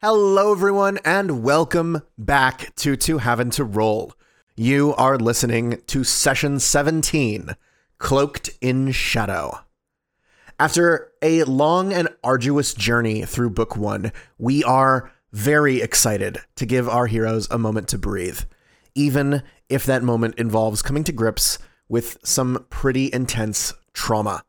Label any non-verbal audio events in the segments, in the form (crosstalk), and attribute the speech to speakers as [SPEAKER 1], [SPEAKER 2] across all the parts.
[SPEAKER 1] Hello, everyone, and welcome back to To Having to Roll. You are listening to session 17 Cloaked in Shadow. After a long and arduous journey through book one, we are very excited to give our heroes a moment to breathe, even if that moment involves coming to grips with some pretty intense trauma.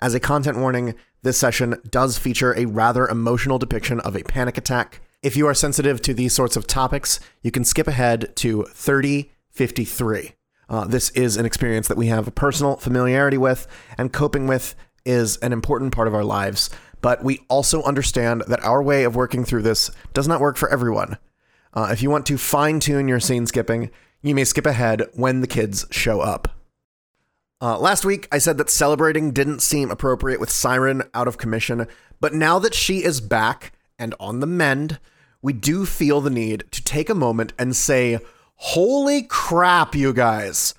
[SPEAKER 1] As a content warning, this session does feature a rather emotional depiction of a panic attack. If you are sensitive to these sorts of topics, you can skip ahead to 3053. Uh, this is an experience that we have a personal familiarity with, and coping with is an important part of our lives. But we also understand that our way of working through this does not work for everyone. Uh, if you want to fine tune your scene skipping, you may skip ahead when the kids show up. Uh, last week, I said that celebrating didn't seem appropriate with Siren out of commission, but now that she is back and on the mend, we do feel the need to take a moment and say, Holy crap, you guys!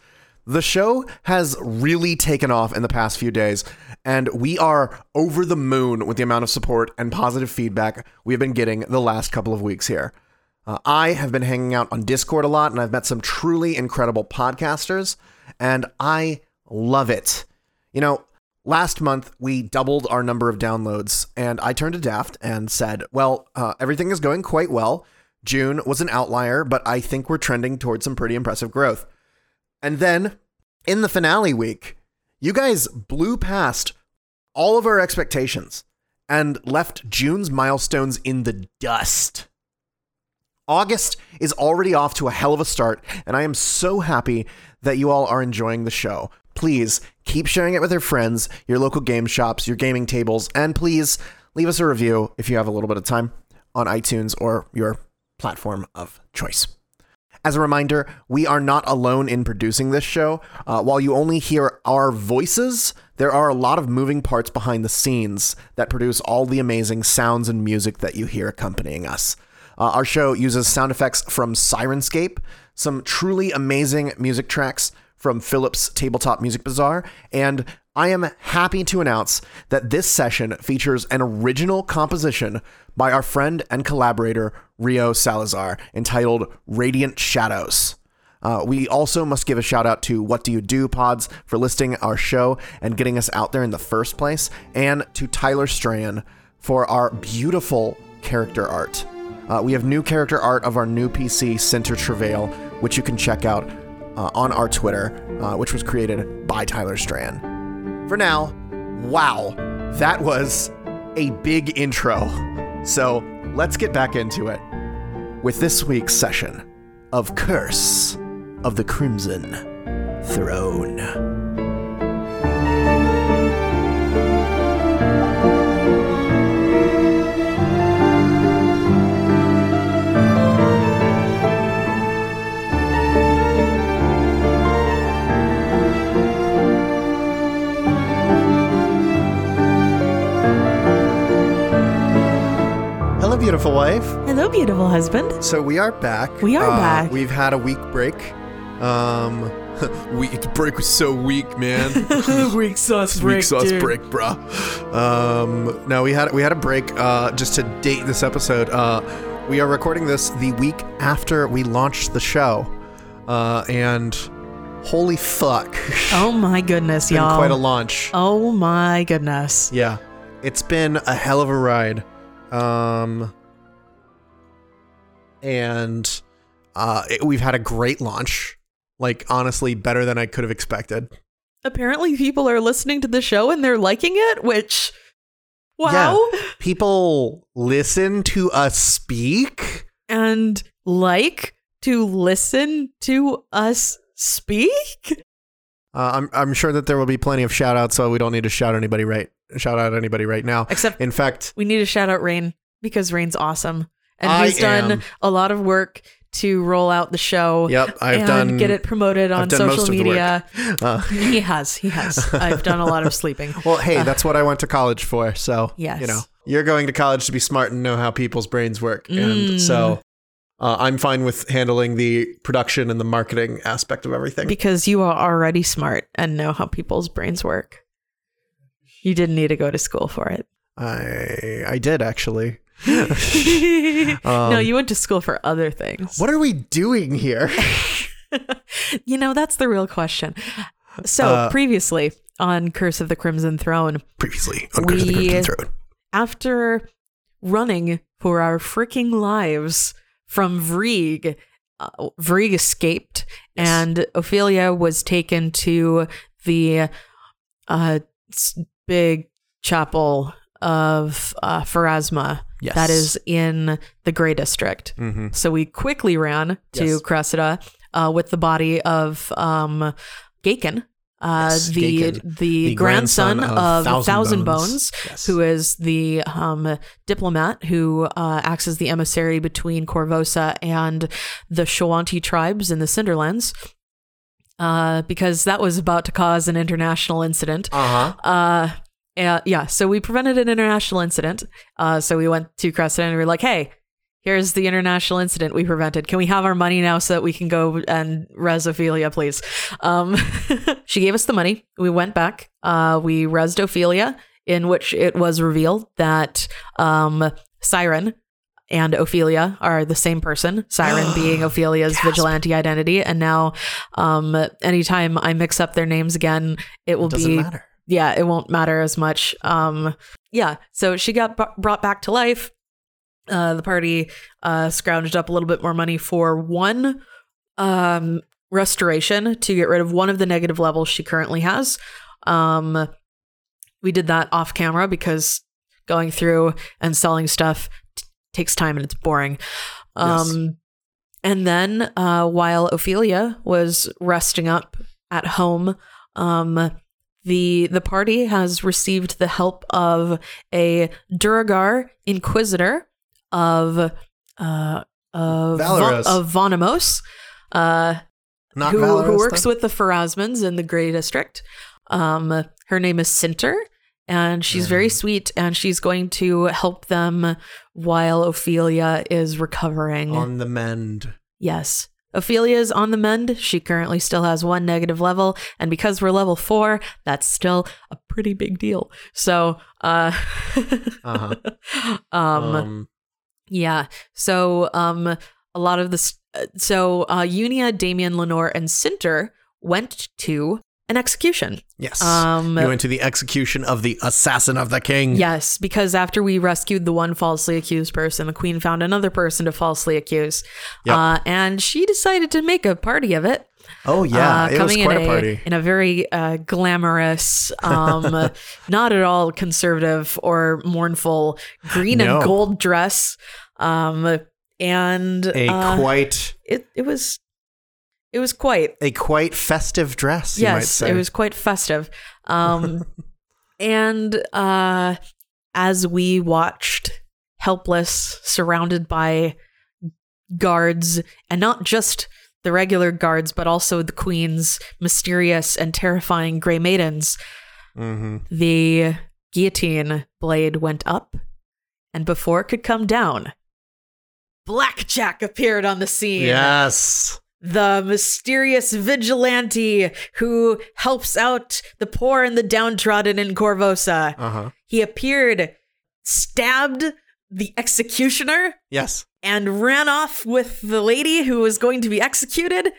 [SPEAKER 1] The show has really taken off in the past few days, and we are over the moon with the amount of support and positive feedback we've been getting the last couple of weeks here. Uh, I have been hanging out on Discord a lot, and I've met some truly incredible podcasters, and I love it. You know, last month we doubled our number of downloads, and I turned to Daft and said, Well, uh, everything is going quite well. June was an outlier, but I think we're trending towards some pretty impressive growth. And then in the finale week, you guys blew past all of our expectations and left June's milestones in the dust. August is already off to a hell of a start, and I am so happy that you all are enjoying the show. Please keep sharing it with your friends, your local game shops, your gaming tables, and please leave us a review if you have a little bit of time on iTunes or your platform of choice. As a reminder, we are not alone in producing this show. Uh, while you only hear our voices, there are a lot of moving parts behind the scenes that produce all the amazing sounds and music that you hear accompanying us. Uh, our show uses sound effects from Sirenscape, some truly amazing music tracks from Philips Tabletop Music Bazaar, and I am happy to announce that this session features an original composition by our friend and collaborator Rio Salazar entitled Radiant Shadows. Uh, we also must give a shout out to What Do You Do Pods for listing our show and getting us out there in the first place, and to Tyler Strahan for our beautiful character art. Uh, we have new character art of our new PC, Center Travail, which you can check out uh, on our Twitter, uh, which was created by Tyler Strahan. For now, wow, that was a big intro. So let's get back into it with this week's session of Curse of the Crimson Throne. Hello, beautiful wife.
[SPEAKER 2] Hello, beautiful husband.
[SPEAKER 1] So we are back. Uh,
[SPEAKER 2] We are back.
[SPEAKER 1] We've had a week break. Um, (laughs) week the break was so weak,
[SPEAKER 2] (laughs)
[SPEAKER 1] man.
[SPEAKER 2] (laughs) weak sauce
[SPEAKER 1] week sauce break, bruh. Um, no, we had we had a break uh, just to date this episode. Uh, we are recording this the week after we launched the show, uh, and holy fuck, (laughs)
[SPEAKER 2] Oh my goodness,
[SPEAKER 1] been
[SPEAKER 2] y'all.
[SPEAKER 1] quite a launch.
[SPEAKER 2] oh my goodness.
[SPEAKER 1] Yeah, it's been a hell of a ride. Um, and uh, it- we've had a great launch. Like honestly, better than I could have expected.
[SPEAKER 2] Apparently, people are listening to the show and they're liking it, which, wow.
[SPEAKER 1] People listen to us speak.
[SPEAKER 2] And like to listen to us speak?
[SPEAKER 1] Uh, I'm I'm sure that there will be plenty of shout outs, so we don't need to shout anybody right shout out anybody right now.
[SPEAKER 2] Except
[SPEAKER 1] In fact,
[SPEAKER 2] we need to shout out Rain because Rain's awesome. And
[SPEAKER 1] I
[SPEAKER 2] he's done
[SPEAKER 1] am.
[SPEAKER 2] a lot of work to roll out the show.
[SPEAKER 1] yep, I've
[SPEAKER 2] and
[SPEAKER 1] done
[SPEAKER 2] get it promoted
[SPEAKER 1] I've
[SPEAKER 2] on
[SPEAKER 1] done
[SPEAKER 2] social
[SPEAKER 1] most of the
[SPEAKER 2] media.
[SPEAKER 1] work. Uh,
[SPEAKER 2] He has. He has. I've done a
[SPEAKER 1] (laughs)
[SPEAKER 2] lot of sleeping.
[SPEAKER 1] well, hey, that's what I went to college for. So
[SPEAKER 2] uh, Yes.
[SPEAKER 1] you know, you're going to college to be smart and know how people's brains work, and
[SPEAKER 2] Mm.
[SPEAKER 1] so. Uh, I'm fine with handling the production and the marketing aspect of everything.
[SPEAKER 2] because you are already smart and know how people's brains work. You didn't need to go to school for it. (laughs)
[SPEAKER 1] I I did actually. Um,
[SPEAKER 2] no, you went to school for other things.
[SPEAKER 1] What are we doing here?
[SPEAKER 2] (laughs) You know, that's the real question. So,
[SPEAKER 1] Uh,
[SPEAKER 2] previously on Curse of the Crimson Throne,
[SPEAKER 1] Previously on
[SPEAKER 2] Curse of the We- Crimson
[SPEAKER 1] Throne.
[SPEAKER 2] after running for our freaking lives from Vrieg, uh, Vrieg escaped,
[SPEAKER 1] Yes.
[SPEAKER 2] and Ophelia was taken to the uh, s- big chapel of uh, Pharasma
[SPEAKER 1] Yes.
[SPEAKER 2] that is in the Grey District.
[SPEAKER 1] Mm-hmm.
[SPEAKER 2] So we quickly ran to
[SPEAKER 1] Yes.
[SPEAKER 2] Cressida uh, with the body of um, Gaken, uh,
[SPEAKER 1] Yes,
[SPEAKER 2] the,
[SPEAKER 1] Gaken.
[SPEAKER 2] the grandson, of, Thousand Bones,
[SPEAKER 1] Yes.
[SPEAKER 2] who is the um, diplomat who uh, acts as the emissary between Corvosa and the Shawanti tribes in the Cinderlands. Uh, because that was about to cause an international incident.
[SPEAKER 1] Uh huh.
[SPEAKER 2] Uh, uh, yeah, so we prevented an international incident. Uh, so we went to Crescent and we were like, hey, here's the international incident we prevented. Can we have our money now so that we can go and res Ophelia, please? Um, (laughs) she gave us the money. We went back. Uh, we resed Ophelia, in which it was revealed that um, Siren and Ophelia are the same person,
[SPEAKER 1] (gasps)
[SPEAKER 2] Siren being Ophelia's vigilante identity. And now, um, anytime I mix up their names again, it will
[SPEAKER 1] Doesn't
[SPEAKER 2] be
[SPEAKER 1] matter.
[SPEAKER 2] yeah, it won't matter as much. Um, yeah, so she got b- brought back to life. Uh, the party uh, scrounged up a little bit more money for one um, restoration to get rid of one of the negative levels she currently has. Um, we did that off camera because going through and selling stuff t- takes time and it's boring.
[SPEAKER 1] Yes.
[SPEAKER 2] Um, And then uh, while Ophelia was resting up at home, um, the the party has received the help of a Duragar Inquisitor of uh, of
[SPEAKER 1] Valorous.
[SPEAKER 2] of Vonimos, uh,
[SPEAKER 1] Not
[SPEAKER 2] who,
[SPEAKER 1] Valorous,
[SPEAKER 2] who works
[SPEAKER 1] though?
[SPEAKER 2] with the Farazmans in the Grey District. Um, her name is Sinter, and she's
[SPEAKER 1] Mm.
[SPEAKER 2] very sweet, and she's going to help them while Ophelia is recovering.
[SPEAKER 1] on the mend.
[SPEAKER 2] yes. Ophelia is on the mend. She currently still has one negative level, and because we're level four, that's still a pretty big deal. So, uh, (laughs)
[SPEAKER 1] Uh-huh.
[SPEAKER 2] um, yeah. So um a lot of this uh, so uh Unia, Damien, Lenore and Sinter went to an execution.
[SPEAKER 1] yes.
[SPEAKER 2] Um
[SPEAKER 1] you went to the execution of the assassin of the king.
[SPEAKER 2] yes, because after we rescued the one falsely accused person, the queen found another person to falsely accuse.
[SPEAKER 1] Yep.
[SPEAKER 2] Uh and she decided to make a party of it.
[SPEAKER 1] Oh yeah,
[SPEAKER 2] uh,
[SPEAKER 1] it was
[SPEAKER 2] coming
[SPEAKER 1] quite
[SPEAKER 2] in
[SPEAKER 1] a party.
[SPEAKER 2] in a very uh, glamorous,
[SPEAKER 1] (laughs)
[SPEAKER 2] um, not at all conservative or mournful green
[SPEAKER 1] No.
[SPEAKER 2] and gold dress, um, and
[SPEAKER 1] A
[SPEAKER 2] uh,
[SPEAKER 1] quite
[SPEAKER 2] it it was it was quite
[SPEAKER 1] a quite festive dress. you might
[SPEAKER 2] yes
[SPEAKER 1] say.
[SPEAKER 2] it was quite festive
[SPEAKER 1] (laughs)
[SPEAKER 2] um and uh as we watched helpless surrounded by guards and not just the regular guards but also the queen's mysterious and terrifying gray maidens
[SPEAKER 1] hmm
[SPEAKER 2] the guillotine blade went up and before it could come down blackjack appeared on the scene
[SPEAKER 1] Yes.
[SPEAKER 2] the mysterious vigilante who helps out the poor and the downtrodden in Corvosa.
[SPEAKER 1] Uh huh.
[SPEAKER 2] He appeared, stabbed the executioner,
[SPEAKER 1] Yes.
[SPEAKER 2] and ran off with the lady who was going to be executed,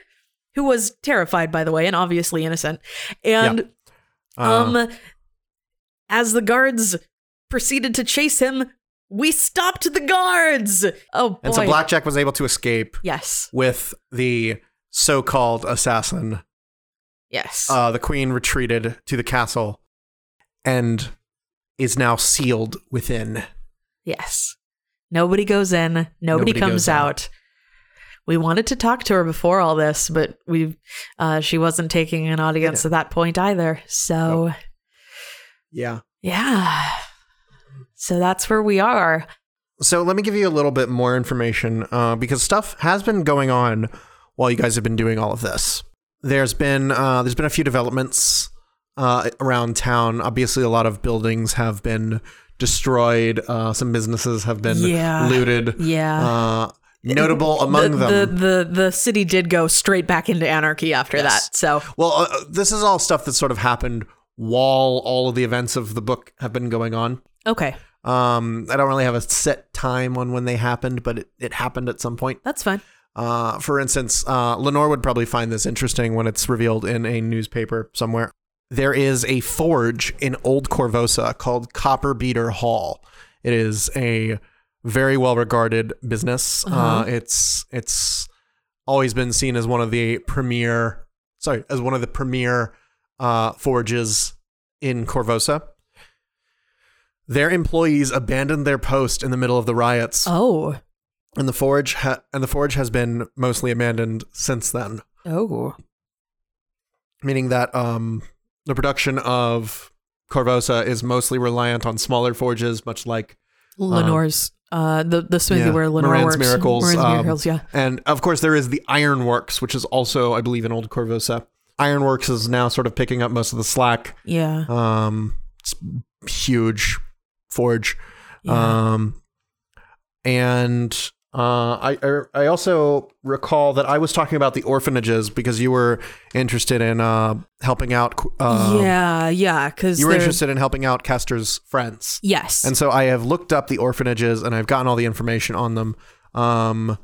[SPEAKER 2] who was terrified, by the way, and obviously innocent. And
[SPEAKER 1] Uh,
[SPEAKER 2] um, as the guards proceeded to chase him, we stopped the guards. Oh boy!
[SPEAKER 1] and so Blackjack was able to escape
[SPEAKER 2] yes,
[SPEAKER 1] with the so-called assassin.
[SPEAKER 2] yes.
[SPEAKER 1] Uh, the queen retreated to the castle and is now sealed within.
[SPEAKER 2] Yes. Nobody goes in, nobody,
[SPEAKER 1] Nobody
[SPEAKER 2] comes
[SPEAKER 1] goes out.
[SPEAKER 2] out. We wanted to talk to her before all this, but we uh, she wasn't taking an audience at that point either. So,
[SPEAKER 1] Yeah.
[SPEAKER 2] yeah. So that's where we are.
[SPEAKER 1] So let me give you a little bit more information uh, because stuff has been going on while you guys have been doing all of this. There's been uh, there's been a few developments uh, around town. Obviously, a lot of buildings have been destroyed. Uh, some businesses have been
[SPEAKER 2] Yeah.
[SPEAKER 1] looted.
[SPEAKER 2] Yeah.
[SPEAKER 1] Uh, notable among
[SPEAKER 2] the,
[SPEAKER 1] them
[SPEAKER 2] The, the the city did go straight back into anarchy after
[SPEAKER 1] Yes.
[SPEAKER 2] that. So,
[SPEAKER 1] Well, uh, uh, this is all stuff that sort of happened while all of the events of the book have been going on.
[SPEAKER 2] okay.
[SPEAKER 1] Um, I don't really have a set time on when they happened, but it, it happened at some point.
[SPEAKER 2] That's fine.
[SPEAKER 1] Uh, for instance, uh, Lenore would probably find this interesting when it's revealed in a newspaper somewhere. There is a forge in Old Corvosa called Copper Beater Hall. It is a very well regarded business. uh
[SPEAKER 2] Uh-huh.
[SPEAKER 1] it's it's always been seen as one of the premier sorry as one of the premier uh, forges in Corvosa. Their employees abandoned their post in the middle of the riots
[SPEAKER 2] Oh.
[SPEAKER 1] and the forge ha- and the forge has been mostly abandoned since then
[SPEAKER 2] Oh.
[SPEAKER 1] meaning that um the production of corvosa is mostly reliant on smaller forges much like
[SPEAKER 2] Lenore's uh the the smoothie
[SPEAKER 1] yeah,
[SPEAKER 2] where Lenore
[SPEAKER 1] Moran's
[SPEAKER 2] works.
[SPEAKER 1] Miracles,
[SPEAKER 2] Moran's
[SPEAKER 1] um,
[SPEAKER 2] Miracles, yeah.
[SPEAKER 1] and of course there is the ironworks which is also i believe in old corvosa ironworks is now sort of picking up most of the slack
[SPEAKER 2] Yeah.
[SPEAKER 1] um it's huge forge
[SPEAKER 2] yeah.
[SPEAKER 1] Um, and uh, I, I I also recall that I was talking about the orphanages because you were interested in uh, helping out. Uh,
[SPEAKER 2] yeah, yeah, cuz
[SPEAKER 1] you were interested in helping out Castor's friends,
[SPEAKER 2] Yes.
[SPEAKER 1] and so I have looked up the orphanages and I've gotten all the information on them. Um,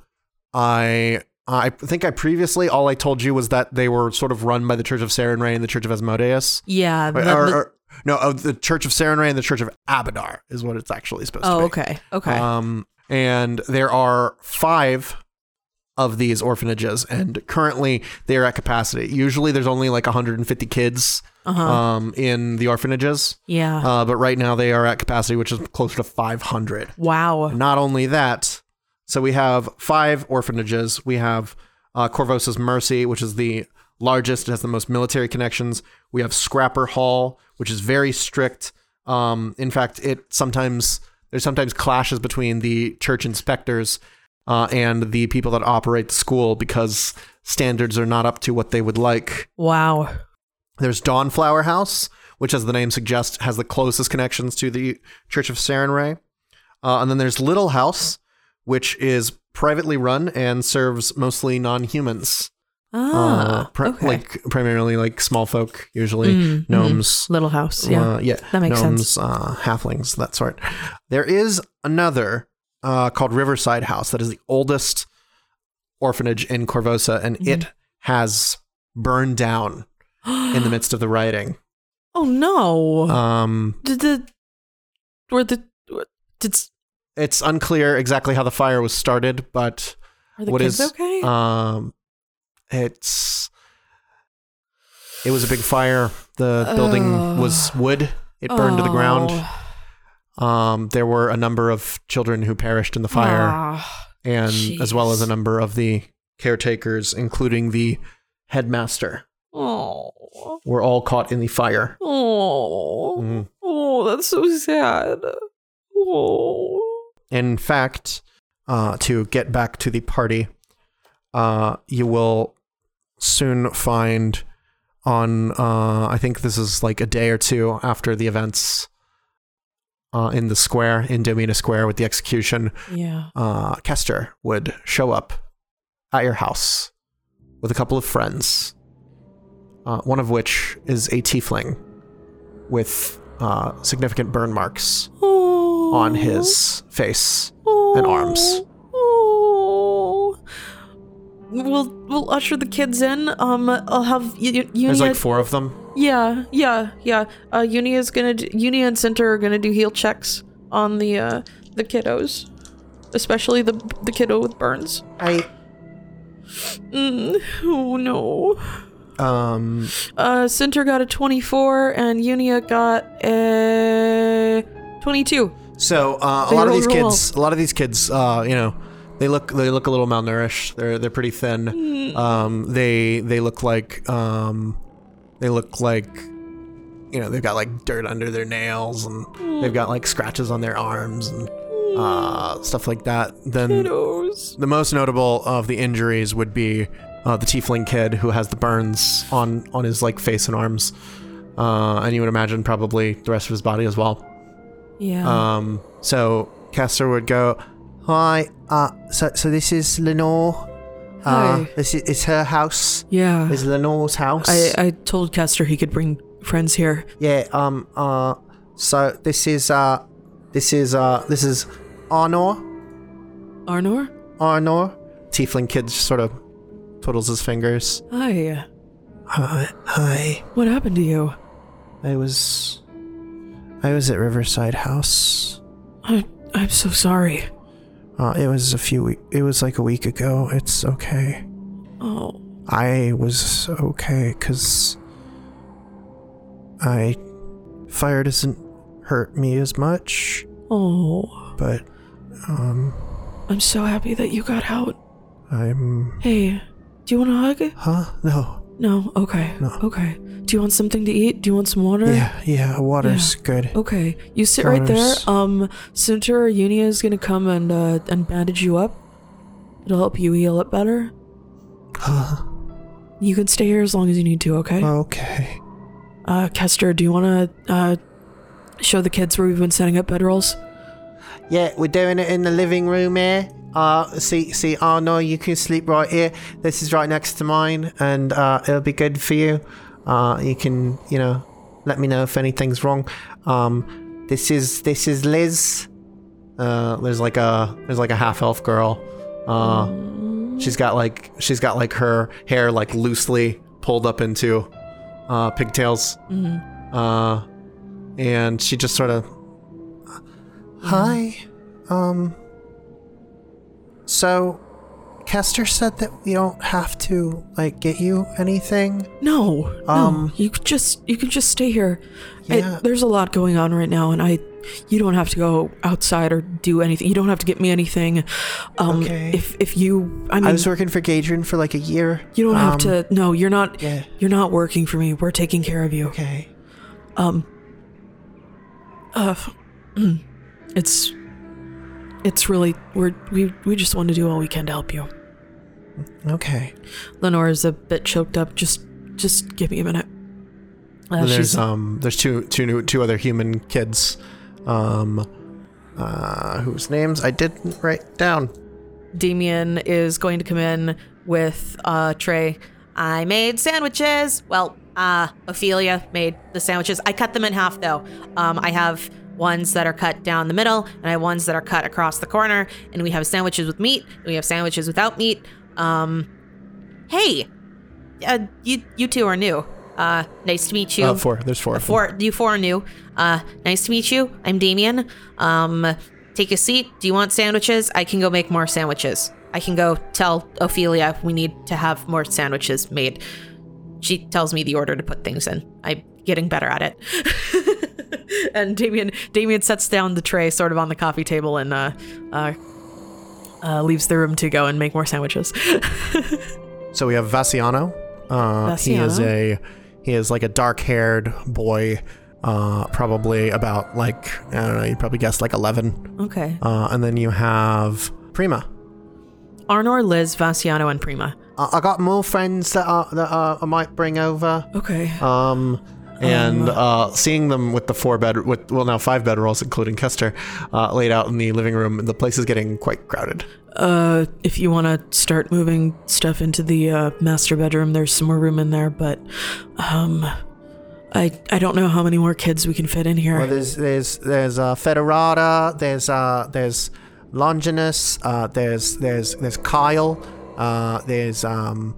[SPEAKER 1] I. I think I previously all I told you was that they were sort of run by the Church of Saren Ray and the Church of Asmodeus.
[SPEAKER 2] yeah.
[SPEAKER 1] Or-
[SPEAKER 2] the-
[SPEAKER 1] or-
[SPEAKER 2] the-
[SPEAKER 1] or- no, of the Church of Saren Ray and the Church of Abadar is what it's actually supposed to
[SPEAKER 2] oh,
[SPEAKER 1] be.
[SPEAKER 2] okay. Okay.
[SPEAKER 1] Um, and there are five of these orphanages, and currently they are at capacity. Usually there's only like 150 kids
[SPEAKER 2] Uh-huh.
[SPEAKER 1] um, in the orphanages,
[SPEAKER 2] yeah.
[SPEAKER 1] uh, but right now they are at capacity, which is closer to 500.
[SPEAKER 2] wow.
[SPEAKER 1] Not only that, so we have five orphanages. We have uh, Corvosa's Mercy, which is the largest, it has the most military connections. We have Scrapper Hall, which is very strict. Um, in fact, it sometimes there's sometimes clashes between the church inspectors uh, and the people that operate the school because standards are not up to what they would like. uh,
[SPEAKER 2] Wow.
[SPEAKER 1] There's Dawnflower House, which, as the name suggests, has the closest connections to the Church of Sarenrae. Uh, and then there's Little House, which is privately run and serves mostly non-humans,
[SPEAKER 2] Ah.
[SPEAKER 1] uh, pri-
[SPEAKER 2] okay.
[SPEAKER 1] like primarily like small folk, usually
[SPEAKER 2] Mm,
[SPEAKER 1] gnomes.
[SPEAKER 2] Little House. Yeah.
[SPEAKER 1] uh, yeah,
[SPEAKER 2] That makes
[SPEAKER 1] gnomes, uh, halflings, that sort. There is another uh, called Riverside House that is the oldest orphanage in Corvosa, and
[SPEAKER 2] Mm-hmm.
[SPEAKER 1] it has burned down in
[SPEAKER 2] (gasps)
[SPEAKER 1] the midst of the rioting.
[SPEAKER 2] oh no.
[SPEAKER 1] Um,
[SPEAKER 2] did the were the did s-
[SPEAKER 1] it's unclear exactly how the fire was started, but
[SPEAKER 2] are the
[SPEAKER 1] What
[SPEAKER 2] kids
[SPEAKER 1] is-
[SPEAKER 2] okay?
[SPEAKER 1] um, it's it was a big fire. The building
[SPEAKER 2] Ugh.
[SPEAKER 1] was wood. It burned to the ground.
[SPEAKER 2] Oh.
[SPEAKER 1] Um, there were a number of children who perished in the fire,
[SPEAKER 2] Ah.
[SPEAKER 1] and as well as a
[SPEAKER 2] jeez.
[SPEAKER 1] number of the caretakers, including the headmaster,
[SPEAKER 2] Oh.
[SPEAKER 1] were all caught in the fire.
[SPEAKER 2] Oh.
[SPEAKER 1] Mhm.
[SPEAKER 2] Oh, that's so sad. Oh.
[SPEAKER 1] In fact, uh, to get back to the party, uh, you will soon find on, uh, I think this is like a day or two after the events uh, in the square, in Domina Square with the execution,
[SPEAKER 2] Yeah.
[SPEAKER 1] uh, Kester would show up at your house with a couple of friends, uh, one of which is a tiefling with uh, significant burn marks
[SPEAKER 2] Oh.
[SPEAKER 1] on his face.
[SPEAKER 2] oh.
[SPEAKER 1] and arms.
[SPEAKER 2] Oh. We'll we'll usher the kids in. Um, I'll have y- y- Uni.
[SPEAKER 1] There's like four of them.
[SPEAKER 2] yeah, yeah, yeah. Uh, Uni is gonna do, Uni and Center are gonna do heal checks on the uh the kiddos, especially the the kiddo with burns.
[SPEAKER 1] I
[SPEAKER 2] Mm, oh no.
[SPEAKER 1] um
[SPEAKER 2] Uh, Center got a 24 and Unia got a 22.
[SPEAKER 1] so uh, a
[SPEAKER 2] They
[SPEAKER 1] lot of
[SPEAKER 2] roll
[SPEAKER 1] these
[SPEAKER 2] roll.
[SPEAKER 1] kids a lot of these kids uh you know they look they look a little malnourished. They're they're pretty thin. Um they they look like um they look like you know, they've got like dirt under their nails and they've got like scratches on their arms and uh stuff like that. Then
[SPEAKER 2] Kiddos.
[SPEAKER 1] the most notable of the injuries would be uh, the tiefling kid who has the burns on on his like face and arms, uh, and you would imagine probably the rest of his body as well.
[SPEAKER 2] Yeah.
[SPEAKER 1] Um, so Caster would go, "Hi, uh, so so this is Lenore. Uh,
[SPEAKER 2] Hi.
[SPEAKER 1] this is it's her house.
[SPEAKER 2] (sighs) yeah.
[SPEAKER 1] It's Lenore's house.
[SPEAKER 2] I, I told Caster he could bring friends here.
[SPEAKER 1] yeah. Um. Uh. So this is uh." This is uh this is Arnor.
[SPEAKER 2] Arnor?
[SPEAKER 1] Arnor. Tiefling kid sort of twiddles his fingers.
[SPEAKER 2] Hi.
[SPEAKER 1] Hi, hi.
[SPEAKER 2] uh, What happened to you?
[SPEAKER 1] I was I was at Riverside House.
[SPEAKER 2] I, I'm so sorry.
[SPEAKER 1] Uh, it was a few week it was like a week ago. It's okay.
[SPEAKER 2] Oh,
[SPEAKER 1] I was okay because I fire doesn't hurt me as much,
[SPEAKER 2] oh.
[SPEAKER 1] but um,
[SPEAKER 2] I'm so happy that you got out.
[SPEAKER 1] I'm
[SPEAKER 2] Hey, do you want a hug?
[SPEAKER 1] huh? No,
[SPEAKER 2] No. Okay.
[SPEAKER 1] No.
[SPEAKER 2] Okay. Do you want something to eat? Do you want some water?
[SPEAKER 1] yeah, yeah, water's good.
[SPEAKER 2] Okay. You sit right there.
[SPEAKER 1] Waters.
[SPEAKER 2] Um, Sinter or Unia is gonna come and uh, and bandage you up. It'll help you heal up better.
[SPEAKER 1] Huh?
[SPEAKER 2] You can stay here as long as you need to. Okay.
[SPEAKER 1] Okay.
[SPEAKER 2] Uh, Kester, do you wanna uh show the kids where we've been setting up bedrolls?
[SPEAKER 1] Yeah, we're doing it in the living room here. Uh, see, see, oh no, you can sleep right here. This is right next to mine, and uh, it'll be good for you. Uh, you can, you know, let me know if anything's wrong. Um, this is this is Liz. Uh, there's like a there's like a half elf girl. Uh, she's got like she's got like her hair like loosely pulled up into uh, pigtails. Uh, and she just sort of Hi. Um. So, Kester said that we don't have to like get you anything.
[SPEAKER 2] No,
[SPEAKER 1] Um,
[SPEAKER 2] no. You could just you can just stay here. I-
[SPEAKER 1] Yeah.
[SPEAKER 2] there's a lot going on right now, and I, you don't have to go outside or do anything. You don't have to get me anything. Um,
[SPEAKER 1] Okay.
[SPEAKER 2] if if you, I mean,
[SPEAKER 1] I was working for Gadrian for like a year.
[SPEAKER 2] you don't have
[SPEAKER 1] Um,
[SPEAKER 2] to. No, you're not.
[SPEAKER 1] yeah.
[SPEAKER 2] You're not working for me. We're taking care of you.
[SPEAKER 1] Okay.
[SPEAKER 2] Um. Uh, (clears throat) it's, it's really we're we we just want to do all we can to help you.
[SPEAKER 1] Okay.
[SPEAKER 2] Uh, Lenore is a bit choked up. Just just give me a minute. Uh,
[SPEAKER 1] there's
[SPEAKER 2] she's
[SPEAKER 1] um. There's two two new two other human kids, um, uh, whose names I didn't write down.
[SPEAKER 2] Damien is going to come in with a tray.
[SPEAKER 3] uh, I made sandwiches. Well, uh, Ophelia made the sandwiches. I cut them in half though. Um, I have ones that are cut down the middle, and I have ones that are cut across the corner. And we have sandwiches with meat. And we have sandwiches without meat. Um, hey, uh, you you two are new. Uh, nice to meet you.
[SPEAKER 1] Uh, four. There's four. of them.
[SPEAKER 3] Four, you four are new. Uh, nice to meet you. I'm Damien. Um, take a seat. Do you want sandwiches? I can go make more sandwiches. I can go tell Ophelia we need to have more sandwiches made. She tells me the order to put things in. I'm getting better at it. (laughs)
[SPEAKER 2] And Damien Damien sets down the tray sort of on the coffee table and uh, uh, uh, leaves the room to go and make more sandwiches.
[SPEAKER 1] So we have Vassiano. Uh, He is a he is like a dark-haired boy, uh, probably about like I don't know. You probably guessed like eleven.
[SPEAKER 2] okay.
[SPEAKER 1] Uh, and then you have Prima.
[SPEAKER 2] Arnor, Liz, Vassiano, and Prima.
[SPEAKER 1] I, I got more friends that are, that uh, I might bring over.
[SPEAKER 2] Okay.
[SPEAKER 1] Um, and uh, seeing them with the four bed with well now five bed rolls including Kester uh, laid out in the living room. The place is getting quite crowded.
[SPEAKER 2] Uh, if you want to start moving stuff into the uh, master bedroom, there's some more room in there, but um, I I don't know how many more kids we can fit in here.
[SPEAKER 1] Well, there's there's there's uh, Federata, there's uh, there's Longinus, uh, there's there's there's Kyle, uh, there's um,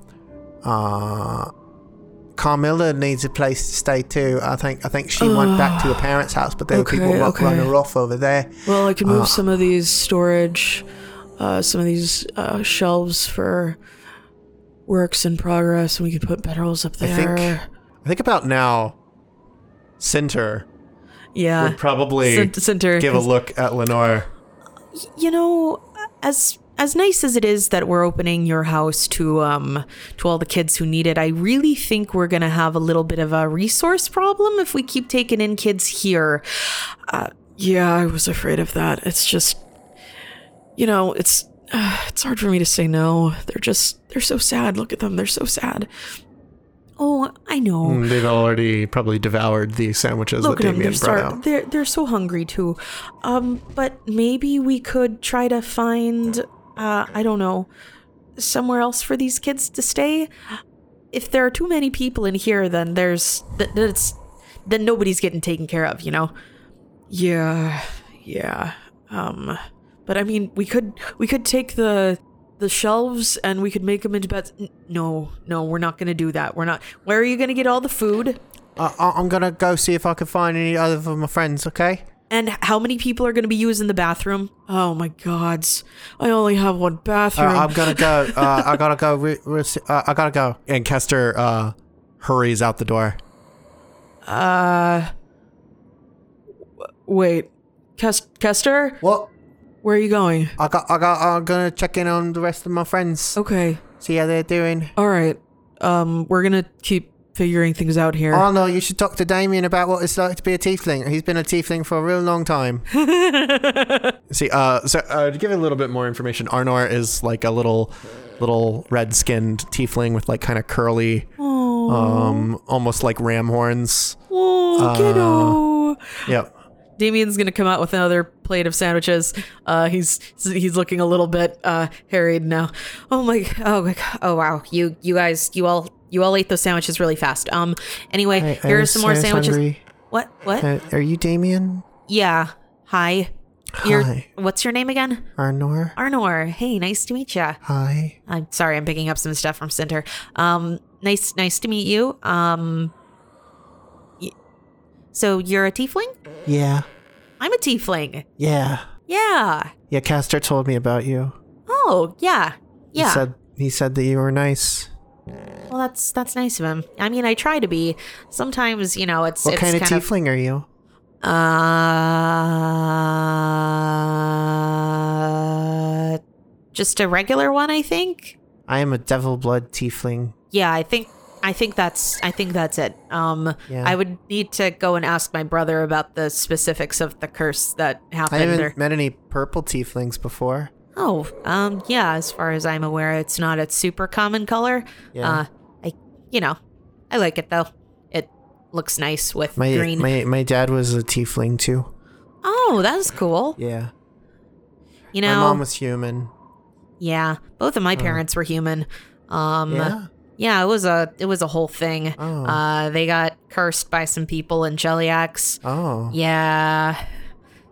[SPEAKER 1] uh, Carmilla needs a place to stay too. I think I think she went back to her parents' house, but there
[SPEAKER 2] Okay,
[SPEAKER 1] were people
[SPEAKER 2] okay.
[SPEAKER 1] okay. running her off over there.
[SPEAKER 2] Well, I can
[SPEAKER 1] uh,
[SPEAKER 2] move some of these storage, uh, some of these uh, shelves for works in progress, and we can put bedrolls up
[SPEAKER 1] I think
[SPEAKER 2] there.
[SPEAKER 1] I think about now. Center
[SPEAKER 2] yeah. Uh,
[SPEAKER 1] would probably
[SPEAKER 2] Cent- Center.
[SPEAKER 1] give a look at Lenore.
[SPEAKER 3] you know, as as nice as it is that we're opening your house to um to all the kids who need it, I really think we're gonna have a little bit of a resource problem if we keep taking in kids here.
[SPEAKER 2] yeah, I was afraid of that. It's just, you know, it's (sighs) uh, it's hard for me to say no. They're just they're so sad. Look at them. They're so sad.
[SPEAKER 3] Oh, I know.
[SPEAKER 1] They've already probably devoured the sandwiches
[SPEAKER 3] Look at
[SPEAKER 1] that
[SPEAKER 3] them. They're
[SPEAKER 1] Damien brought
[SPEAKER 3] star-
[SPEAKER 1] out.
[SPEAKER 3] They're they're so hungry too. Um, but maybe we could try to find uh, I don't know somewhere else for these kids to stay. If there are too many people in here, then there's th- that's then nobody's getting taken care of. You know.
[SPEAKER 2] Yeah, Yeah. Um but I mean, we could we could take the the shelves and we could make them into beds. N- No, no, we're not going to do that. We're not. Where are you going to get all the food?
[SPEAKER 1] I, I, I'm gonna go see if I can find any other of my friends. Okay.
[SPEAKER 2] And how many people are going to be using the bathroom? Oh my gods. I only have one
[SPEAKER 1] Uh,
[SPEAKER 2] bathroom.
[SPEAKER 1] I'm gonna go. (laughs) Uh, I gotta go. Re- re- uh, I gotta go. And Kester uh, hurries out the door.
[SPEAKER 2] Uh, w- wait, Kes- Kester,
[SPEAKER 1] What?
[SPEAKER 2] where are you going?
[SPEAKER 1] I got. I got. I'm gonna check in on the rest of my friends.
[SPEAKER 2] Okay,
[SPEAKER 1] See how they're doing.
[SPEAKER 2] all right. Um, we're gonna keep figuring things out here.
[SPEAKER 1] Oh no, you should talk to Damien about what it's like to be a tiefling. He's been a tiefling for a real long (laughs) time. See, uh, so uh, to give a little bit more information, Arnor is like a little, little red-skinned tiefling with like kind of curly, um, almost like ram horns.
[SPEAKER 2] oh, kiddo.
[SPEAKER 1] Yep.
[SPEAKER 2] Damien's gonna come out with another plate of sandwiches. Uh, he's he's looking a little bit uh harried now. Oh my, oh my, God.
[SPEAKER 3] Oh wow, you you guys, you all you all ate those sandwiches really fast. Um. Anyway, here are some more sandwiches. What? What?
[SPEAKER 1] Uh, are you Damien?
[SPEAKER 3] yeah. Hi. You're,
[SPEAKER 1] Hi.
[SPEAKER 3] What's your name again?
[SPEAKER 1] Arnor.
[SPEAKER 3] Arnor. Hey, nice to meet you.
[SPEAKER 1] Hi.
[SPEAKER 3] I'm sorry, I'm picking up some stuff from Center. Um, nice, nice to meet you. Um, y- so you're a tiefling?
[SPEAKER 1] Yeah.
[SPEAKER 3] I'm a tiefling.
[SPEAKER 1] Yeah.
[SPEAKER 3] Yeah.
[SPEAKER 1] Yeah. Castor told me about you.
[SPEAKER 3] Oh, yeah, yeah.
[SPEAKER 1] He said he said that you were nice.
[SPEAKER 3] well, that's that's nice of him. I mean, I try to be. Sometimes, you know, it's
[SPEAKER 1] What
[SPEAKER 3] it's
[SPEAKER 1] kind of
[SPEAKER 3] kind of
[SPEAKER 1] tiefling are you?
[SPEAKER 3] uh, just a regular one, I think.
[SPEAKER 1] I am a devil blood tiefling.
[SPEAKER 3] Yeah, I think I think that's I think that's it. Um,
[SPEAKER 1] Yeah.
[SPEAKER 3] I would need to go and ask my brother about the specifics of the curse that
[SPEAKER 1] I
[SPEAKER 3] happened.
[SPEAKER 1] haven't
[SPEAKER 3] or-
[SPEAKER 1] met any purple tieflings before.
[SPEAKER 3] oh, um, yeah. As far as I'm aware, it's not a super common color.
[SPEAKER 1] Yeah.
[SPEAKER 3] Uh, I, you know, I like it though. It looks nice with
[SPEAKER 1] My
[SPEAKER 3] green.
[SPEAKER 1] my my dad was a tiefling too.
[SPEAKER 3] oh, that's cool.
[SPEAKER 1] Yeah.
[SPEAKER 3] You know,
[SPEAKER 1] My mom was human.
[SPEAKER 3] yeah. Both of my parents were human. Um,
[SPEAKER 1] yeah.
[SPEAKER 3] yeah, it was a it was a whole thing.
[SPEAKER 1] Oh.
[SPEAKER 3] Uh, they got cursed by some people in Jellyax.
[SPEAKER 1] Oh.
[SPEAKER 3] Yeah.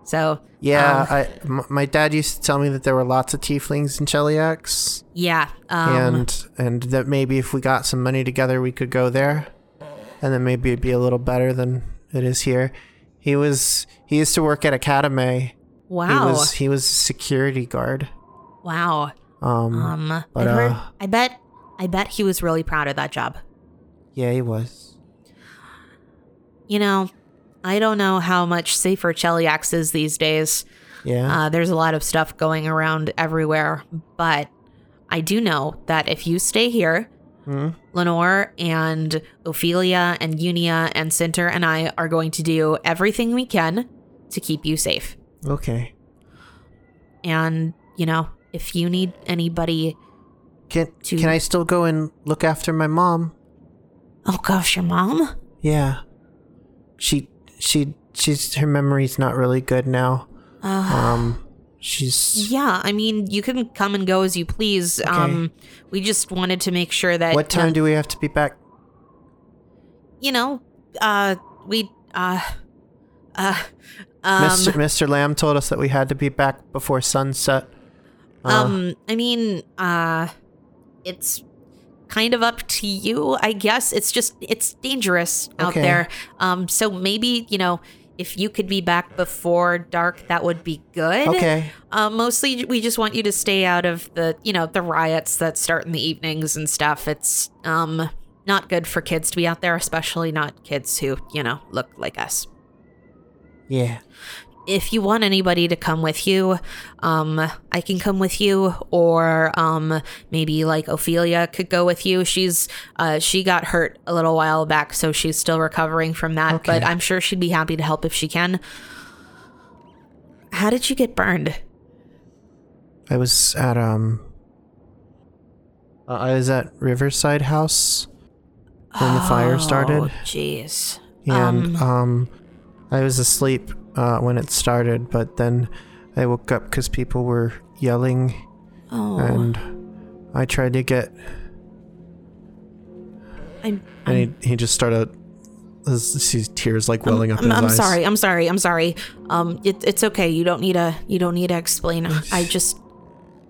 [SPEAKER 3] So
[SPEAKER 1] Yeah.
[SPEAKER 3] um,
[SPEAKER 1] I m- my dad used to tell me that there were lots of tieflings in Cheliax,
[SPEAKER 3] yeah. Um,
[SPEAKER 1] and and that maybe if we got some money together, we could go there, and then maybe it'd be a little better than it is here. He was he used to work at Academy.
[SPEAKER 3] wow.
[SPEAKER 1] He was he was a security guard.
[SPEAKER 3] wow.
[SPEAKER 1] Um.
[SPEAKER 3] Um.
[SPEAKER 1] but,
[SPEAKER 3] I, heard,
[SPEAKER 1] uh,
[SPEAKER 3] I bet. I bet he was really proud of that job.
[SPEAKER 1] yeah, he was.
[SPEAKER 3] You know, I don't know how much safer Cheliax is these days.
[SPEAKER 1] Yeah.
[SPEAKER 3] Uh, there's a lot of stuff going around everywhere, but I do know that if you stay here,
[SPEAKER 1] Hmm?
[SPEAKER 3] Lenore and Ophelia and Unia and Center and I are going to do everything we can to keep you safe.
[SPEAKER 1] Okay.
[SPEAKER 3] and you know if you need anybody
[SPEAKER 1] Can
[SPEAKER 3] to-
[SPEAKER 1] can I still go and look after my mom?
[SPEAKER 3] oh gosh your mom
[SPEAKER 1] Yeah. She she she's her memory's not really good now.
[SPEAKER 3] uh,
[SPEAKER 1] Um she's
[SPEAKER 3] yeah i mean you can come and go as you please um we just wanted to make sure that
[SPEAKER 1] What time do we have to be back?
[SPEAKER 3] you know uh we uh uh um,
[SPEAKER 1] Mr. Mr. Lamb told us that we had to be back before sunset. Uh,
[SPEAKER 3] um i mean uh it's kind of up to you i guess it's just it's dangerous out
[SPEAKER 1] Okay.
[SPEAKER 3] there um so maybe you know if you could be back before dark that would be good
[SPEAKER 1] okay.
[SPEAKER 3] Um, mostly, we just want you to stay out of the, you know, the riots that start in the evenings and stuff. It's um not good for kids to be out there, especially not kids who, you know, look like us.
[SPEAKER 1] Yeah.
[SPEAKER 3] If you want anybody to come with you, um, I can come with you, or um, maybe like Ophelia could go with you. She's uh, she got hurt a little while back, so she's still recovering from that. But I'm sure she'd be happy to help if she can. How did you get burned?
[SPEAKER 1] I was at um uh, I was at Riverside House when the fire started.
[SPEAKER 3] Oh, jeez.
[SPEAKER 1] and um, I was asleep uh, when it started, but then I woke up because people were yelling,
[SPEAKER 3] Oh,
[SPEAKER 1] and I tried to get,
[SPEAKER 3] I'm,
[SPEAKER 1] and he, he just started his, his tears like welling up in
[SPEAKER 3] I'm,
[SPEAKER 1] his
[SPEAKER 3] I'm
[SPEAKER 1] eyes.
[SPEAKER 3] sorry. I'm sorry. I'm sorry. Um, it, it's okay. You don't need to. You don't need
[SPEAKER 1] (sighs)
[SPEAKER 3] to explain. I just,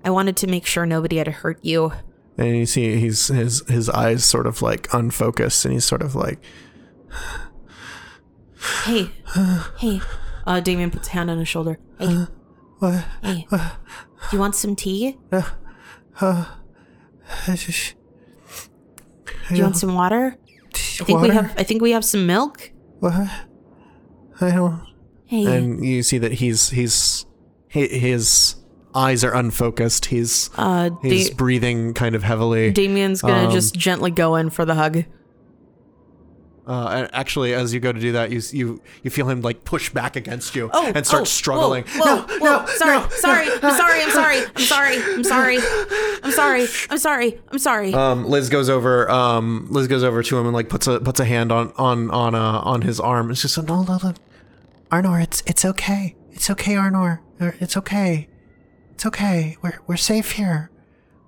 [SPEAKER 3] I wanted to make sure nobody had hurt you.
[SPEAKER 1] And you see he's his his eyes sort of like unfocused and he's sort of like (sighs)
[SPEAKER 3] Hey, hey. Uh, Damien puts a hand on his shoulder. Hey,
[SPEAKER 1] what (sighs)
[SPEAKER 3] hey. Do you want some tea?
[SPEAKER 1] I just- I
[SPEAKER 3] Do you want
[SPEAKER 1] don't-
[SPEAKER 3] some water? I think we
[SPEAKER 1] water?
[SPEAKER 3] have. I think we have some milk.
[SPEAKER 1] what? I don't
[SPEAKER 3] Hey.
[SPEAKER 1] and you see that he's he's hi- his eyes are unfocused. He's
[SPEAKER 2] Uh,
[SPEAKER 1] he's
[SPEAKER 2] da-
[SPEAKER 1] breathing kind of heavily.
[SPEAKER 2] Damien's gonna
[SPEAKER 1] Um,
[SPEAKER 2] just gently go in for the hug.
[SPEAKER 1] Uh, and actually, as you go to do that, you s- you you feel him like push back against you
[SPEAKER 3] Oh,
[SPEAKER 1] and start
[SPEAKER 3] oh,
[SPEAKER 1] struggling.
[SPEAKER 3] Whoa, whoa, whoa. sorry, sorry, I'm sorry, I'm sorry, I'm sorry, I'm sorry, I'm sorry, I'm sorry, I'm sorry.
[SPEAKER 1] Um, Liz goes over. Um, Liz goes over to him and like puts a puts a hand on on on uh, on his arm. It's just no, no, no, Arnor, it's it's okay. It's okay, Arnor. It's okay. It's okay. We're we're safe here.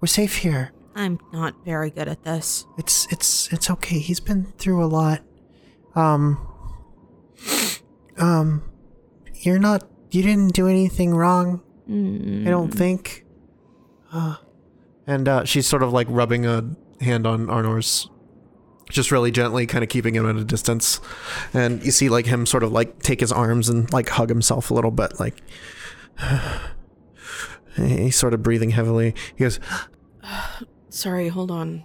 [SPEAKER 1] We're safe here.
[SPEAKER 3] I'm not very good at this.
[SPEAKER 1] It's it's it's okay. He's been through a lot. Um Um You're not you didn't do anything wrong. I don't think. Uh, and uh she's sort of like rubbing a hand on Arnor's just really gently kind of keeping him at a distance. And you see like him sort of like take his arms and like hug himself a little bit like (sighs) he's sort of breathing heavily. He goes,
[SPEAKER 2] Sorry, hold on.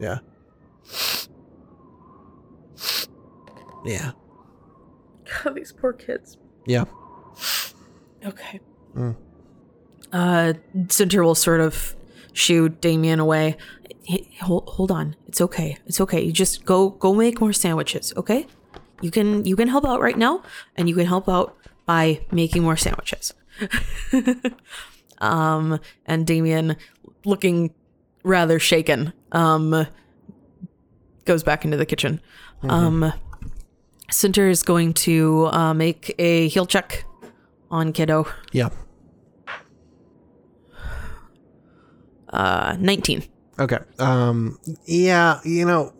[SPEAKER 1] yeah. Yeah.
[SPEAKER 2] God, (laughs) these poor kids.
[SPEAKER 1] Yeah.
[SPEAKER 2] Okay.
[SPEAKER 1] Mm.
[SPEAKER 2] Uh, Cinder will sort of shoo Damien away.
[SPEAKER 3] Hey, hold, hold on, it's okay, it's okay. You just go, go make more sandwiches, okay? You can, you can help out right now, and you can help out by making more sandwiches. (laughs)
[SPEAKER 2] Um, and Damien, looking rather shaken, um, goes back into the kitchen. Um, Cinder is going to uh, make a heel check on Kiddo.
[SPEAKER 1] Yeah.
[SPEAKER 2] Uh, 19.
[SPEAKER 1] Okay. Um yeah, you know,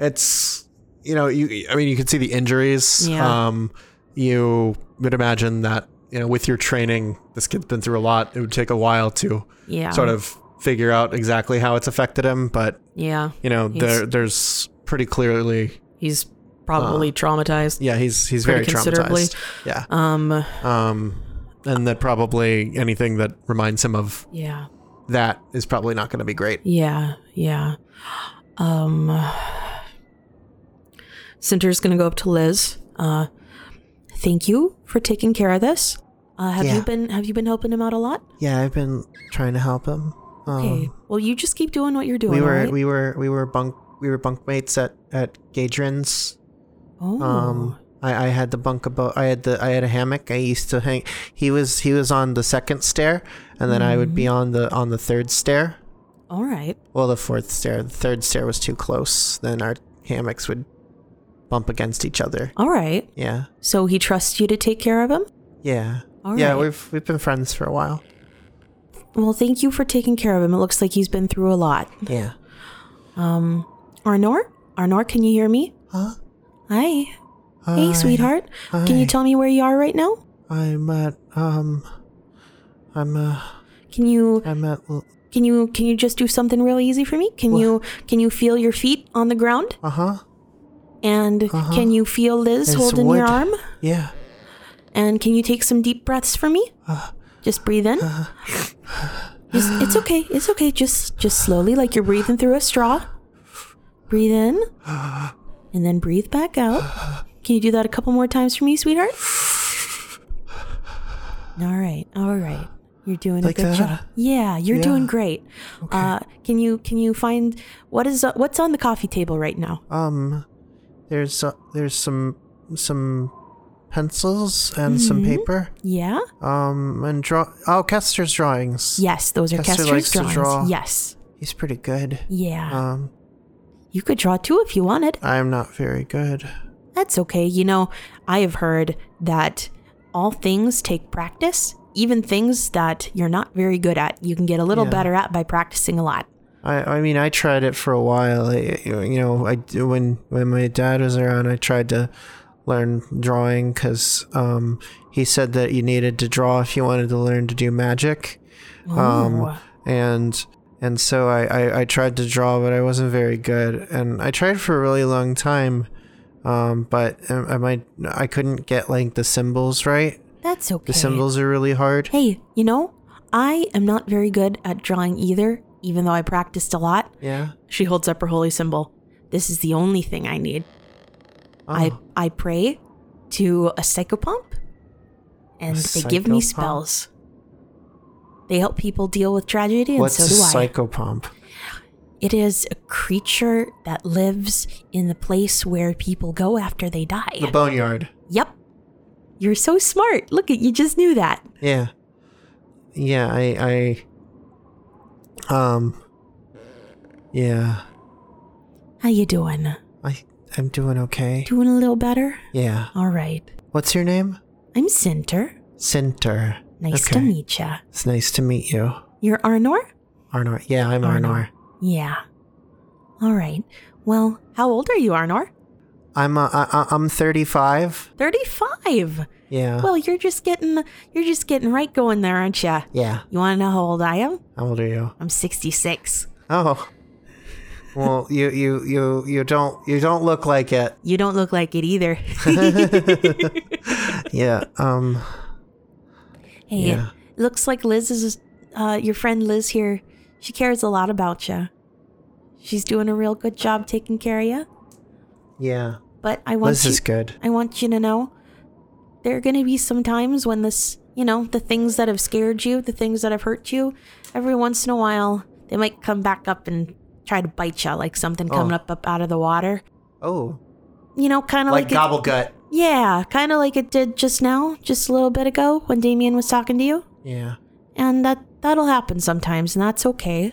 [SPEAKER 1] it's you know, you I mean you can see the injuries.
[SPEAKER 2] Yeah.
[SPEAKER 1] Um you would imagine that, you know, with your training, this kid's been through a lot. It would take a while to
[SPEAKER 2] Yeah.
[SPEAKER 1] sort of figure out exactly how it's affected him, but
[SPEAKER 2] Yeah.
[SPEAKER 1] you know,
[SPEAKER 2] He's-
[SPEAKER 1] there there's pretty clearly
[SPEAKER 2] He's
[SPEAKER 1] Ah.
[SPEAKER 2] probably traumatized.
[SPEAKER 1] yeah, he's he's
[SPEAKER 2] Pretty
[SPEAKER 1] very
[SPEAKER 2] considerably.
[SPEAKER 1] traumatized. Yeah.
[SPEAKER 2] Um,
[SPEAKER 1] Um and that probably anything that reminds him of
[SPEAKER 2] yeah.
[SPEAKER 1] that is probably not going to be great.
[SPEAKER 2] Yeah, yeah. Um
[SPEAKER 3] Center's gonna go up to Liz. Uh, thank you for taking care of this. Uh, have
[SPEAKER 1] Yeah.
[SPEAKER 3] you been, have you been helping him out a lot?
[SPEAKER 1] Yeah, I've been trying to help him. Um,
[SPEAKER 3] Okay. well, you just keep doing what you're doing.
[SPEAKER 1] we were
[SPEAKER 3] alright?
[SPEAKER 1] we were we were bunk we were bunkmates at at Gadrin's.
[SPEAKER 3] oh.
[SPEAKER 1] Um, I, I had the bunk above. I had the I had a hammock. I used to hang. He was he was on the second stair, and then I would
[SPEAKER 3] Mm.
[SPEAKER 1] be on the on the third stair.
[SPEAKER 3] all right.
[SPEAKER 1] Well, the fourth stair. The third stair was too close. Then our hammocks would bump against each other.
[SPEAKER 3] All right.
[SPEAKER 1] Yeah,
[SPEAKER 3] So he trusts you to take care of him?
[SPEAKER 1] yeah,
[SPEAKER 3] All
[SPEAKER 1] yeah.
[SPEAKER 3] right.
[SPEAKER 1] We've we've been friends for a while.
[SPEAKER 3] Well, thank you for taking care of him. It looks like he's been through a lot.
[SPEAKER 1] Yeah.
[SPEAKER 3] Um, Arnor? Arnor, can you hear me?
[SPEAKER 1] Huh?
[SPEAKER 3] Hi. Hey, sweetheart. Can
[SPEAKER 1] Hi.
[SPEAKER 3] you tell me where you are right now?
[SPEAKER 1] I'm at um. I'm uh.
[SPEAKER 3] Can you
[SPEAKER 1] I'm at. Uh
[SPEAKER 3] can you can you just do something really easy for me? Can you can you feel your feet on the ground?
[SPEAKER 1] huh.
[SPEAKER 3] And
[SPEAKER 1] Uh-huh.
[SPEAKER 3] can you feel Liz
[SPEAKER 1] It's
[SPEAKER 3] holding
[SPEAKER 1] wood.
[SPEAKER 3] your arm?
[SPEAKER 1] Yeah.
[SPEAKER 3] And can you take some deep breaths for me? just breathe in. Just- it's okay. It's okay. Just just slowly, like you're breathing through a straw. Breathe in, and then breathe back out. Can you do that a couple more times for me, sweetheart? All right. All right. You're doing
[SPEAKER 1] Like
[SPEAKER 3] a good
[SPEAKER 1] that?
[SPEAKER 3] job. Yeah, you're
[SPEAKER 1] Yeah.
[SPEAKER 3] doing great. Uh, can you can you find what is uh, what's on the coffee table right now?
[SPEAKER 1] Um, there's uh, there's some some pencils and some paper.
[SPEAKER 3] Yeah.
[SPEAKER 1] Um, and draw. Oh, Kester's drawings.
[SPEAKER 3] Yes, those are
[SPEAKER 1] Kester
[SPEAKER 3] Kester's
[SPEAKER 1] likes to
[SPEAKER 3] drawings.
[SPEAKER 1] draw.
[SPEAKER 3] Yes.
[SPEAKER 1] He's pretty good.
[SPEAKER 3] Yeah.
[SPEAKER 1] Um,
[SPEAKER 3] you could draw two if you wanted.
[SPEAKER 1] I'm not very good.
[SPEAKER 3] That's okay. You know, I have heard that all things take practice, even things that you're not very good at. You can get a little
[SPEAKER 1] Yeah.
[SPEAKER 3] better at by practicing a lot.
[SPEAKER 1] I, I mean, I tried it for a while. I, you know, I when when my dad was around, I tried to learn drawing because um, he said that you needed to draw if you wanted to learn to do magic. Um, and and so I, I, I tried to draw, but I wasn't very good. And I tried for a really long time, um, but I, I might I couldn't get like the symbols right.
[SPEAKER 3] That's okay.
[SPEAKER 1] The symbols are really hard.
[SPEAKER 3] Hey, you know, I am not very good at drawing either, even though I practiced a lot.
[SPEAKER 1] Yeah.
[SPEAKER 3] She holds up her holy symbol. This is the only thing I need. I
[SPEAKER 1] Oh.
[SPEAKER 3] I pray to a psychopomp, and
[SPEAKER 1] A
[SPEAKER 3] they give me
[SPEAKER 1] psychopomp?
[SPEAKER 3] spells. They help people deal with tragedy, and
[SPEAKER 1] What's
[SPEAKER 3] so
[SPEAKER 1] a
[SPEAKER 3] do I.
[SPEAKER 1] psychopomp?
[SPEAKER 3] It is a creature that lives in the place where people go after they die.
[SPEAKER 1] The boneyard.
[SPEAKER 3] yep. You're so smart. Look at you just knew that.
[SPEAKER 1] Yeah. Yeah, I I um Yeah.
[SPEAKER 3] How you doing?
[SPEAKER 1] I I'm doing okay.
[SPEAKER 3] Doing a little better?
[SPEAKER 1] yeah.
[SPEAKER 3] All right.
[SPEAKER 1] What's your name?
[SPEAKER 3] I'm Sinter.
[SPEAKER 1] Sinter.
[SPEAKER 3] Nice to
[SPEAKER 1] Okay.
[SPEAKER 3] meet ya.
[SPEAKER 1] It's nice to meet you.
[SPEAKER 3] You're Arnor?
[SPEAKER 1] Arnor. Yeah, I'm
[SPEAKER 3] Arnor.
[SPEAKER 1] Arnor.
[SPEAKER 3] Yeah. All right. Well, how old are you, Arnor?
[SPEAKER 1] I'm uh, I, I- I'm 35.
[SPEAKER 3] 35.
[SPEAKER 1] Yeah.
[SPEAKER 3] Well, you're just getting you're just getting right going there, aren't ya?
[SPEAKER 1] yeah.
[SPEAKER 3] You want to know how old I am?
[SPEAKER 1] How old are you?
[SPEAKER 3] I'm 66.
[SPEAKER 1] Oh.
[SPEAKER 3] (laughs)
[SPEAKER 1] Well, you you you you don't you don't look like it. (laughs)
[SPEAKER 3] You don't look like it either. (laughs) hey,
[SPEAKER 1] Yeah. Um Yeah.
[SPEAKER 3] looks like Liz is uh, your friend Liz here. She cares a lot about ya. She's doing a real good job taking care of ya.
[SPEAKER 1] yeah.
[SPEAKER 3] But I want
[SPEAKER 1] This
[SPEAKER 3] you,
[SPEAKER 1] is good.
[SPEAKER 3] I want you to know there are going to be some times when this, you know, the things that have scared you, the things that have hurt you, every once in a while, they might come back up and try to bite you, like something coming
[SPEAKER 1] Oh.
[SPEAKER 3] up, up out of the water.
[SPEAKER 1] Oh.
[SPEAKER 3] You know, kind of like,
[SPEAKER 1] Like,
[SPEAKER 3] it-
[SPEAKER 1] gobblegut.
[SPEAKER 3] yeah, kind of like it did just now, just a little bit ago when Damien was talking to you.
[SPEAKER 1] Yeah.
[SPEAKER 3] And that that'll happen sometimes, and that's okay.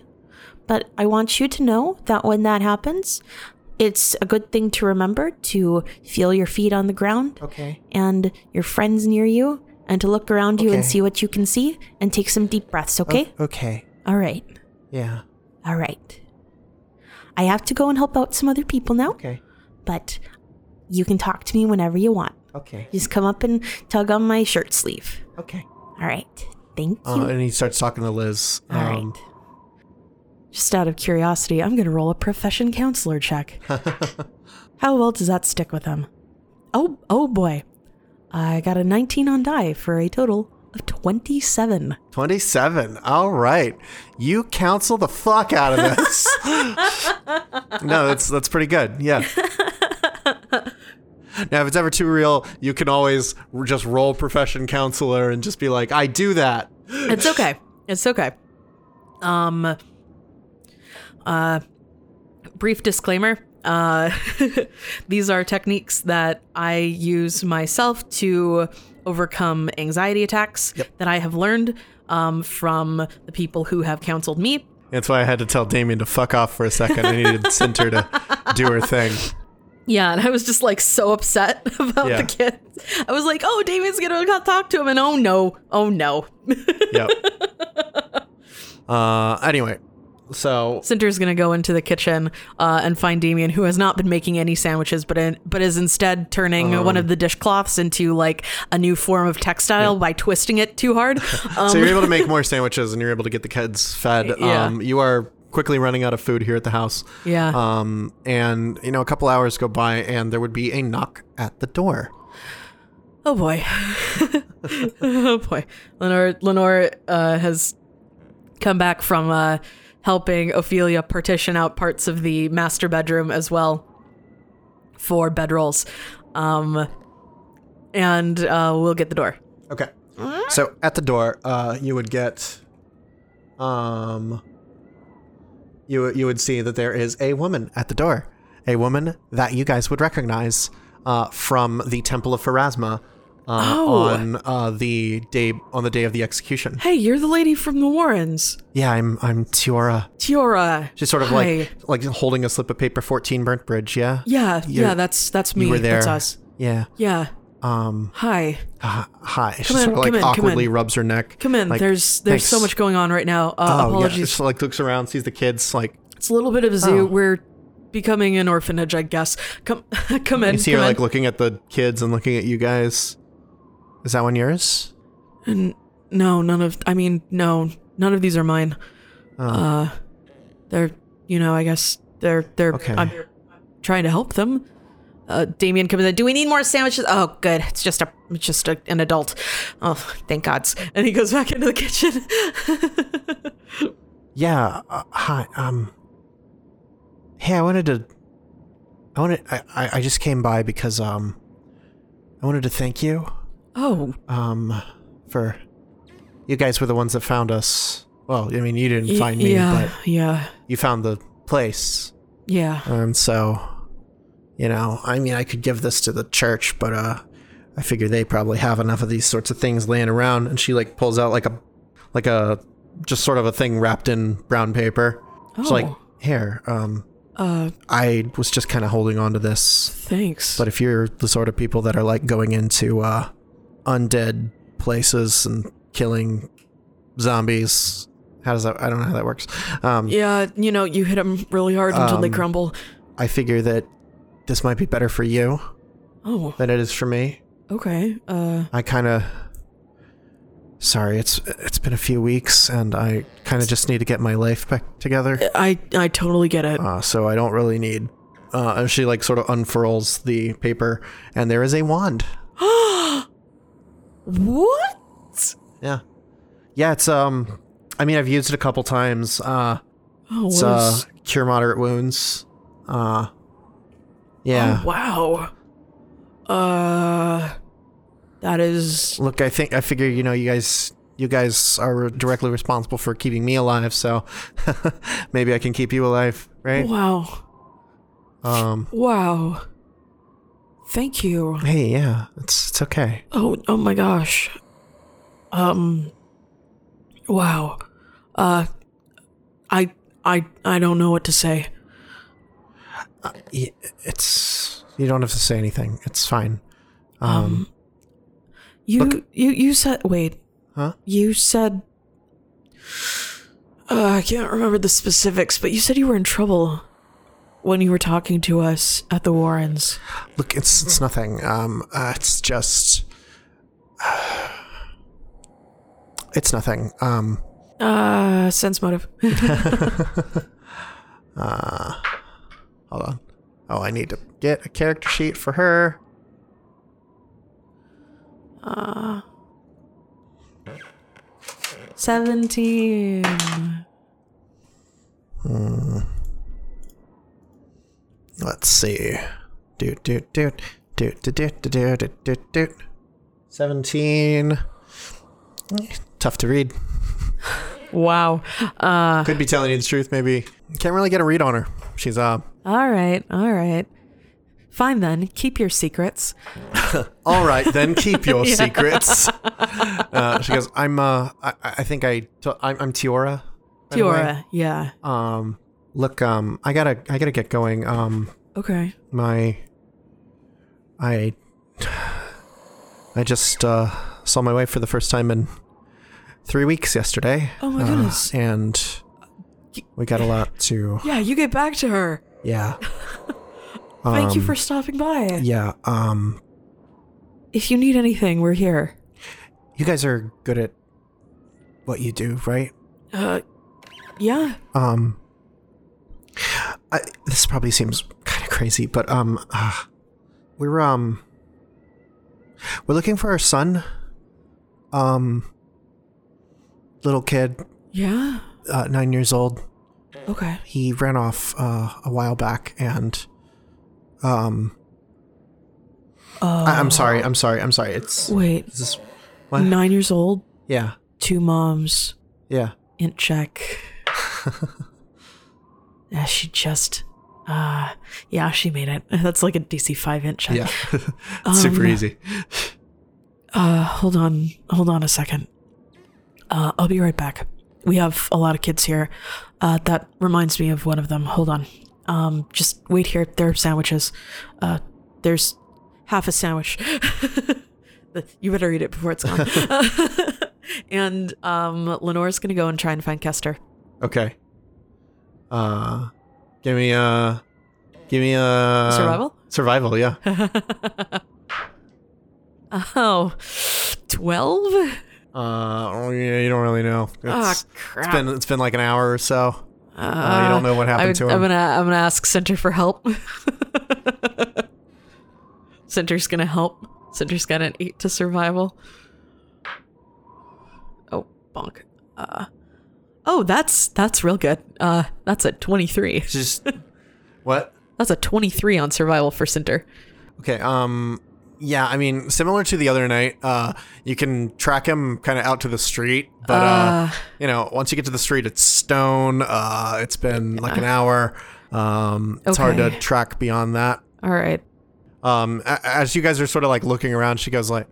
[SPEAKER 3] But I want you to know that when that happens, it's a good thing to remember to feel your feet on the ground
[SPEAKER 1] Okay.
[SPEAKER 3] and your friends near you and to look around you and
[SPEAKER 1] Okay.
[SPEAKER 3] see what you can see and take some deep breaths, okay?
[SPEAKER 1] O- okay.
[SPEAKER 3] All right.
[SPEAKER 1] Yeah.
[SPEAKER 3] All right. I have to go and help out some other people now,
[SPEAKER 1] Okay.
[SPEAKER 3] but you can talk to me whenever you want.
[SPEAKER 1] Okay.
[SPEAKER 3] Just come up and tug on my shirt sleeve.
[SPEAKER 1] Okay.
[SPEAKER 3] All right. Thank you.
[SPEAKER 1] Uh, and he starts talking to Liz.
[SPEAKER 3] All right.
[SPEAKER 1] Um,
[SPEAKER 2] Just out of curiosity, I'm going to roll a profession counselor check. How well does that stick with them? Oh, oh boy. I got a 19 on die for a total of 27.
[SPEAKER 1] 27. All right. You counsel the fuck out of
[SPEAKER 3] (laughs)
[SPEAKER 1] this. no, that's that's pretty good. Yeah. Now, if it's ever too real, you can always r- just roll profession counselor and just be like, I do that.
[SPEAKER 2] It's okay. It's okay. Um uh brief disclaimer. Uh (laughs) these are techniques that I use myself to overcome anxiety attacks that I have learned um from the people who have counseled me.
[SPEAKER 1] That's why I had to tell Damien to fuck off for a second. I needed Center to do her thing.
[SPEAKER 3] (laughs)
[SPEAKER 2] Yeah, and I was just like so upset (laughs) about
[SPEAKER 1] Yeah.
[SPEAKER 2] the kid. I was like, "Oh, David's going to talk to him." And oh no. Oh no.
[SPEAKER 1] Yep. (laughs) Uh, anyway, so
[SPEAKER 2] Cinder's gonna go into the kitchen uh, and find Damien, who has not been making any sandwiches, but in, but is instead turning one of the dishcloths into like a new form of textile by twisting it too hard. Um,
[SPEAKER 1] so you're able to make more sandwiches and you're able to get the kids fed.
[SPEAKER 2] (laughs) Yeah.
[SPEAKER 1] Um, you are quickly running out of food here at the house.
[SPEAKER 2] Yeah.
[SPEAKER 1] Um, and you know, a couple hours go by and there would be a knock at the door.
[SPEAKER 2] oh boy, (laughs) oh boy. Lenore Lenore uh, has come back from uh, helping Ophelia partition out parts of the master bedroom as well for bedrolls, um, and uh, we'll get the door.
[SPEAKER 1] Okay. So at the door, uh, you would get, um, you you would see that there is a woman at the door, a woman that you guys would recognize uh, from the Temple of Pharasma. Uh,
[SPEAKER 2] Oh.
[SPEAKER 1] On uh, the day on the day of the execution.
[SPEAKER 2] Hey, you're the lady from the Warrens.
[SPEAKER 1] Yeah, I'm I'm Tiora.
[SPEAKER 2] Tiora.
[SPEAKER 1] She's sort of
[SPEAKER 2] Hi.
[SPEAKER 1] like like holding a slip of paper, fourteen burnt bridge. Yeah,
[SPEAKER 2] Yeah,
[SPEAKER 1] You're-
[SPEAKER 2] yeah, that's that's me.
[SPEAKER 1] you were there.
[SPEAKER 2] That's us.
[SPEAKER 1] Yeah.
[SPEAKER 2] Yeah.
[SPEAKER 1] Um.
[SPEAKER 2] Hi.
[SPEAKER 1] h- Hi. She
[SPEAKER 2] Come in,
[SPEAKER 1] sort of like
[SPEAKER 2] come in, come
[SPEAKER 1] awkwardly
[SPEAKER 2] in.
[SPEAKER 1] rubs her neck.
[SPEAKER 2] Come in.
[SPEAKER 1] Like,
[SPEAKER 2] there's there's so
[SPEAKER 1] thanks.
[SPEAKER 2] much going on right now.
[SPEAKER 1] Oh
[SPEAKER 2] Uh,
[SPEAKER 1] yeah.
[SPEAKER 2] apologies.
[SPEAKER 1] She like looks around, sees the kids, like
[SPEAKER 2] It's a little bit of a
[SPEAKER 1] Oh.
[SPEAKER 2] zoo. We're becoming an orphanage, I guess. Come, (laughs) come in.
[SPEAKER 1] You see
[SPEAKER 2] come
[SPEAKER 1] her
[SPEAKER 2] in.
[SPEAKER 1] like looking at the kids and looking at you guys. Is that one yours?
[SPEAKER 2] N- no, none of. I mean, no, none of these are mine.
[SPEAKER 1] Oh.
[SPEAKER 2] Uh, they're, you know, I guess they're they're.
[SPEAKER 1] Okay.
[SPEAKER 2] I'm trying to help them.
[SPEAKER 3] Uh, Damien comes in. Do we need more sandwiches? Oh, good. It's just a, it's just a, an adult. Oh, thank gods.
[SPEAKER 2] And he goes back into the kitchen. (laughs)
[SPEAKER 1] Yeah. Uh, hi. Um. Hey, I wanted to. I wanted. I, I. I just came by because um. I wanted to thank you.
[SPEAKER 2] oh,
[SPEAKER 1] Um, for. You guys were the ones that found us. Well, I mean, you didn't find me,
[SPEAKER 2] yeah, yeah,
[SPEAKER 1] but you found the place.
[SPEAKER 2] yeah.
[SPEAKER 1] And so, you know, I mean, I could give this to the church, but uh, I figure they probably have enough of these sorts of things laying around. And she like pulls out like a, like a, just sort of a thing wrapped in brown paper. It's like
[SPEAKER 2] Oh.
[SPEAKER 1] here. Um,
[SPEAKER 2] Uh,
[SPEAKER 1] I was just kind of holding on to this,
[SPEAKER 2] thanks.
[SPEAKER 1] but if you're the sort of people that are like going into uh, undead places and killing zombies, how does that? I don't know how that works. Um,
[SPEAKER 2] yeah, you know, you hit them really hard until they
[SPEAKER 1] Um,
[SPEAKER 2] crumble.
[SPEAKER 1] I figure that this might be better for you
[SPEAKER 2] Oh,
[SPEAKER 1] than it is for me.
[SPEAKER 2] okay. Uh,
[SPEAKER 1] I kind of sorry. It's it's been a few weeks, and I kind of just need to get my life back together.
[SPEAKER 2] I I totally get it.
[SPEAKER 1] Uh, so I don't really need. Uh, and she like sort of unfurls the paper, and there is a wand.
[SPEAKER 2] what?
[SPEAKER 1] Yeah, yeah. It's um, I mean, I've used it a couple times. Uh,
[SPEAKER 2] Oh,
[SPEAKER 1] it's
[SPEAKER 2] what
[SPEAKER 1] uh,
[SPEAKER 2] is-
[SPEAKER 1] cure moderate wounds. Uh, yeah.
[SPEAKER 2] Oh, wow. Uh, that is.
[SPEAKER 1] Look, I think I figure you know you guys you guys are directly responsible for keeping me alive, so (laughs) maybe I can keep you alive, right?
[SPEAKER 2] Wow.
[SPEAKER 1] Um
[SPEAKER 2] Wow. Thank you.
[SPEAKER 1] hey, yeah, it's it's okay.
[SPEAKER 2] Oh, oh my gosh. Um. Wow. Uh, I, I, I don't know what to say.
[SPEAKER 1] Y- It's you don't have to say anything. It's fine.
[SPEAKER 2] Um. You, you, you said. Wait.
[SPEAKER 1] Huh?
[SPEAKER 2] You said. Uh, I can't remember the specifics, but you said you were in trouble when you were talking to us at the Warrens.
[SPEAKER 1] Look, it's it's nothing. Um uh, it's just (sighs) It's nothing. Um
[SPEAKER 2] Uh, sense motive. (laughs)
[SPEAKER 1] hold on. Oh, I need to get a character sheet for her.
[SPEAKER 2] Seventeen.
[SPEAKER 1] Let's see. Doot doot doot doot doot doot doot doot doot doot. Seventeen. Tough to read.
[SPEAKER 2] Wow. Uh.
[SPEAKER 1] Could be telling you the truth, maybe. Can't really get a read on her. She's uh.
[SPEAKER 2] All right. All right. Fine then. Keep your secrets.
[SPEAKER 1] All right, then keep
[SPEAKER 2] (laughs)
[SPEAKER 1] your secrets. Uh, she goes. I'm uh. I, I think I. T- I'm, I'm Tiora. by the way.
[SPEAKER 2] Tiora. Yeah.
[SPEAKER 1] Um. Look. Um. I gotta. I gotta get going. Um.
[SPEAKER 2] Okay.
[SPEAKER 1] my i i just uh saw my wife for the first time in three weeks yesterday
[SPEAKER 2] Oh my
[SPEAKER 1] Uh,
[SPEAKER 2] goodness.
[SPEAKER 1] and we got a lot to
[SPEAKER 2] Yeah, you get back to her.
[SPEAKER 1] yeah
[SPEAKER 2] (laughs) Thank you
[SPEAKER 1] Um,
[SPEAKER 2] for stopping by.
[SPEAKER 1] yeah um
[SPEAKER 2] If you need anything, we're here.
[SPEAKER 1] you guys are good at what you do right
[SPEAKER 2] Uh, yeah.
[SPEAKER 1] um I, this probably seems kind of crazy but um uh, we're um we're looking for our son um little kid
[SPEAKER 2] Yeah.
[SPEAKER 1] uh, nine years old
[SPEAKER 2] Okay.
[SPEAKER 1] he ran off uh, a while back and um
[SPEAKER 2] Uh,
[SPEAKER 1] I, i'm sorry i'm sorry i'm sorry it's
[SPEAKER 2] Wait.
[SPEAKER 1] this is what?
[SPEAKER 2] Nine years old,
[SPEAKER 1] yeah
[SPEAKER 2] two moms,
[SPEAKER 1] yeah (laughs)
[SPEAKER 2] int check. yeah, she just. Uh, yeah, she made it. (laughs) That's like a DC five int
[SPEAKER 1] (laughs)
[SPEAKER 2] check. Um,
[SPEAKER 1] easy
[SPEAKER 2] Uh, hold on, hold on a second. Uh, I'll be right back. We have a lot of kids here. Uh, that reminds me of one of them. Hold on. Um, just wait here. There are sandwiches. Uh, there's half a sandwich. (laughs) you better eat it before it's gone. (laughs) and um, Lenore's gonna go and try and find Kester.
[SPEAKER 1] okay Uh, give me a, give me a
[SPEAKER 2] Survival?
[SPEAKER 1] Survival, yeah.
[SPEAKER 2] (laughs) Oh, 12?
[SPEAKER 1] Uh, oh, yeah, you don't really know.
[SPEAKER 2] Ah,
[SPEAKER 1] It's,
[SPEAKER 2] crap.
[SPEAKER 1] it's been it's been like an hour or so. Uh, you don't know what happened
[SPEAKER 2] I,
[SPEAKER 1] to him.
[SPEAKER 2] am gonna I'm gonna ask Center for help. (laughs) Center's gonna help. Center's got an eight to survival. Oh bonk. Uh, oh that's that's real good. Uh, that's a twenty three.
[SPEAKER 1] (laughs) Just what?
[SPEAKER 2] That's a twenty three on survival for Center.
[SPEAKER 1] Okay. Um. Yeah. I mean, similar to the other night, uh, you can track him kind of out to the street, but uh, you know, once you get to the street, it's stone. Uh, it's been like an hour. Um, it's hard to
[SPEAKER 2] Okay.
[SPEAKER 1] track beyond that.
[SPEAKER 2] All right.
[SPEAKER 1] Um, a- as you guys are sort of like looking around, she goes like,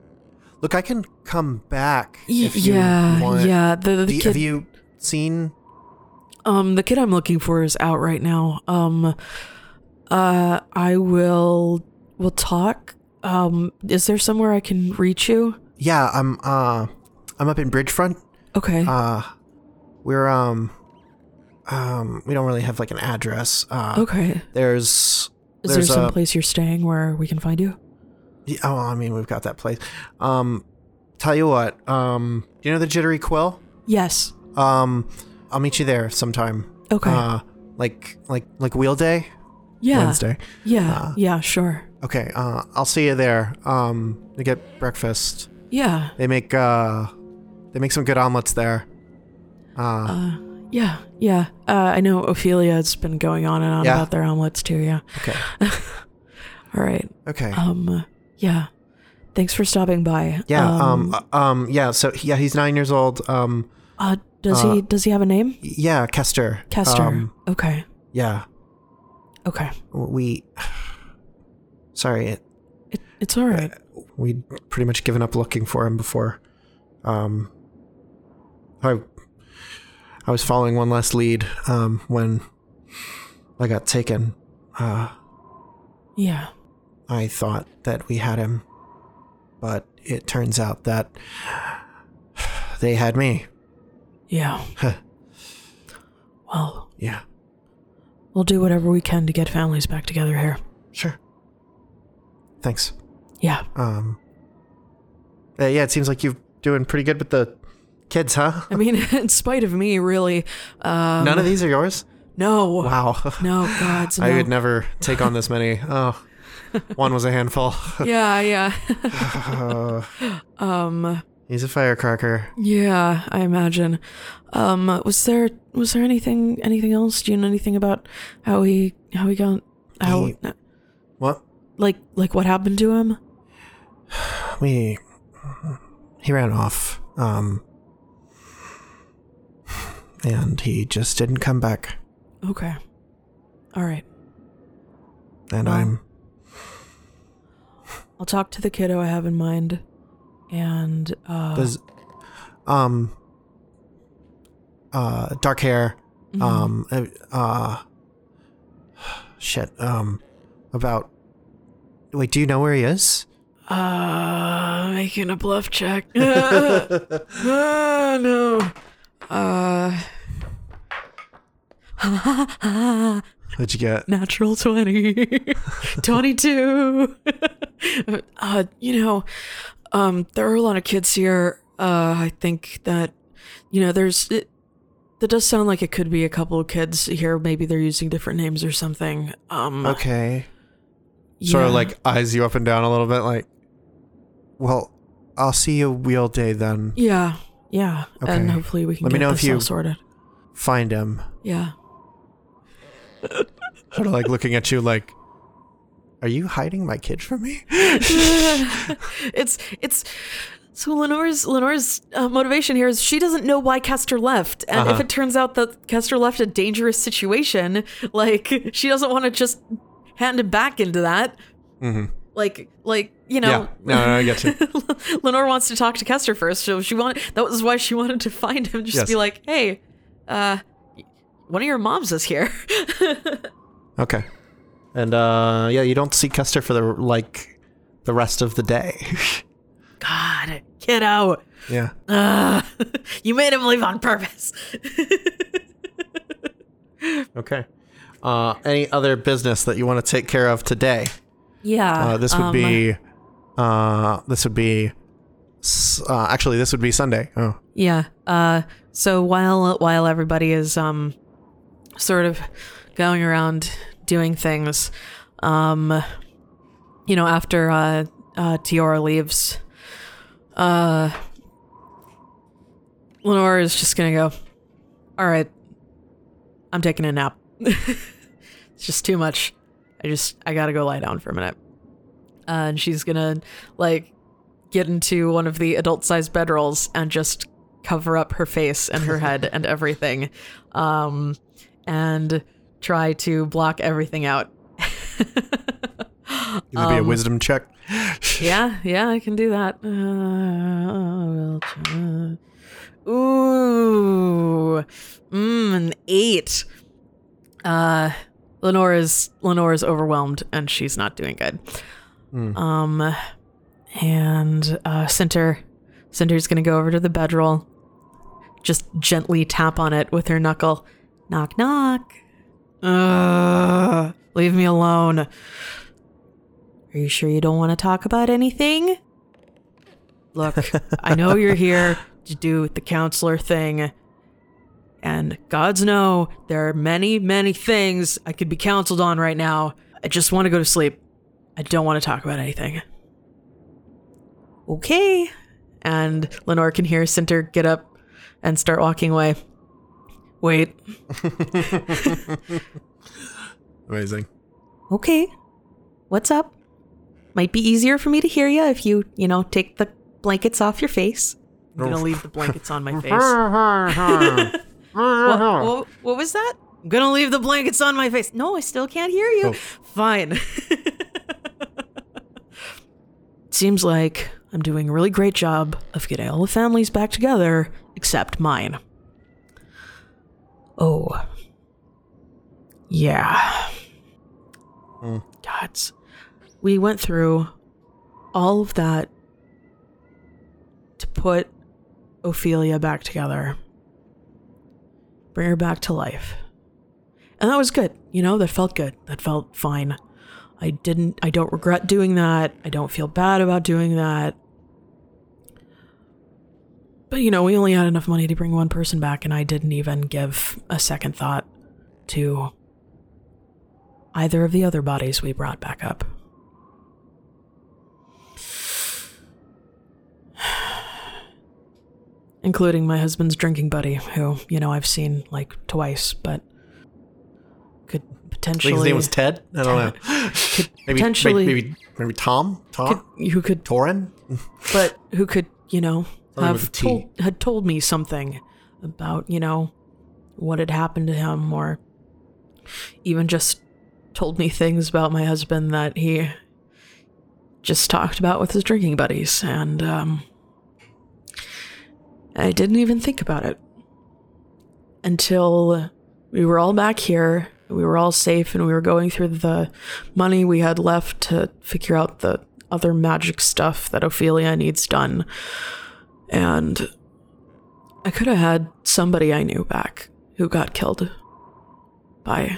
[SPEAKER 1] "Look, I can come back if you
[SPEAKER 2] yeah,
[SPEAKER 1] want."
[SPEAKER 2] yeah. The, the
[SPEAKER 1] Do you-
[SPEAKER 2] kid,
[SPEAKER 1] have you seen?
[SPEAKER 2] um, the kid I'm looking for is out right now. Um, uh, I will will talk. Um, is there somewhere I can reach you?
[SPEAKER 1] Yeah, I'm. Uh, I'm up in Bridgefront.
[SPEAKER 2] Okay.
[SPEAKER 1] Uh, we're um, um, we don't really have like an address. Uh,
[SPEAKER 2] okay.
[SPEAKER 1] there's
[SPEAKER 2] Oh. Is there
[SPEAKER 1] there's
[SPEAKER 2] some
[SPEAKER 1] a.
[SPEAKER 2] place you're staying where we can find you?
[SPEAKER 1] yeah, Oh, I mean, we've got that place. Um, tell you what. Um, do you know the Jittery Quill?
[SPEAKER 2] Yes.
[SPEAKER 1] Um, I'll meet you there sometime.
[SPEAKER 2] Okay.
[SPEAKER 1] Uh, like like like wheel day
[SPEAKER 2] yeah.
[SPEAKER 1] Wednesday.
[SPEAKER 2] Yeah.
[SPEAKER 1] uh,
[SPEAKER 2] yeah. Sure.
[SPEAKER 1] Okay, uh, I'll see you there. Um, to get breakfast.
[SPEAKER 2] Yeah.
[SPEAKER 1] They make uh, they make some good omelets there. Uh,
[SPEAKER 2] Uh, yeah. Yeah. Uh, I know Ophelia has been going on and on
[SPEAKER 1] Yeah.
[SPEAKER 2] about their omelets too. Yeah.
[SPEAKER 1] okay,
[SPEAKER 2] All right.
[SPEAKER 1] okay.
[SPEAKER 2] Um. Yeah. Thanks for stopping by.
[SPEAKER 1] Yeah. Um,
[SPEAKER 2] Um.
[SPEAKER 1] uh, um. Yeah. So yeah, he's nine years old. Um.
[SPEAKER 2] uh, does
[SPEAKER 1] uh,
[SPEAKER 2] he Does he have a name?
[SPEAKER 1] Yeah, Kester.
[SPEAKER 2] Kester.
[SPEAKER 1] Um,
[SPEAKER 2] okay.
[SPEAKER 1] yeah.
[SPEAKER 2] Okay.
[SPEAKER 1] We. Sorry, it,
[SPEAKER 2] It, it's all right.
[SPEAKER 1] we'd pretty much given up looking for him before. Um. I. I was following one last lead. Um. When. I got taken. Uh.
[SPEAKER 2] yeah.
[SPEAKER 1] I thought that we had him, but it turns out that (sighs) they had me.
[SPEAKER 2] Yeah. well,
[SPEAKER 1] Yeah,
[SPEAKER 2] we'll do whatever we can to get families back together here.
[SPEAKER 1] sure. Thanks.
[SPEAKER 2] Yeah.
[SPEAKER 1] Um. uh, yeah, it seems like you're doing pretty good with the kids, huh?
[SPEAKER 2] I mean, (laughs) in spite of me, really. Um,
[SPEAKER 1] None of these are yours.
[SPEAKER 2] No.
[SPEAKER 1] Wow. (laughs)
[SPEAKER 2] No, gods, no.
[SPEAKER 1] I would never take
[SPEAKER 2] (laughs)
[SPEAKER 1] on this many. Oh, one was a handful.
[SPEAKER 2] yeah, yeah.
[SPEAKER 1] Uh,
[SPEAKER 2] (laughs) um,
[SPEAKER 1] he's a firecracker.
[SPEAKER 2] yeah, I imagine. Um, was there was there anything anything else? Do you know anything about how he how he got how
[SPEAKER 1] He- What?
[SPEAKER 2] like like what happened to him?
[SPEAKER 1] We. He ran off. Um. And he just didn't come back.
[SPEAKER 2] Okay. All right.
[SPEAKER 1] And
[SPEAKER 2] Well.
[SPEAKER 1] I'm.
[SPEAKER 2] I'll talk to the kiddo I have in mind and uh
[SPEAKER 1] Does. Um. Uh, dark hair.
[SPEAKER 2] mhm.
[SPEAKER 1] Um. uh, Uh. Shit. Um. About. Wait, do you know where he
[SPEAKER 2] (laughs)
[SPEAKER 1] is?
[SPEAKER 2] uh making a bluff check. (laughs) Ah, no. Uh (laughs)
[SPEAKER 1] What'd you get?
[SPEAKER 2] natural (laughs) 20 22 (laughs) uh you know um there are a lot of kids here uh i think that you know there's it, that does sound like it could be a couple of kids here maybe they're using different names or something um
[SPEAKER 1] Okay.
[SPEAKER 2] yeah.
[SPEAKER 1] eyes you up and down a little bit, like. Well, I'll see you wheel day then.
[SPEAKER 2] yeah yeah and
[SPEAKER 1] Okay.
[SPEAKER 2] hopefully we can
[SPEAKER 1] Let me
[SPEAKER 2] get
[SPEAKER 1] know if
[SPEAKER 2] this
[SPEAKER 1] you-
[SPEAKER 2] all sorted
[SPEAKER 1] Find him.
[SPEAKER 2] yeah
[SPEAKER 1] sort of like looking at you like are you hiding my kid from me
[SPEAKER 2] it's it's so Lenore's Lenore's uh, motivation here is she doesn't know why Kester left, and if
[SPEAKER 1] Uh-huh.
[SPEAKER 2] it turns out that Kester left a dangerous situation, like (laughs) she doesn't want to just hand him back into that.
[SPEAKER 1] mm-hmm.
[SPEAKER 2] Like like you know,
[SPEAKER 1] i get you
[SPEAKER 2] (laughs) Lenore wants to talk to Kester first, so she wanted that was why she (laughs) wanted to find him, just
[SPEAKER 1] Yes.
[SPEAKER 2] be like, hey, uh, one of your moms is here. (laughs)
[SPEAKER 1] okay and uh yeah you don't see custer for the like the rest of the
[SPEAKER 2] (laughs)
[SPEAKER 1] day
[SPEAKER 2] God, kiddo,
[SPEAKER 1] yeah
[SPEAKER 2] (laughs) Ugh. you made him leave on purpose.
[SPEAKER 1] Okay. Uh, any other business that you want to take care of today?
[SPEAKER 2] Yeah.
[SPEAKER 1] Uh, this would
[SPEAKER 2] um,
[SPEAKER 1] be. Uh, this would be. s- Uh, actually, this would be Sunday. Oh,
[SPEAKER 2] Yeah. Uh, so while while everybody is um, sort of going around doing things, um, you know, after uh, uh, Tiora leaves, uh, Lenora is just gonna go. All right, I'm taking a nap. (laughs) it's just too much. I just I gotta go lie down for a minute. Uh, and she's gonna like get into one of the adult sized bedrolls and just cover up her face and her head and everything um, and try to block everything out.
[SPEAKER 1] gonna
[SPEAKER 2] Um.
[SPEAKER 1] be a wisdom
[SPEAKER 2] (laughs)
[SPEAKER 1] check.
[SPEAKER 2] Yeah, yeah, I can do that. Uh, we'll- ooh, mm, an eight. Uh, Lenora's Lenora's overwhelmed and she's not doing good. Um, and uh, Center Center's gonna go over to the bedroll, just gently tap on it with her knuckle. Knock, knock. Ugh, leave me alone. Are you sure you don't want to talk about anything? Look, I know you're here to do the counselor thing. And gods know there are many, many things I could be counseled on right now. I just want to go to sleep. I don't want to talk about anything. Okay. And Lenore can hear Center get up and start walking away. Wait.
[SPEAKER 1] Amazing.
[SPEAKER 3] Okay. What's up? Might be easier for me to hear you if you, you know, take the blankets off your face.
[SPEAKER 2] I'm going to leave the blankets
[SPEAKER 1] (laughs)
[SPEAKER 2] on (laughs) my face. what,
[SPEAKER 1] Uh-huh.
[SPEAKER 2] what, what was that? I'm going to leave the blankets on my face. No, I still can't hear you. Fine. (laughs) Seems like I'm doing a really great job of getting all the families back together except mine. Oh. Yeah. Gods. We went through all of that to put Ophelia back together, bring her back to life. And that was good. You know, that felt good. That felt fine. I didn't, I don't regret doing that. I don't feel bad about doing that. But, you know, we only had enough money to bring one person back, and I didn't even give a second thought to either of the other bodies we brought back up. (sighs) including my husband's drinking buddy, who, you know, I've seen like twice, but could
[SPEAKER 1] I
[SPEAKER 2] potentially.
[SPEAKER 1] think his name was Ted. I don't know.
[SPEAKER 2] (gasps)
[SPEAKER 1] maybe,
[SPEAKER 2] potentially-
[SPEAKER 1] maybe, maybe maybe Tom. Tom.
[SPEAKER 2] who could
[SPEAKER 1] Torin.
[SPEAKER 2] but who could you know
[SPEAKER 1] Something with
[SPEAKER 2] have
[SPEAKER 1] a T.
[SPEAKER 2] told, had told me something about you know what had happened to him or even just told me things about my husband that he just talked about with his drinking buddies and um I didn't even think about it until we were all back here we were all safe and we were going through the money we had left to figure out the other magic stuff that Ophelia needs done. And I could have had somebody I knew back who got killed by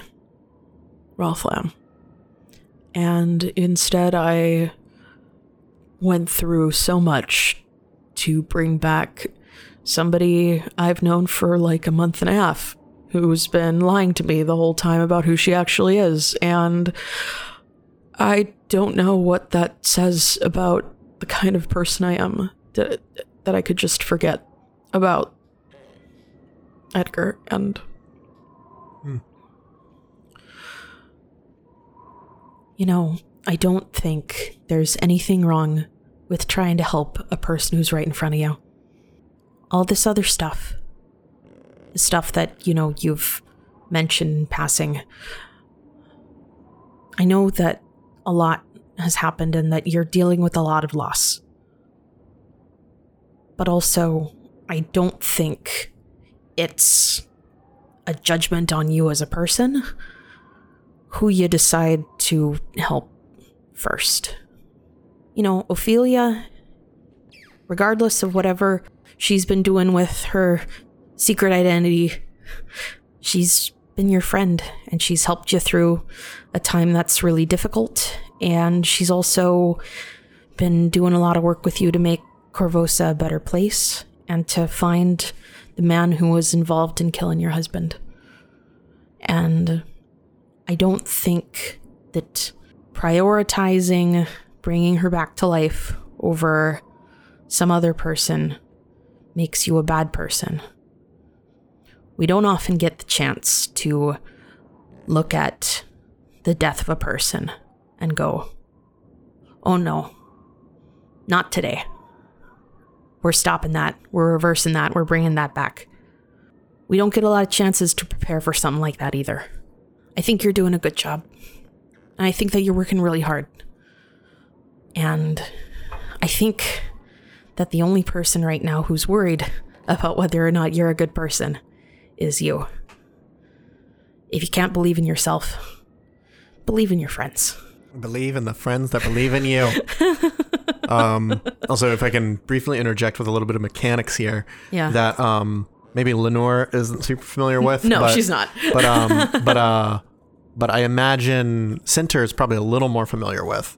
[SPEAKER 2] Ralph Lamb. And instead, I went through so much to bring back somebody I've known for like a month and a half who's been lying to me the whole time about who she actually is. And I don't know what that says about the kind of person I am that, that I could just forget about Edgar and.
[SPEAKER 3] You know, I don't think there's anything wrong with trying to help a person who's right in front of you. All this other stuff, the stuff that, you know, you've mentioned in passing. I know that a lot has happened and that you're dealing with a lot of loss. But also, I don't think it's a judgment on you as a person who you decide to help first. You know, Ophelia, regardless of whatever she's been doing with her secret identity, she's been your friend and she's helped you through a time that's really difficult. And she's also been doing a lot of work with you to make Corvosa a better place and to find the man who was involved in killing your husband. And I don't think that prioritizing bringing her back to life over some other person makes you a bad person. We don't often get the chance to look at the death of a person and go, oh no, not today. We're stopping that. We're reversing that. We're bringing that back. We don't get a lot of chances to prepare for something like that either. I think you're doing a good job. And I think that you're working really hard. And I think that the only person right now who's worried about whether or not you're a good person is you. If you can't believe in yourself, believe in your friends.
[SPEAKER 1] Believe in the friends that believe in
[SPEAKER 2] (laughs)
[SPEAKER 1] you. um, also, if I can briefly interject with a little bit of mechanics here,
[SPEAKER 2] Yeah.
[SPEAKER 1] that um, maybe Lenore isn't super familiar with.
[SPEAKER 2] No,
[SPEAKER 1] but-
[SPEAKER 2] she's not.
[SPEAKER 1] (laughs) but um,
[SPEAKER 2] (laughs)
[SPEAKER 1] but uh, but I imagine Center is probably a little more familiar with.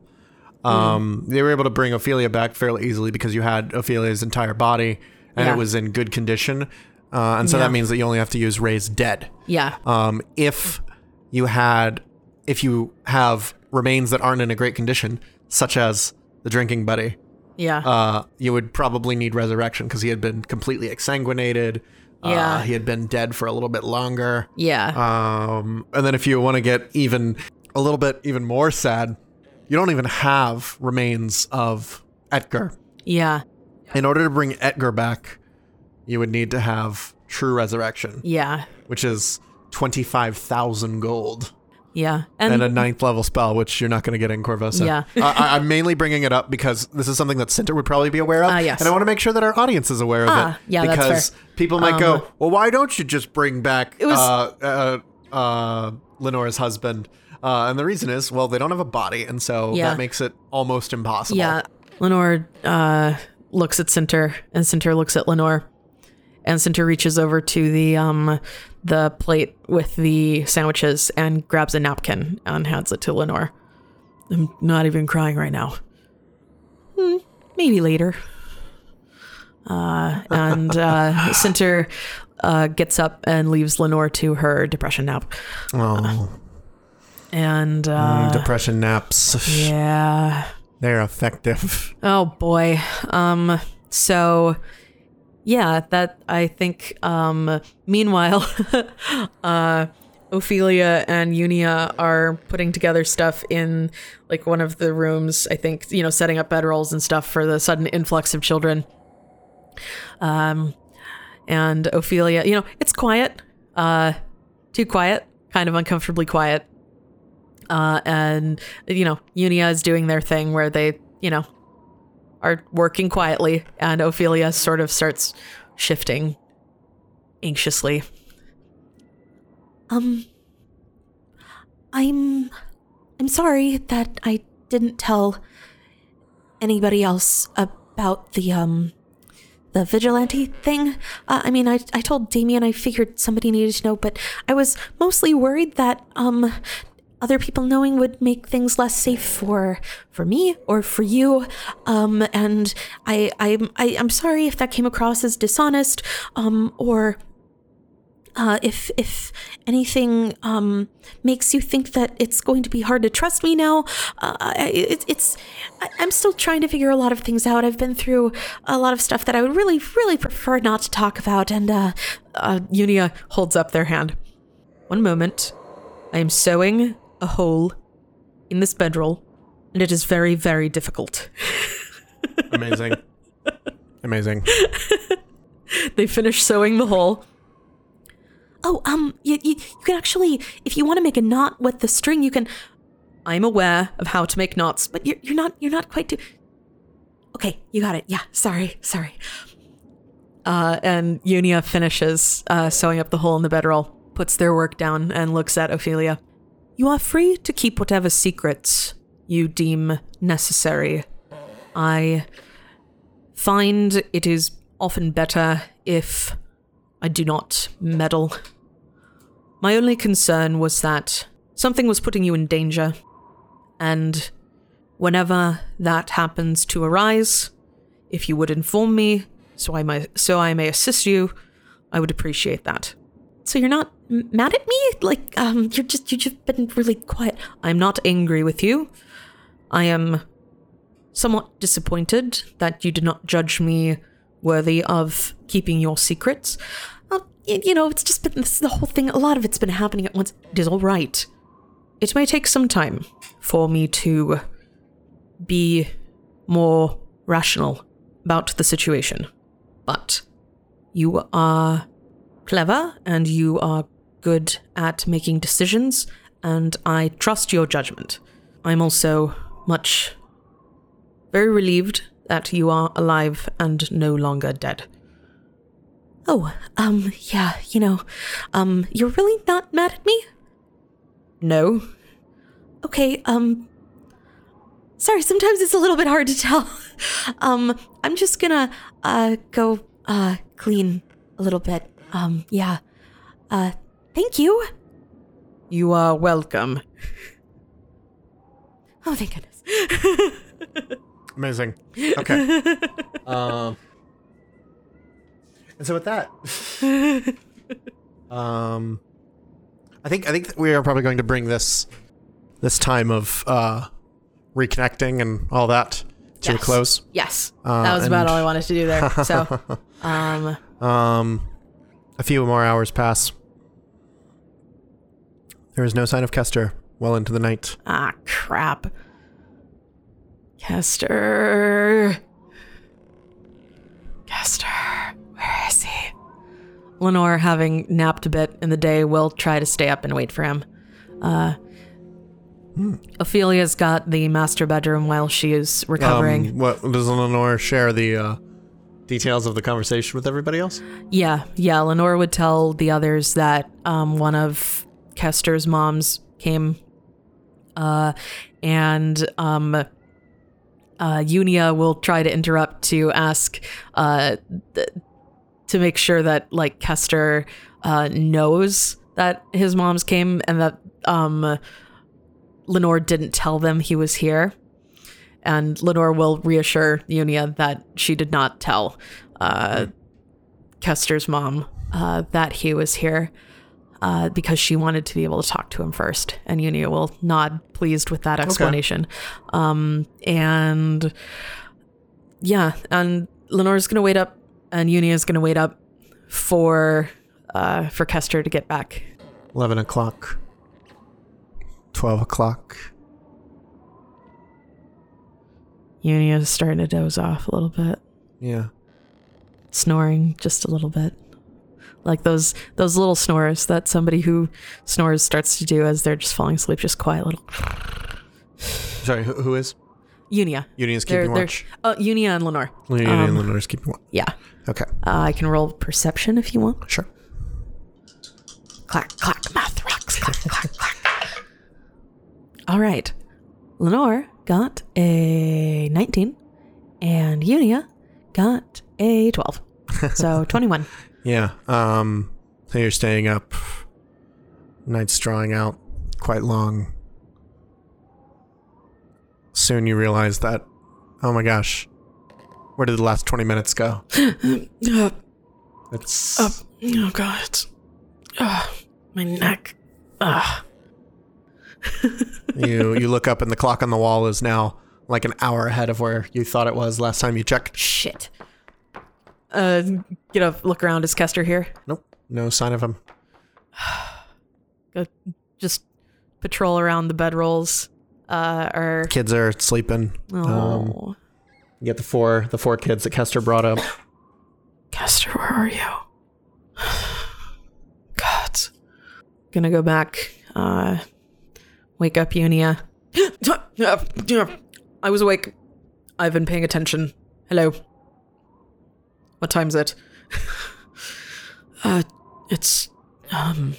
[SPEAKER 2] Mm-hmm.
[SPEAKER 1] Um, They were able to bring Ophelia back fairly easily because you had Ophelia's entire body and
[SPEAKER 2] Yeah.
[SPEAKER 1] it was in good condition, uh, and so that means that you only have to use Ray's dead.
[SPEAKER 2] Yeah.
[SPEAKER 1] Um, if you had, if you have remains that aren't in a great condition, such as the drinking buddy,
[SPEAKER 2] Yeah.
[SPEAKER 1] uh, you would probably need resurrection because he had been completely exsanguinated. Uh,
[SPEAKER 2] Yeah.
[SPEAKER 1] he had been dead for a little bit longer.
[SPEAKER 2] yeah.
[SPEAKER 1] Um, and then if you want to get even a little bit even more sad, you don't even have remains of Edgar.
[SPEAKER 2] yeah.
[SPEAKER 1] In order to bring Edgar back, you would need to have true resurrection,
[SPEAKER 2] Yeah.
[SPEAKER 1] which is 25,000 gold
[SPEAKER 2] Yeah.
[SPEAKER 1] and a ninth level spell, which you're not going to get in Corvosa.
[SPEAKER 2] Yeah.
[SPEAKER 1] (laughs) I- I, I'm mainly bringing it up because this is something that Center would probably be aware of.
[SPEAKER 2] Ah, yes.
[SPEAKER 1] And I want to make sure that our audience is aware of
[SPEAKER 2] Ah,
[SPEAKER 1] it.
[SPEAKER 2] yeah, that's
[SPEAKER 1] because
[SPEAKER 2] fair. Um,
[SPEAKER 1] people might go, well, why don't you just bring back
[SPEAKER 2] was-
[SPEAKER 1] uh, uh, uh, Lenore's husband? Uh, and the reason is, well, they don't have a body, and so
[SPEAKER 2] Yeah.
[SPEAKER 1] that makes it almost impossible.
[SPEAKER 2] Yeah. Lenore uh, looks at Center, and Center looks at Lenore, and Center reaches over to the um, the plate with the sandwiches and grabs a napkin and hands it to Lenore. I'm not even crying right now. Hmm, maybe later. Uh, and uh, Center uh, gets up and leaves Lenore to her depression nap.
[SPEAKER 1] Oh,
[SPEAKER 2] And uh,
[SPEAKER 1] depression naps.
[SPEAKER 2] yeah.
[SPEAKER 1] They're effective.
[SPEAKER 2] Oh boy. Um so yeah, that I think um meanwhile (laughs) uh Ophelia and Unia are putting together stuff in like one of the rooms, I think, you know, setting up bedrolls and stuff for the sudden influx of children. Um and Ophelia, you know, it's quiet. Uh too quiet, kind of uncomfortably quiet. Uh and you know, Unia is doing their thing where they, you know, are working quietly, and Ophelia sort of starts shifting anxiously.
[SPEAKER 3] Um, I'm, I'm sorry that I didn't tell anybody else about the um, the vigilante thing. Uh, I mean, I I told Damien I figured somebody needed to know, but I was mostly worried that um, other people knowing would make things less safe for for me or for you. Um, and I I'm I, I'm sorry if that came across as dishonest. Um, or uh, if if anything um, makes you think that it's going to be hard to trust me now, uh, I- it, it's I, I'm still trying to figure a lot of things out. I've been through a lot of stuff that I would really really prefer not to talk about, and uh,
[SPEAKER 2] Uh, Unia holds up their hand. One moment. I am sewing a hole in this bedroll, and it is very, very difficult.
[SPEAKER 1] (laughs) Amazing. Amazing.
[SPEAKER 2] They finish sewing the hole.
[SPEAKER 3] oh um you, you, you can actually if you want to make a knot with the string, you can.
[SPEAKER 2] I'm aware of how to make knots, but
[SPEAKER 3] But you're you're not you're not quite too. Okay, you got it. Yeah, sorry, sorry.
[SPEAKER 2] uh, and Unia finishes uh, sewing up the hole in the bedroll, puts their work down, and looks at Ophelia. You are free to keep whatever secrets you deem necessary. I find it is often better if I do not meddle.
[SPEAKER 3] My only concern was that something was putting you in danger. And whenever that happens to arise, if you would inform me so I may, so I may assist you, I would appreciate that.
[SPEAKER 2] So you're not m- mad at me? Like, um, you're just you've just been really quiet.
[SPEAKER 3] I'm not angry with you. I am somewhat disappointed that you did not judge me worthy of keeping your secrets.
[SPEAKER 2] Um, y- you know, it's just been this is the whole thing. A lot of it's been happening at once.
[SPEAKER 3] It is all right. It may take some time for me to be more rational about the situation, but you are clever and you are good at making decisions, and I trust your judgment. I'm also much very relieved that you are alive and no longer dead.
[SPEAKER 2] Oh, um, yeah, you know, um, you're really not mad at me?
[SPEAKER 3] No,
[SPEAKER 2] Okay, um, sorry, sometimes it's a little bit hard to tell. (laughs) um, I'm just gonna, uh, go, uh, clean a little bit. Um, yeah. Uh, thank you.
[SPEAKER 3] you are welcome.
[SPEAKER 2] (laughs) Oh, thank goodness. (laughs)
[SPEAKER 1] Amazing. Okay. um, and so with that, um, I think I think that we are probably going to bring this this time of uh, reconnecting and all that to a
[SPEAKER 3] Yes.
[SPEAKER 1] close.
[SPEAKER 3] Yes,
[SPEAKER 1] Uh,
[SPEAKER 3] that was about
[SPEAKER 1] and-
[SPEAKER 3] all I wanted to do there.
[SPEAKER 1] (laughs)
[SPEAKER 3] So, um,
[SPEAKER 1] Um, a few more hours pass. There is no sign of Kester. Well into the night.
[SPEAKER 3] ah, crap. Kester. Kester, where is he? Lenore, having napped a bit in the day, will try to stay up and wait for him. Uh,
[SPEAKER 1] Hmm.
[SPEAKER 3] Ophelia's got the master bedroom while she is recovering.
[SPEAKER 1] Um, what does Lenore share the uh, details of the conversation with everybody else?
[SPEAKER 3] Yeah, yeah. Lenore would tell the others that um, one of Kester's moms came, uh, and um, uh, Unia will try to interrupt to ask uh, th- to make sure that like Kester uh, knows that his moms came and that um, Lenore didn't tell them he was here. And Lenore will reassure Unia that she did not tell. Uh, Kester's mom uh, that he was here uh, because she wanted to be able to talk to him first. And Unia will nod, pleased with that explanation. Um, and yeah, and Lenore's going to wait up, and Unia's going to wait up for uh, for Kester to get back.
[SPEAKER 1] 11 o'clock, 12 o'clock.
[SPEAKER 3] Unia's starting to doze off a little bit,
[SPEAKER 1] Yeah.
[SPEAKER 3] snoring just a little bit. Like those those little snores that somebody who snores starts to do as they're just falling asleep, just quiet little
[SPEAKER 1] Sorry, who, who is?
[SPEAKER 3] Unia.
[SPEAKER 1] Union is
[SPEAKER 3] They're-
[SPEAKER 1] keeping
[SPEAKER 3] they're-
[SPEAKER 1] watch.
[SPEAKER 3] Oh, Unia and Lenore.
[SPEAKER 1] Union
[SPEAKER 3] um,
[SPEAKER 1] and Lenore is keeping watch.
[SPEAKER 3] Yeah.
[SPEAKER 1] Okay,
[SPEAKER 3] Uh, I can roll perception if you want.
[SPEAKER 1] sure.
[SPEAKER 3] Clack, clack, math rocks. Clack, clack, clack. All right. Lenore got a 19, and Unia got a 12. So 21.
[SPEAKER 1] Yeah. Um, so you're staying up. Night's drawing out quite long. Soon you realize that, oh my gosh, where did the last 20 minutes
[SPEAKER 3] (gasps)
[SPEAKER 1] go?
[SPEAKER 3] oh,
[SPEAKER 1] It's
[SPEAKER 3] God. my neck.
[SPEAKER 1] you you look up and the clock on the wall is now like an hour ahead of where you thought it was last time you checked.
[SPEAKER 3] Shit. Uh, get a look around. Is Kester here?
[SPEAKER 1] Nope, no sign of him.
[SPEAKER 3] Go just patrol around the bedrolls. Uh, or
[SPEAKER 1] Kids are sleeping. Um,
[SPEAKER 3] oh,
[SPEAKER 1] You get the four the four kids that Kester brought up.
[SPEAKER 3] Kester, where are you? God, gonna go back. Uh, wake up, Unia. (gasps) I was awake. I've been paying attention. Hello. What time's it? uh, it's um.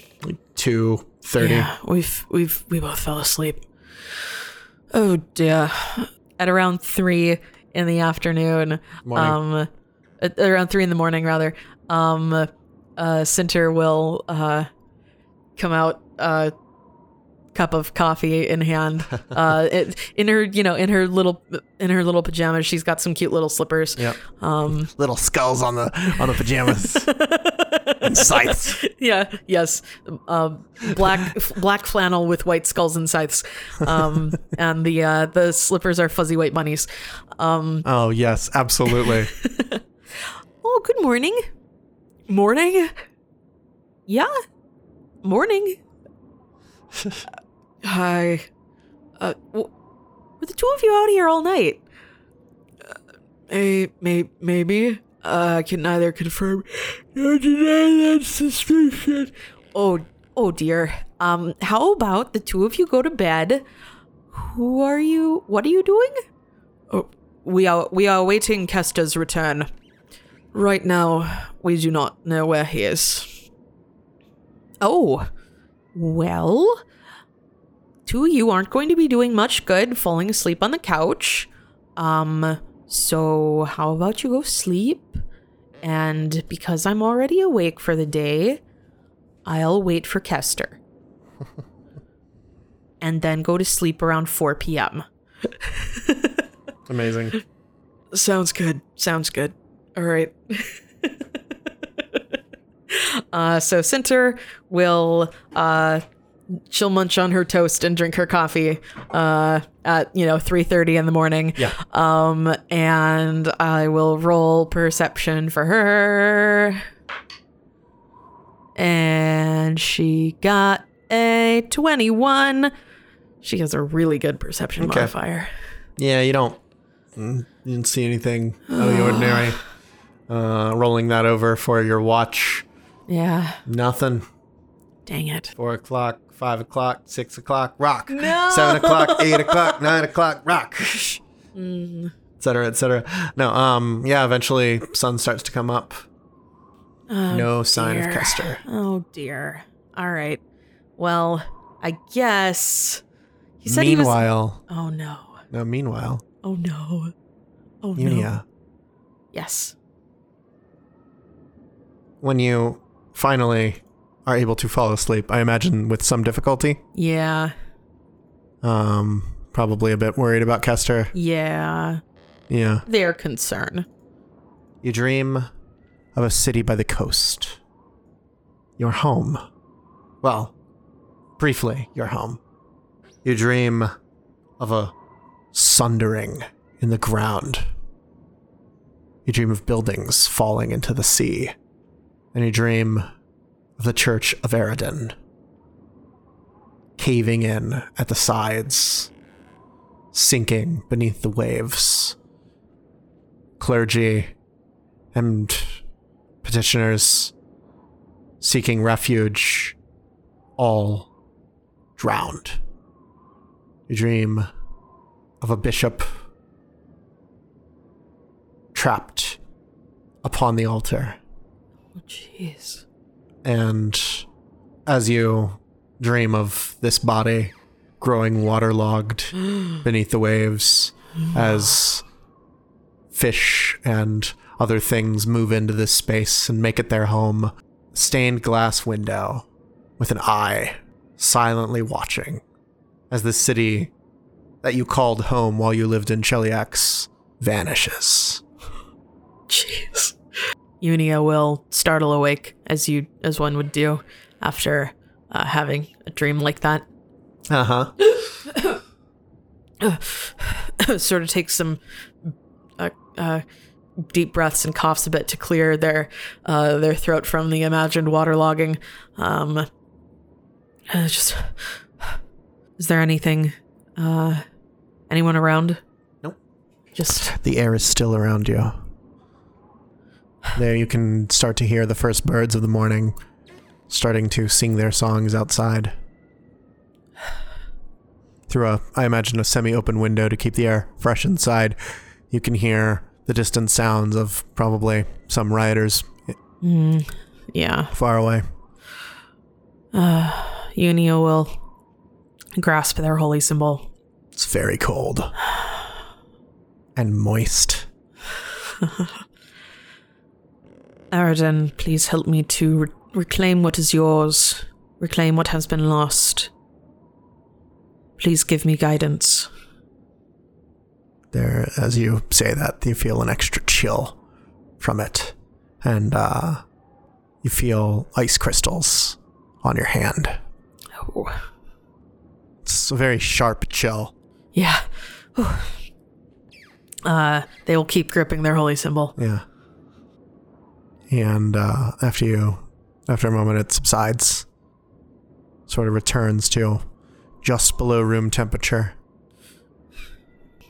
[SPEAKER 1] Two thirty.
[SPEAKER 3] Yeah, we've we've we both fell asleep. Oh dear. At around three in the afternoon,
[SPEAKER 1] Morning.
[SPEAKER 3] um, at around three in the morning rather, um, uh, Center will uh, come out, uh, cup of coffee in hand. Uh, it, in her, you know, in her little, in her little pajamas, she's got some cute little slippers. (laughs)
[SPEAKER 1] Yep.
[SPEAKER 3] Um,
[SPEAKER 1] Little skulls on the on the
[SPEAKER 3] (laughs)
[SPEAKER 1] pajamas and scythes.
[SPEAKER 3] yeah, yes, um, black (laughs) f- black flannel with white skulls and scythes, um, and the uh, the slippers are fuzzy white bunnies. Um,
[SPEAKER 1] Oh yes,
[SPEAKER 3] (laughs)
[SPEAKER 1] absolutely.
[SPEAKER 3] oh, good morning, morning. Yeah, morning. Hi. Uh, w- were the two of you out here all night? Uh, may, maybe. Uh, I can neither confirm nor deny that suspicion. Oh, oh dear. Um, how about the two of you go to bed? Who are you? What are you doing? Oh, we are we are waiting Kesta's return. Right now, we do not know where he is. Oh, well, two of you aren't going to be doing much good falling asleep on the couch. Um, so how about you go sleep? And because I'm already awake for the day, I'll wait for (laughs) Kester. and then go to sleep around 4 p.m.
[SPEAKER 1] Amazing.
[SPEAKER 3] Sounds good. Sounds good. All right. (laughs) uh, so Center will uh, she'll munch on her toast and drink her coffee uh, at you know three thirty in the morning.
[SPEAKER 1] Yeah.
[SPEAKER 3] Um, and I will roll perception for her, and she got a twenty-one. She has a really good perception
[SPEAKER 1] Okay.
[SPEAKER 3] modifier.
[SPEAKER 1] Yeah, you don't mm, you didn't see anything out of the
[SPEAKER 3] (sighs)
[SPEAKER 1] ordinary. Uh, rolling that over for your watch,
[SPEAKER 3] Yeah.
[SPEAKER 1] nothing.
[SPEAKER 3] Dang it.
[SPEAKER 1] Four o'clock, five o'clock, six o'clock, rock. Seven o'clock, eight o'clock, nine o'clock,
[SPEAKER 3] (laughs)
[SPEAKER 1] rock.
[SPEAKER 3] Mm.
[SPEAKER 1] Et cetera, et cetera. No, um, yeah. Eventually, sun starts to come up. no sign of
[SPEAKER 3] Oh, dear.
[SPEAKER 1] Kester.
[SPEAKER 3] Oh dear. All right. Well, I guess he said he was.
[SPEAKER 1] Meanwhile,
[SPEAKER 3] Oh no.
[SPEAKER 1] no. Meanwhile,
[SPEAKER 3] Oh no. Oh no.
[SPEAKER 1] Unia,
[SPEAKER 3] Yes.
[SPEAKER 1] when you finally are able to fall asleep, I imagine with some difficulty.
[SPEAKER 3] Yeah.
[SPEAKER 1] Um, probably a bit worried about Kester.
[SPEAKER 3] Yeah.
[SPEAKER 1] Yeah.
[SPEAKER 3] Their concern.
[SPEAKER 1] You dream of a city by the coast. Your home. Well, briefly, your home. You dream of a sundering in the ground. You dream of buildings falling into the sea. And you dream of the Church of Eridan caving in at the sides, sinking beneath the waves. Clergy and petitioners seeking refuge, all drowned. You dream of a bishop trapped upon the altar
[SPEAKER 3] Oh jeez.
[SPEAKER 1] and as you dream of this body growing
[SPEAKER 3] (gasps)
[SPEAKER 1] waterlogged beneath the waves as fish and other things move into this space and make it their home stained glass window with an eye silently watching as the city that you called home while you lived in Cheliax vanishes
[SPEAKER 3] (laughs) Jeez. Unia will startle awake as you as one would do after uh, having a dream like that. (clears throat)
[SPEAKER 1] uh-huh
[SPEAKER 3] sort of takes some uh, uh, deep breaths and coughs a bit to clear their uh, their throat from the imagined waterlogging. Um, uh, just, (sighs) is there anything, uh, anyone around?
[SPEAKER 1] Nope.
[SPEAKER 3] Just
[SPEAKER 1] The air is still around you. There you can start to hear the first birds of the morning starting to sing their songs outside. Through a, I imagine, a semi open window to keep the air fresh inside, you can hear the distant sounds of probably some rioters
[SPEAKER 3] yeah.
[SPEAKER 1] far away.
[SPEAKER 3] Unia will grasp their holy symbol.
[SPEAKER 1] It's very cold and moist.
[SPEAKER 3] Aridan, please help me to re- reclaim what is yours. reclaim what has been lost. Please give me guidance.
[SPEAKER 1] There, as you say that, you feel an extra chill from it, and uh, you feel ice crystals on your hand.
[SPEAKER 3] Oh,
[SPEAKER 1] It's a very sharp chill.
[SPEAKER 3] yeah. Whew. Uh, they will keep gripping their holy symbol.
[SPEAKER 1] Yeah. And uh, after you, after a moment, it subsides. Sort of returns to just below room temperature.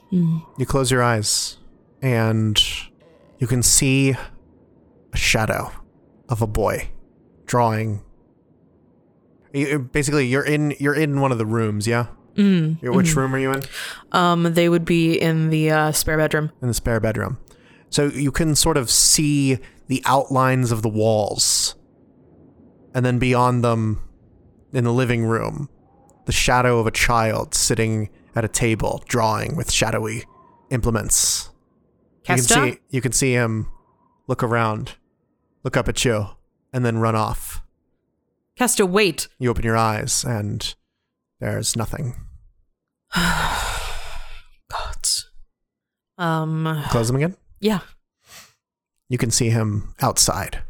[SPEAKER 1] You close your eyes, and you can see a shadow of a boy drawing. You- you- Basically, you're in you're in one of the rooms, yeah. Mm, Which room are you in?
[SPEAKER 3] Um, they would be in the uh, spare bedroom.
[SPEAKER 1] in the spare bedroom. So you can sort of see the outlines of the walls. And then beyond them, in the living room, the shadow of a child sitting at a table drawing with shadowy implements. You can
[SPEAKER 4] Kesta?
[SPEAKER 1] see you can see him look around, look up at you, and then run off.
[SPEAKER 4] Kesta, wait.
[SPEAKER 1] You open your eyes and there's nothing.
[SPEAKER 3] Gods. Um,
[SPEAKER 1] Close them again.
[SPEAKER 3] yeah.
[SPEAKER 1] You can see him outside,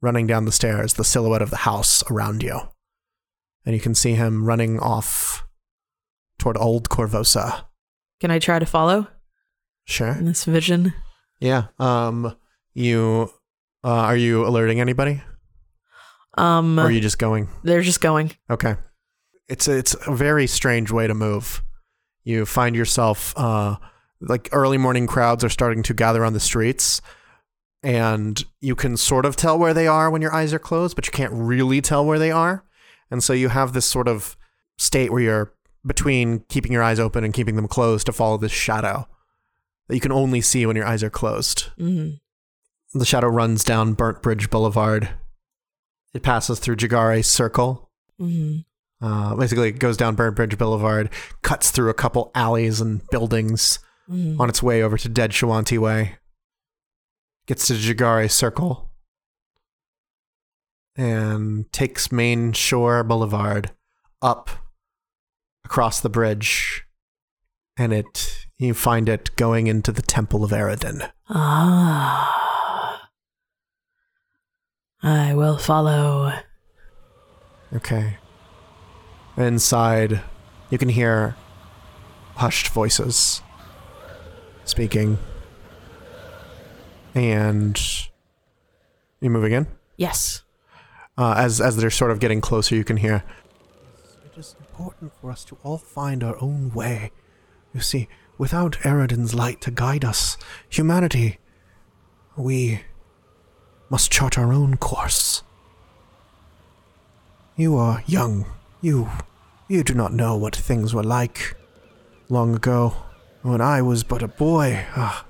[SPEAKER 1] running down the stairs, the silhouette of the house around you. And you can see him running off toward old Corvosa.
[SPEAKER 3] Can I try to follow
[SPEAKER 1] Sure.
[SPEAKER 3] in this vision?
[SPEAKER 1] Yeah. Um you uh, are you alerting anybody?
[SPEAKER 3] Um,
[SPEAKER 1] Or are you just going?
[SPEAKER 3] they're just going.
[SPEAKER 1] Okay. It's a, it's a very strange way to move. You find yourself uh, like early morning crowds are starting to gather on the streets, and you can sort of tell where they are when your eyes are closed, but you can't really tell where they are. And so you have this sort of state where you're between keeping your eyes open and keeping them closed to follow this shadow that you can only see when your eyes are closed.
[SPEAKER 3] hmm
[SPEAKER 1] The shadow runs down Burnt Bridge Boulevard. It passes through Jagare Circle,
[SPEAKER 3] hmm
[SPEAKER 1] uh, basically, it goes down Burnt Bridge Boulevard, cuts through a couple alleys and buildings
[SPEAKER 3] Mhm.
[SPEAKER 1] on its way over to Dead Shawanti Way. Gets to Jagare Circle and takes Main Shore Boulevard up across the bridge, and it you find it going into the Temple of Eridan.
[SPEAKER 3] Ah. I will follow.
[SPEAKER 1] Okay. Inside, you can hear hushed voices speaking. And you move again.
[SPEAKER 3] Yes.
[SPEAKER 1] Uh, as as they're sort of getting closer, you can hear. It is important for us to all find our own way. You see, without Eridan's light to guide us, humanity, we must chart our own course. You are young. You, you do not know what things were like long ago. When I was but a boy, ah,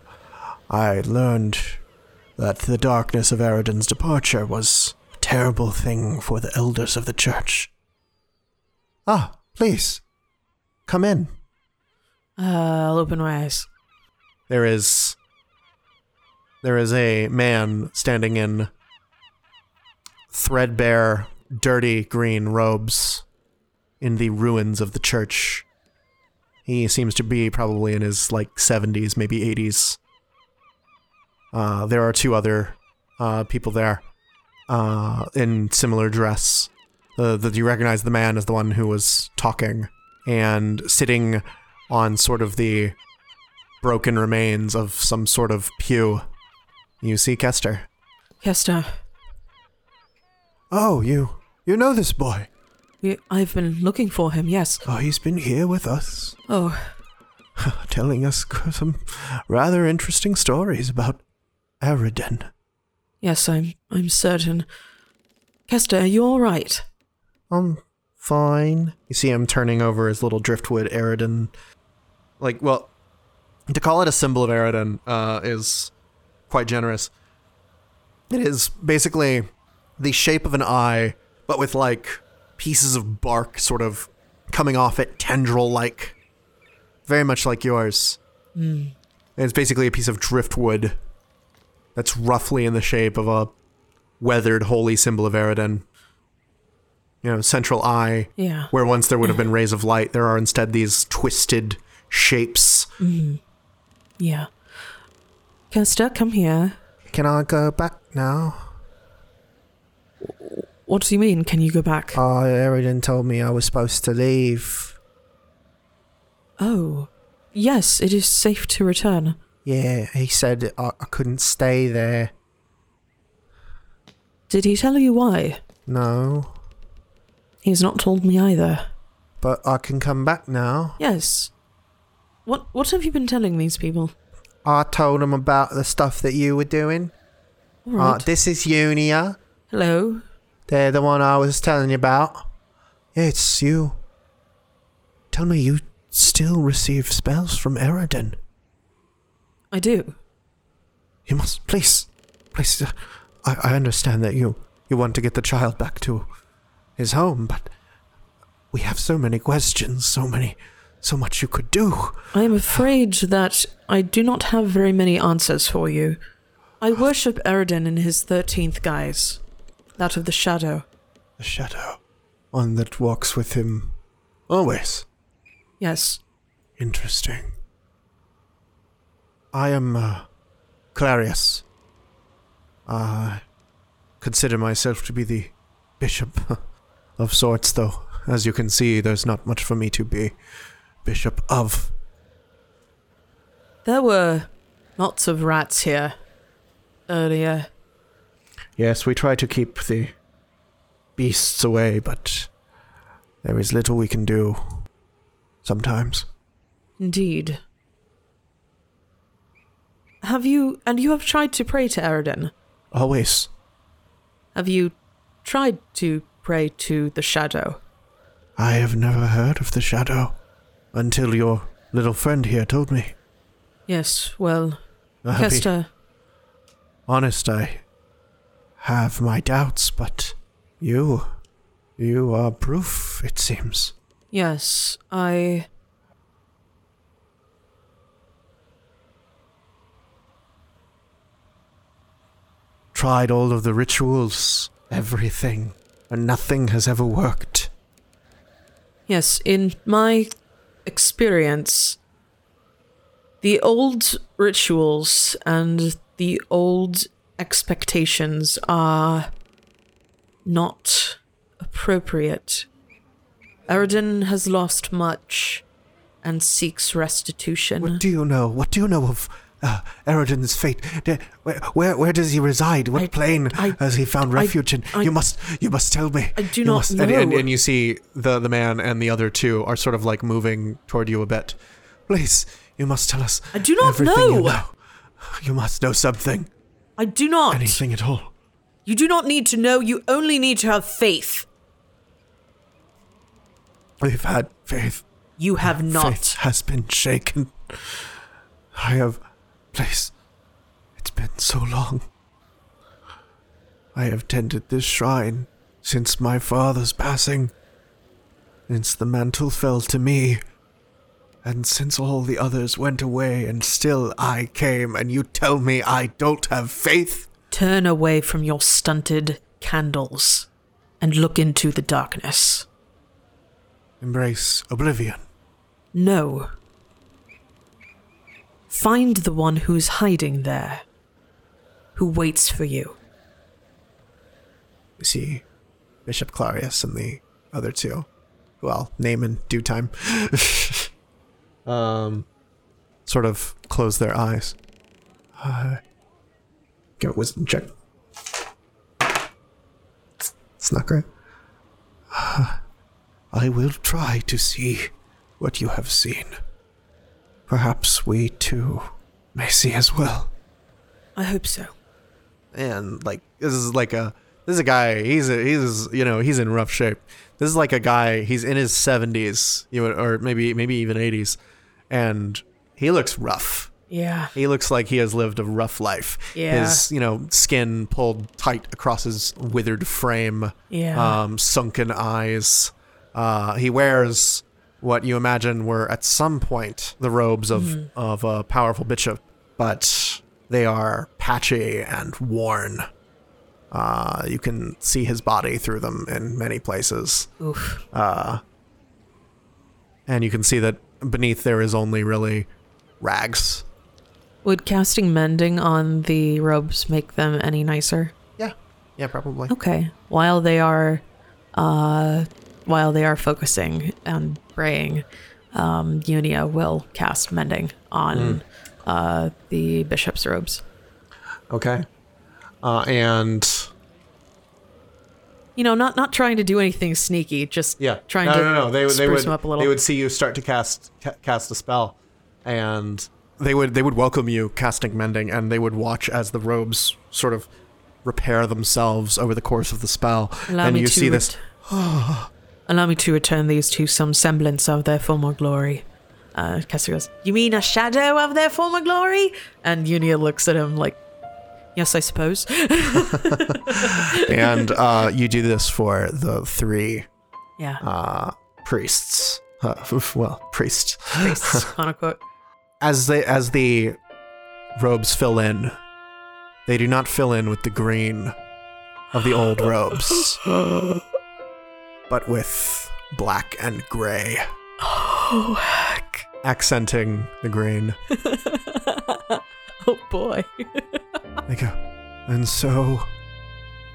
[SPEAKER 1] I learned that the darkness of Eridan's departure was a terrible thing for the elders of the church. Ah, please, come in.
[SPEAKER 3] Uh, I'll open my eyes.
[SPEAKER 1] There is. There is a man standing in threadbare, dirty green robes in the ruins of the church. He seems to be probably in his like 70s, maybe 80s. Uh, there are two other uh, people there uh, in similar dress. Uh, that you recognize the man as the one who was talking and sitting on sort of the broken remains of some sort of pew. You see Kester.
[SPEAKER 3] Kesta,
[SPEAKER 1] Oh, you you know this boy.
[SPEAKER 3] we, I've been looking for him, yes.
[SPEAKER 1] Oh, he's been here with us,
[SPEAKER 3] Oh,
[SPEAKER 1] telling us some rather interesting stories about Eridan.
[SPEAKER 3] yes, I'm, I'm certain. Kesta, are you alright?
[SPEAKER 1] I'm Um, fine. You see him turning over his little driftwood Eridan. Like, well, to call it a symbol of Eridan uh, is quite generous. It is basically the shape of an eye, but with like pieces of bark sort of coming off it, tendril like. Very much like yours. And it's basically a piece of driftwood that's roughly in the shape of a weathered holy symbol of Eridan. you know, central eye.
[SPEAKER 3] Yeah.
[SPEAKER 1] Where once there would have been rays of light, there are instead these twisted shapes.
[SPEAKER 3] Yeah. Kesta, come here.
[SPEAKER 1] Can I go back now?
[SPEAKER 3] What do you mean? Can you go back?
[SPEAKER 1] Oh, Eridan told me I was supposed to leave.
[SPEAKER 3] oh. Yes, it is safe to return.
[SPEAKER 1] Yeah, he said I, I couldn't stay there.
[SPEAKER 3] Did he tell you why?
[SPEAKER 1] No,
[SPEAKER 3] He's not told me either.
[SPEAKER 1] but I can come back now.
[SPEAKER 3] Yes. What what have you been telling these people?
[SPEAKER 1] I told him about the stuff that you were doing.
[SPEAKER 3] All
[SPEAKER 1] Uh,
[SPEAKER 3] right.
[SPEAKER 1] this is Unia.
[SPEAKER 3] Hello.
[SPEAKER 1] They're the one I was telling you about. It's you. Tell me you still receive spells from Eridan.
[SPEAKER 3] I do.
[SPEAKER 1] You must, please, please. uh, I, I understand that you you want to get the child back to his home, but we have so many questions, so many, so much you could do.
[SPEAKER 3] I am afraid that I do not have very many answers for you. I worship Eridan in his thirteenth guise, that of the shadow.
[SPEAKER 1] The shadow, one that walks with him, always.
[SPEAKER 3] Yes.
[SPEAKER 1] Interesting. I am uh, Clarius. I consider myself to be the bishop (laughs) of sorts, though. As you can see, there's not much for me to be bishop of.
[SPEAKER 3] There were lots of rats here earlier.
[SPEAKER 1] Yes, we try to keep the beasts away, but there is little we can do sometimes.
[SPEAKER 3] Indeed. Have you and you have tried to pray to Eridan?
[SPEAKER 1] Always.
[SPEAKER 3] Have you tried to pray to the shadow?
[SPEAKER 1] I have never heard of the shadow until your little friend here told me.
[SPEAKER 3] Yes, well,
[SPEAKER 1] I'll be
[SPEAKER 3] Kester,
[SPEAKER 1] honest, I have my doubts, but you, you are proof, it seems.
[SPEAKER 3] yes, I
[SPEAKER 1] Tried all of the rituals, everything, and nothing has ever worked.
[SPEAKER 3] Yes, in my experience, the old rituals and the old expectations are not appropriate. Eridan has lost much and seeks restitution.
[SPEAKER 1] What do you know? What do you know of uh, Eridan's fate? De- where, where, where does he reside? What
[SPEAKER 3] I-
[SPEAKER 1] plane
[SPEAKER 3] I-
[SPEAKER 1] has he found
[SPEAKER 3] I-
[SPEAKER 1] refuge in?
[SPEAKER 3] I-
[SPEAKER 1] you must, you must tell me.
[SPEAKER 3] I do
[SPEAKER 1] You
[SPEAKER 3] not
[SPEAKER 1] must- And, and,
[SPEAKER 3] know.
[SPEAKER 1] and you see the the man and the other two are sort of like moving toward you a bit. Please, you must tell us.
[SPEAKER 3] I do not
[SPEAKER 1] everything You,
[SPEAKER 3] know.
[SPEAKER 1] know. you must know something,
[SPEAKER 3] I do not.
[SPEAKER 1] anything at all.
[SPEAKER 3] You do not need to know, you only need to have faith.
[SPEAKER 1] We've had faith.
[SPEAKER 3] You have not.
[SPEAKER 1] Faith has been shaken. I have. Please. It's been so long. I have tended this shrine since my father's passing, since the mantle fell to me, and since all the others went away, and still I came, and you tell me I don't have faith?
[SPEAKER 3] Turn away from your stunted candles and look into the darkness.
[SPEAKER 1] Embrace oblivion.
[SPEAKER 3] No. Find the one who's hiding there, who waits for you.
[SPEAKER 1] We see Bishop Clarius and the other two. Well, name in due time. (laughs) um, sort of close their eyes. Uh, give a wisdom check. It's not great. Uh, I will try to see what you have seen. Perhaps we too may see as well
[SPEAKER 3] I hope so.
[SPEAKER 1] and like this is like a this is a guy he's a, he's you know he's in rough shape this is like a guy he's in his 70s you know, or maybe maybe even 80s and he looks rough
[SPEAKER 3] Yeah.
[SPEAKER 1] (laughs) he looks like he has lived a rough life
[SPEAKER 3] Yeah.
[SPEAKER 1] his you know skin pulled tight across his withered frame
[SPEAKER 3] Yeah.
[SPEAKER 1] um sunken eyes uh he wears what you imagine were at some point the robes of
[SPEAKER 3] Mm-hmm.
[SPEAKER 1] of a powerful bishop but they are patchy and worn Uh, you can see his body through them in many places. Uh,
[SPEAKER 3] Oof.
[SPEAKER 1] And you can see that beneath there is only really rags.
[SPEAKER 3] Would casting mending on the robes make them any nicer?
[SPEAKER 1] Yeah. Yeah, probably.
[SPEAKER 3] Okay. While they are, uh, while they are focusing and praying, um, Unia will cast mending on
[SPEAKER 1] Hmm.
[SPEAKER 3] uh, the bishop's robes.
[SPEAKER 1] Okay. Uh, and
[SPEAKER 3] You know, not not trying to do anything sneaky, just
[SPEAKER 1] yeah,
[SPEAKER 3] trying
[SPEAKER 1] no,
[SPEAKER 3] to
[SPEAKER 1] no, no. They,
[SPEAKER 3] spruce
[SPEAKER 1] they would
[SPEAKER 3] them up a little.
[SPEAKER 1] they would see you start to cast ca- cast a spell, and they would they would welcome you casting mending, and they would watch as the robes sort of repair themselves over the course of the spell,
[SPEAKER 3] Allow
[SPEAKER 1] and
[SPEAKER 3] me
[SPEAKER 1] you
[SPEAKER 3] to
[SPEAKER 1] see this.
[SPEAKER 3] ret- (gasps) Allow me to return these to some semblance of their former glory. Uh, Cassie goes, You mean a shadow of their former glory? And Unia looks at him like, Yes, I suppose. (laughs)
[SPEAKER 1] and uh, you do this for the three (laughs)
[SPEAKER 3] yeah.
[SPEAKER 1] uh, priests. Uh, (laughs) well, priests.
[SPEAKER 3] priests, quote (laughs) unquote.
[SPEAKER 1] as they as the robes fill in, they do not fill in with the green of the old robes, but with black and gray,
[SPEAKER 3] (gasps) Oh, heck.
[SPEAKER 1] accenting the green.
[SPEAKER 3] Oh, boy.
[SPEAKER 1] They go, and so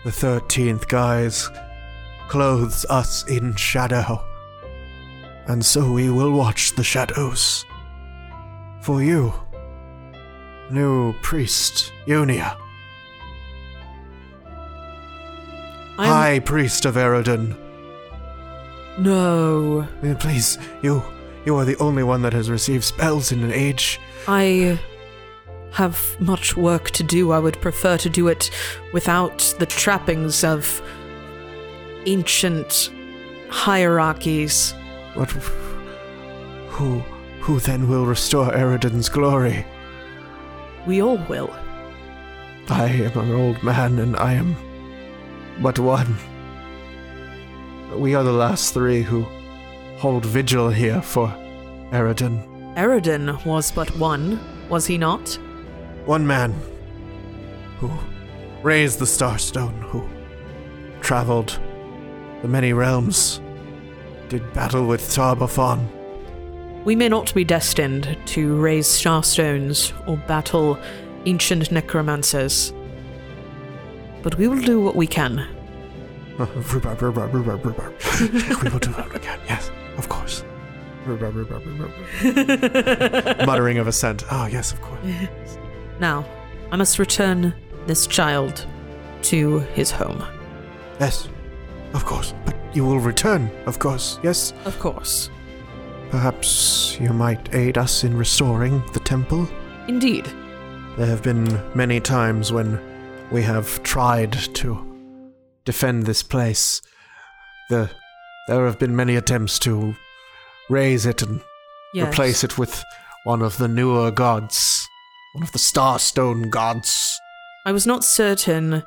[SPEAKER 1] the thirteenth guise clothes us in shadow, and so we will watch the shadows for you, new priest Unia.
[SPEAKER 3] I'm-
[SPEAKER 1] High Priest of Eridan,
[SPEAKER 3] No.
[SPEAKER 1] uh, please, you you are the only one that has received spells in an age.
[SPEAKER 3] I have much work to do. I would prefer to do it without the trappings of ancient hierarchies.
[SPEAKER 1] What who who then will restore Eridan's glory?
[SPEAKER 3] We all will.
[SPEAKER 1] I am an old man and I am but one. We are the last three who hold vigil here for Eridan.
[SPEAKER 3] Eridan was but one, was he not?
[SPEAKER 1] One man who raised the Starstone, who traveled the many realms, did battle with Tarbafon. (laughs)
[SPEAKER 3] We may not be destined to raise starstones or battle ancient necromancers, but we will do what we can.
[SPEAKER 1] we will do what (laughs) we can, yes, of course. Muttering of assent. Oh, yes, of course.
[SPEAKER 3] Now, I must return this child to his home.
[SPEAKER 1] Yes, of course. But you will return, of course, yes?
[SPEAKER 3] Of course.
[SPEAKER 1] Perhaps you might aid us in restoring the temple?
[SPEAKER 3] Indeed.
[SPEAKER 1] There have been many times when we have tried to defend this place. The, there have been many attempts to raise it and
[SPEAKER 3] Yes.
[SPEAKER 1] replace it with one of the newer gods, one of the Starstone gods.
[SPEAKER 3] I was not certain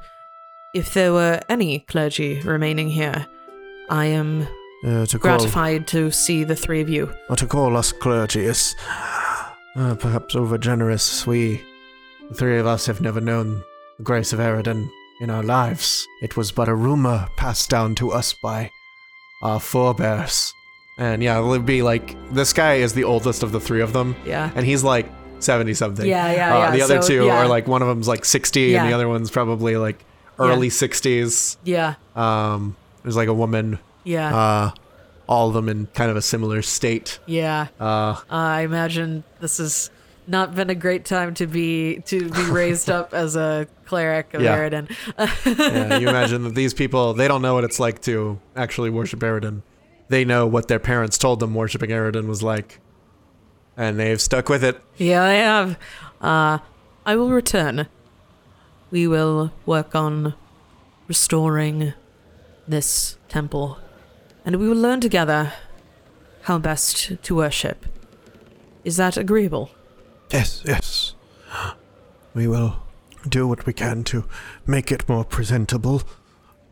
[SPEAKER 3] if there were any clergy remaining here. I am
[SPEAKER 1] Uh, to call,
[SPEAKER 3] gratified to see the three of you.
[SPEAKER 1] or to call us clergy is uh, perhaps overgenerous. We, the three of us, have never known the grace of Eridan in our lives. It was but a rumor passed down to us by our forebears. And yeah, it would be like this guy is the oldest of the three of them,
[SPEAKER 3] Yeah.
[SPEAKER 1] and he's like seventy something.
[SPEAKER 3] Yeah, yeah,
[SPEAKER 1] uh,
[SPEAKER 3] yeah.
[SPEAKER 1] The other
[SPEAKER 3] So,
[SPEAKER 1] two
[SPEAKER 3] yeah.
[SPEAKER 1] are like one of them's like sixty, and
[SPEAKER 3] Yeah.
[SPEAKER 1] the other one's probably like early sixties.
[SPEAKER 3] Yeah.
[SPEAKER 1] Um, there's like a woman.
[SPEAKER 3] Yeah.
[SPEAKER 1] Uh, all of them in kind of a similar state.
[SPEAKER 3] yeah.
[SPEAKER 1] Uh,
[SPEAKER 3] I imagine this has not been a great time to be
[SPEAKER 1] (laughs)
[SPEAKER 3] to be raised up as a cleric of
[SPEAKER 1] Yeah.
[SPEAKER 3] Eridan.
[SPEAKER 1] yeah, you imagine that these people they don't know what it's like to actually worship Eridan. They know what their parents told them worshiping Eridan was like, and they've stuck with it.
[SPEAKER 3] Yeah, I have. Uh, I will return. We will work on restoring this temple, and we will learn together how best to worship. Is that agreeable?
[SPEAKER 1] Yes, yes. We will do what we can to make it more presentable,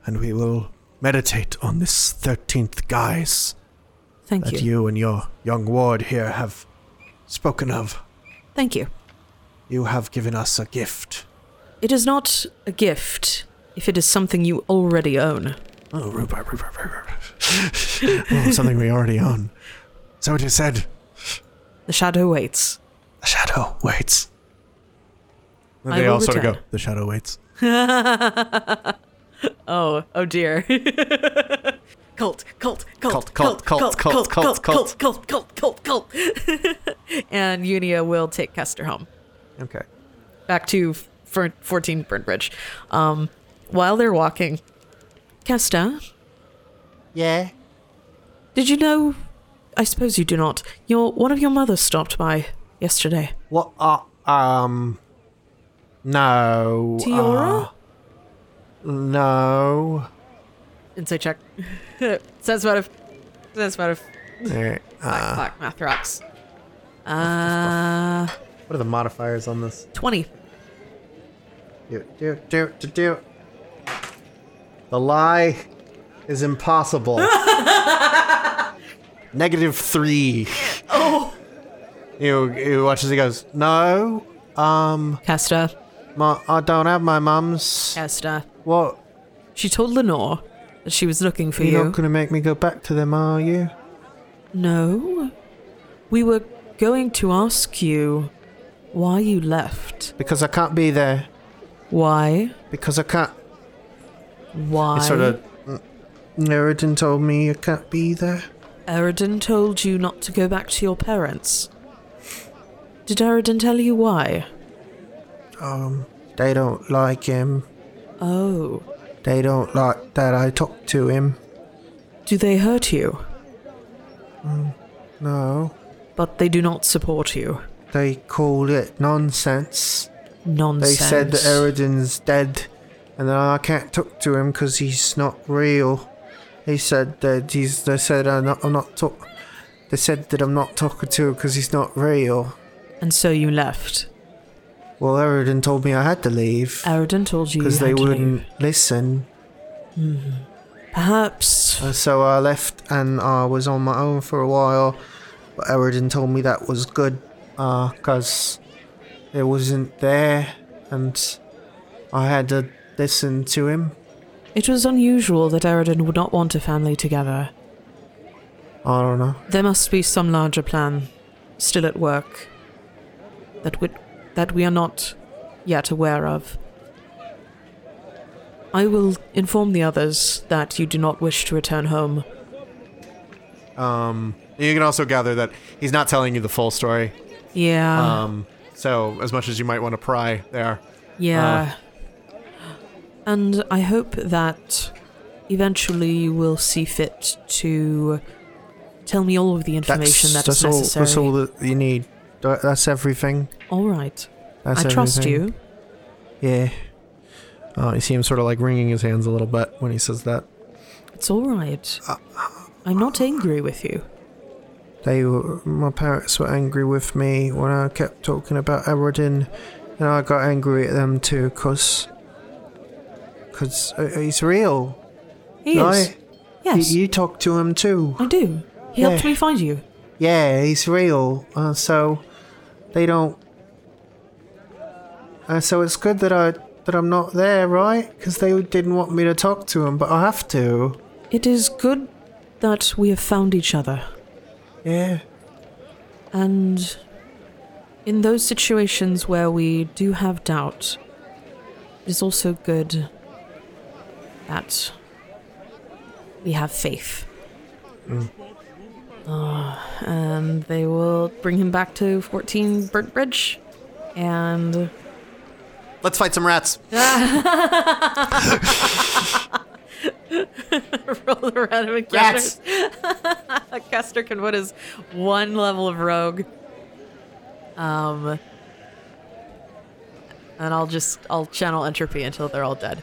[SPEAKER 1] and we will meditate on this thirteenth guise
[SPEAKER 3] Thank
[SPEAKER 1] that
[SPEAKER 3] you.
[SPEAKER 1] you and your young ward here have spoken of.
[SPEAKER 3] Thank you.
[SPEAKER 1] You have given us a gift.
[SPEAKER 3] It is not a gift. If it is something you already own.
[SPEAKER 1] Oh, rhubarb, rhubarb, rhubarb. oh, something we already own. So it is said.
[SPEAKER 3] The shadow waits.
[SPEAKER 1] The shadow waits.
[SPEAKER 3] I
[SPEAKER 1] They
[SPEAKER 3] will
[SPEAKER 1] all sort of
[SPEAKER 3] return.
[SPEAKER 1] go. The shadow waits.
[SPEAKER 3] Oh, oh dear. (laughs) cult, cult,
[SPEAKER 1] Cult,
[SPEAKER 3] cult,
[SPEAKER 1] cult, cult, cult, cult,
[SPEAKER 3] cult, cult, cult, cult, cult. (laughs) and Unia will take Kester home.
[SPEAKER 1] Okay.
[SPEAKER 3] back to f- for 14 Burnt Bridge. Um, while they're walking, Kesta,
[SPEAKER 1] Yeah.
[SPEAKER 3] did you know? I suppose you do not. Your one of your mothers stopped by yesterday.
[SPEAKER 1] What? Uh, um. No. Ah.
[SPEAKER 3] Tiora?
[SPEAKER 1] Uh, no.
[SPEAKER 3] Insight check. (laughs) Says about if. Says about if.
[SPEAKER 1] Eh, uh,
[SPEAKER 3] Fuck, math rocks. Uh,
[SPEAKER 1] what are the modifiers on this?
[SPEAKER 3] 20.
[SPEAKER 1] Do, do, do, do, do. The lie is impossible. Negative three. Oh. You, you watch as he goes, No,
[SPEAKER 3] Kesta.
[SPEAKER 1] my, I don't have my mum's.
[SPEAKER 3] Kesta.
[SPEAKER 1] What?
[SPEAKER 3] She told Lenore that she was looking for
[SPEAKER 1] You're
[SPEAKER 3] you.
[SPEAKER 1] not going to make me go back to them, are you?
[SPEAKER 3] no. We were going to ask you why you left.
[SPEAKER 1] Because I can't be there.
[SPEAKER 3] Why?
[SPEAKER 1] Because I can't.
[SPEAKER 3] Why?
[SPEAKER 1] It's sort of. Eridan told me I can't be there.
[SPEAKER 3] Eridan told you not to go back to your parents. Did Eridan tell you why?
[SPEAKER 1] They don't like him.
[SPEAKER 3] Oh.
[SPEAKER 1] They don't like that I talk to him.
[SPEAKER 3] Do they hurt you?
[SPEAKER 1] No.
[SPEAKER 3] But they do not support you.
[SPEAKER 1] They called it nonsense. They
[SPEAKER 3] Nonsense.
[SPEAKER 1] said that Eridan's dead and that I can't talk to him because he's not real. They said that he's. They said I'm not. I'm not talk. They said that I'm not talking to him because he's not real.
[SPEAKER 3] And so you left.
[SPEAKER 1] Well, Eridan told me I had to leave
[SPEAKER 3] Eridan told Oh, you you
[SPEAKER 1] because they
[SPEAKER 3] had to
[SPEAKER 1] wouldn't
[SPEAKER 3] leave.
[SPEAKER 1] listen.
[SPEAKER 3] Perhaps.
[SPEAKER 1] Uh, So I left and I was on my own for a while. But Eridan told me that was good because it wasn't there and I had to listen to him.
[SPEAKER 3] It was unusual that Eridan would not want a family together.
[SPEAKER 1] I don't know.
[SPEAKER 3] There must be some larger plan still at work that we, that we are not yet aware of. I will inform the others that you do not wish to return home.
[SPEAKER 1] Um, You can also gather that he's not telling you the full story.
[SPEAKER 3] Yeah.
[SPEAKER 1] Um, so as much as you might want to pry there,
[SPEAKER 3] yeah. and I hope that eventually you will see fit to tell me all of the information that's, necessary.
[SPEAKER 1] that's all that you need. Tha- That's everything.
[SPEAKER 3] all right.
[SPEAKER 1] That's
[SPEAKER 3] I trust
[SPEAKER 1] everything.
[SPEAKER 3] you.
[SPEAKER 1] Yeah. Uh, you see him sort of like wringing his hands a little bit when he says that.
[SPEAKER 3] It's all right.
[SPEAKER 1] Ah,
[SPEAKER 3] I'm not angry with you.
[SPEAKER 1] They were, my parents were angry with me when I kept talking about Erodin, and I got angry at them too, cause, cause uh, he's real,
[SPEAKER 3] He is.
[SPEAKER 1] right? Y-
[SPEAKER 3] Yes,
[SPEAKER 1] You talk to him too.
[SPEAKER 3] I do. He
[SPEAKER 1] Yeah.
[SPEAKER 3] helped me find you.
[SPEAKER 1] Yeah, he's real. Uh, so, they don't. Uh, so it's good that I that I'm not there, right? Cause they didn't want me to talk to him, but I have to.
[SPEAKER 3] It is good that we have found each other.
[SPEAKER 1] Yeah.
[SPEAKER 3] And in those situations where we do have doubt, it is also good that we have faith. Ah, and they will bring him back to 14 Burnt Bridge. And
[SPEAKER 1] Let's fight some rats.
[SPEAKER 3] roll the random encounters. (laughs) Kester can put his one level of rogue. Um, and I'll just I'll channel entropy until they're all dead.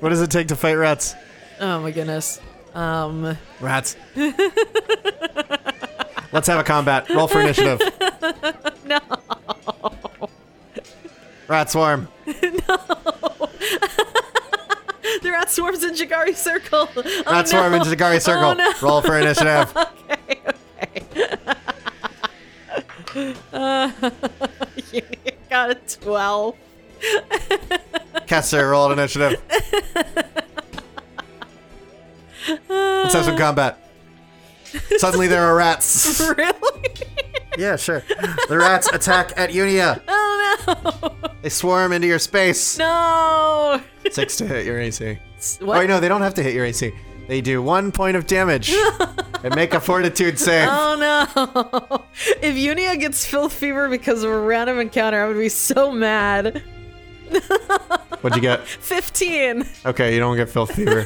[SPEAKER 1] What does it take to fight rats?
[SPEAKER 3] Oh my (laughs) goodness. Um,
[SPEAKER 1] Rats. Let's have a combat. Roll for initiative.
[SPEAKER 3] (laughs)
[SPEAKER 1] no. Rat swarm.
[SPEAKER 3] the rat swarms in Jagari Circle. (laughs) Oh,
[SPEAKER 1] Rat swarm into the Gari circle.
[SPEAKER 3] Oh, no.
[SPEAKER 1] Roll for initiative.
[SPEAKER 3] Got a twelve.
[SPEAKER 1] Kessler, roll an initiative. Let's have some
[SPEAKER 3] (laughs)
[SPEAKER 1] combat. Suddenly there are rats.
[SPEAKER 3] (laughs) really?
[SPEAKER 1] Yeah, sure. The rats attack at Unia. Oh no! They swarm into your space.
[SPEAKER 3] No.
[SPEAKER 1] Six to hit your AC.
[SPEAKER 3] what?
[SPEAKER 1] Oh wait, no, they don't have to hit your AC. They do one point of
[SPEAKER 3] (laughs)
[SPEAKER 1] damage and make a fortitude save.
[SPEAKER 3] Oh no. (laughs) If Unia gets filth fever because of a random encounter, I would be so mad.
[SPEAKER 1] What'd you get?
[SPEAKER 3] 15.
[SPEAKER 1] Okay, you don't get filth
[SPEAKER 3] (laughs)
[SPEAKER 1] fever.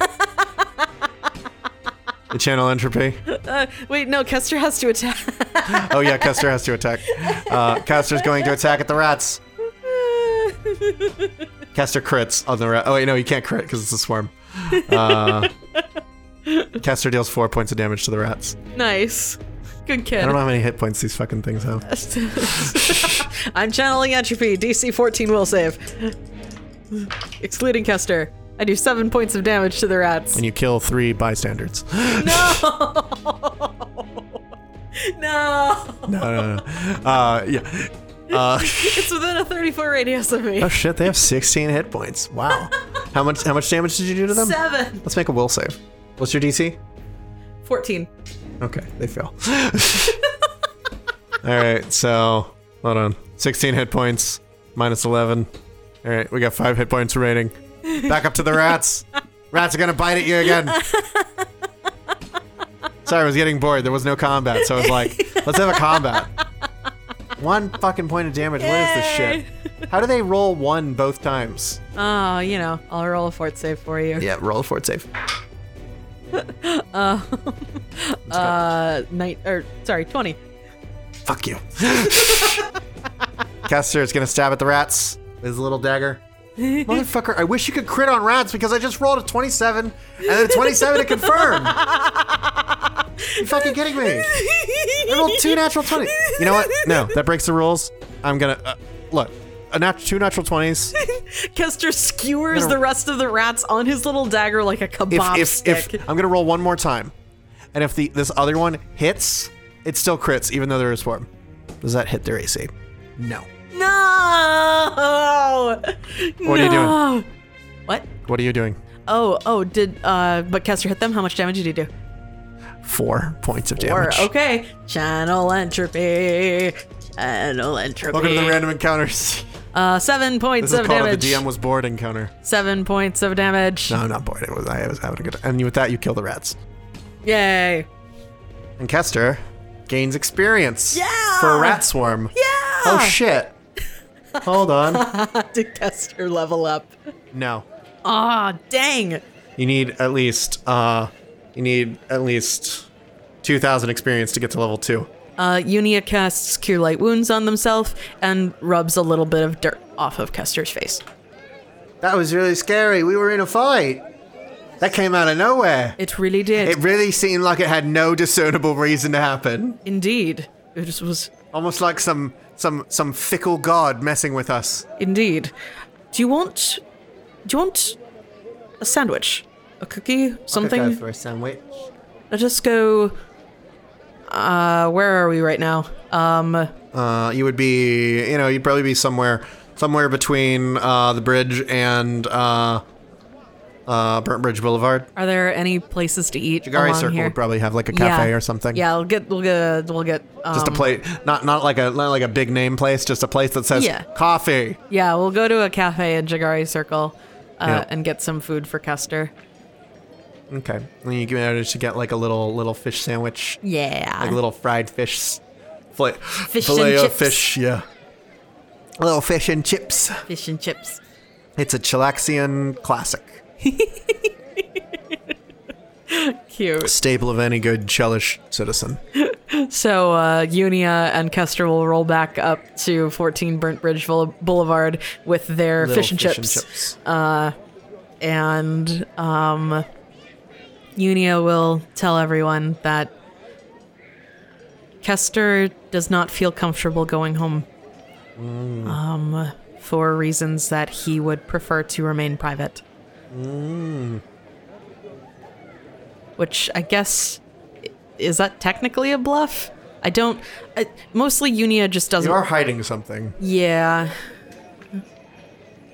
[SPEAKER 1] the channel entropy.
[SPEAKER 3] Uh, wait, no, Kester has to attack. (laughs)
[SPEAKER 1] Oh yeah, Kester has to attack. Uh, Kester's going to attack at the rats. Kester crits on the rat. Oh wait, no, you can't crit because it's a swarm. Uh, Kester deals four points of damage to the rats.
[SPEAKER 3] nice. Good kid.
[SPEAKER 1] I don't know how many hit points these fucking things have.
[SPEAKER 3] (laughs) I'm channeling entropy. DC 14 will save. Excluding Kester. I do seven points of damage to the rats.
[SPEAKER 1] (laughs) And you kill three bystanders. (gasps)
[SPEAKER 3] (laughs) No!
[SPEAKER 1] no, no, no. Uh, yeah.
[SPEAKER 3] It's within a 30 foot radius of me.
[SPEAKER 1] Oh shit, they have 16 hit points. Wow. How much? How much damage did you do to them?
[SPEAKER 3] Seven.
[SPEAKER 1] Let's make a will save. What's your DC?
[SPEAKER 3] 14.
[SPEAKER 1] Okay, they fail. All right, so hold on. 16 hit points minus 11. All right, we got five hit points remaining. Back up to the rats. rats are gonna bite at you again. Sorry, I was getting bored. There was no combat, so I was like, let's have a combat. One fucking point of damage. What is this shit? How do they roll one both times?
[SPEAKER 3] Oh, you know, I'll roll a fort save for you.
[SPEAKER 1] Yeah, roll a fort save.
[SPEAKER 3] Uh, night, or sorry, 20.
[SPEAKER 1] Fuck (laughs) you. Kester is gonna stab at the rats with his little dagger. Motherfucker, I wish you could crit on rats because I just rolled a 27 and then a 27 to confirm. you fucking kidding me. I rolled two
[SPEAKER 3] (laughs)
[SPEAKER 1] natural 20s. You know what? No, that breaks the rules. I'm gonna. Uh, look, a nat- two natural 20s.
[SPEAKER 3] Kester skewers the rest of the rats on his little dagger like a
[SPEAKER 1] If,
[SPEAKER 3] kebab
[SPEAKER 1] if,
[SPEAKER 3] stick.
[SPEAKER 1] if, I'm gonna roll one more time. And if the this other one hits, it still crits even though there is swarm. Does that hit their AC? No.
[SPEAKER 3] no!
[SPEAKER 1] What are you doing?
[SPEAKER 3] What?
[SPEAKER 1] What are you doing?
[SPEAKER 3] Oh, oh, did, uh, but Kester hit them? How much damage did he do?
[SPEAKER 1] Four points of
[SPEAKER 3] Or,
[SPEAKER 1] damage.
[SPEAKER 3] okay. Channel entropy. Channel entropy.
[SPEAKER 1] Welcome to the random encounters. (laughs)
[SPEAKER 3] uh, seven points
[SPEAKER 1] This is
[SPEAKER 3] of
[SPEAKER 1] called
[SPEAKER 3] damage.
[SPEAKER 1] the DM was bored encounter.
[SPEAKER 3] Seven points of damage.
[SPEAKER 1] No, I'm not bored. It was I was having a good time. And with that, you kill the rats.
[SPEAKER 3] Yay.
[SPEAKER 1] And Kester gains experience for a rat swarm. Yeah. Oh shit. Hold on. (laughs)
[SPEAKER 3] Did Kester level up?
[SPEAKER 1] No,
[SPEAKER 3] Ah, dang.
[SPEAKER 1] you need at least uh, you need at least two thousand experience to get to level two.
[SPEAKER 3] Uh, Unia casts Cure Light Wounds on themselves and rubs a little bit of dirt off of Kester's face.
[SPEAKER 1] That was really scary. We were in a fight. That came out of nowhere.
[SPEAKER 3] It really did.
[SPEAKER 1] It really seemed like it had no discernible reason to happen.
[SPEAKER 3] indeed. It just was.
[SPEAKER 1] Almost like some some some fickle god messing with us.
[SPEAKER 3] Indeed. Do you want. Do you want a sandwich? A cookie?
[SPEAKER 1] Go
[SPEAKER 3] Something?
[SPEAKER 1] for a sandwich.
[SPEAKER 3] Let us go. Uh, where are we right now? Um,
[SPEAKER 1] Uh, you would be, you know, you'd probably be somewhere, somewhere between uh, the bridge and uh, uh, Burnt Bridge Boulevard.
[SPEAKER 3] are there any places to eat
[SPEAKER 1] Gari
[SPEAKER 3] along
[SPEAKER 1] Circle
[SPEAKER 3] here?
[SPEAKER 1] would probably have like a cafe
[SPEAKER 3] Yeah.
[SPEAKER 1] or something.
[SPEAKER 3] Yeah, we'll get we'll get we'll get um,
[SPEAKER 1] Just a place, not not like a not like a big name place, just a place that says
[SPEAKER 3] Yeah.
[SPEAKER 1] coffee.
[SPEAKER 3] Yeah, we'll go to a cafe in Jagari Circle uh,
[SPEAKER 1] Yeah.
[SPEAKER 3] and get some food for Kester.
[SPEAKER 1] Okay, and you can manage to get like a little little fish sandwich,
[SPEAKER 2] Yeah.
[SPEAKER 1] like a little fried fish, s- fla-
[SPEAKER 2] Fish and
[SPEAKER 1] fillet of
[SPEAKER 2] chips.
[SPEAKER 1] fish, yeah. Little fish and chips.
[SPEAKER 2] Fish and chips.
[SPEAKER 1] It's a Chilaxian classic.
[SPEAKER 3] Cute.
[SPEAKER 1] staple of any good Chelish citizen.
[SPEAKER 3] So uh, Unia and Kester will roll back up to 14 Burnt Bridge Boule- Boulevard with their
[SPEAKER 1] Little
[SPEAKER 3] fish, and, chips. Um, and um, Unia will tell everyone that Kester does not feel comfortable going home um, for reasons that he would prefer to remain private. Which I guess i- is that technically a bluff? I don't. I, mostly Unia just doesn't.
[SPEAKER 1] You are hiding something.
[SPEAKER 3] Yeah.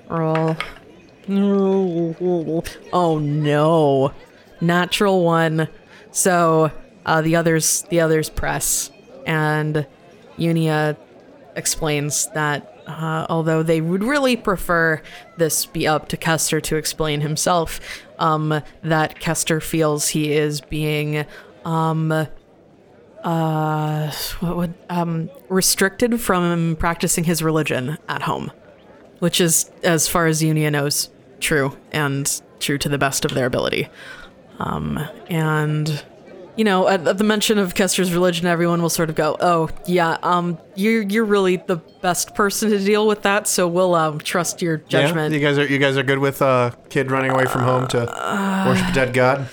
[SPEAKER 3] Roll. Oh no. Natural one. So uh, the others the others press and Unia explains that uh, although they would really prefer this be up to Kester to explain himself, um, that Kester feels he is being um, what would um, restricted from practicing his religion at home, which is, as far as Unia knows, true and true to the best of their ability. Um, and you know, at, at the mention of Kester's religion, everyone will sort of go, "Oh, yeah, um, you're you're really the best person to deal with that, so we'll um, trust your judgment."
[SPEAKER 1] Yeah? You guys are you guys are good with uh, kid running away from home to worship a dead god.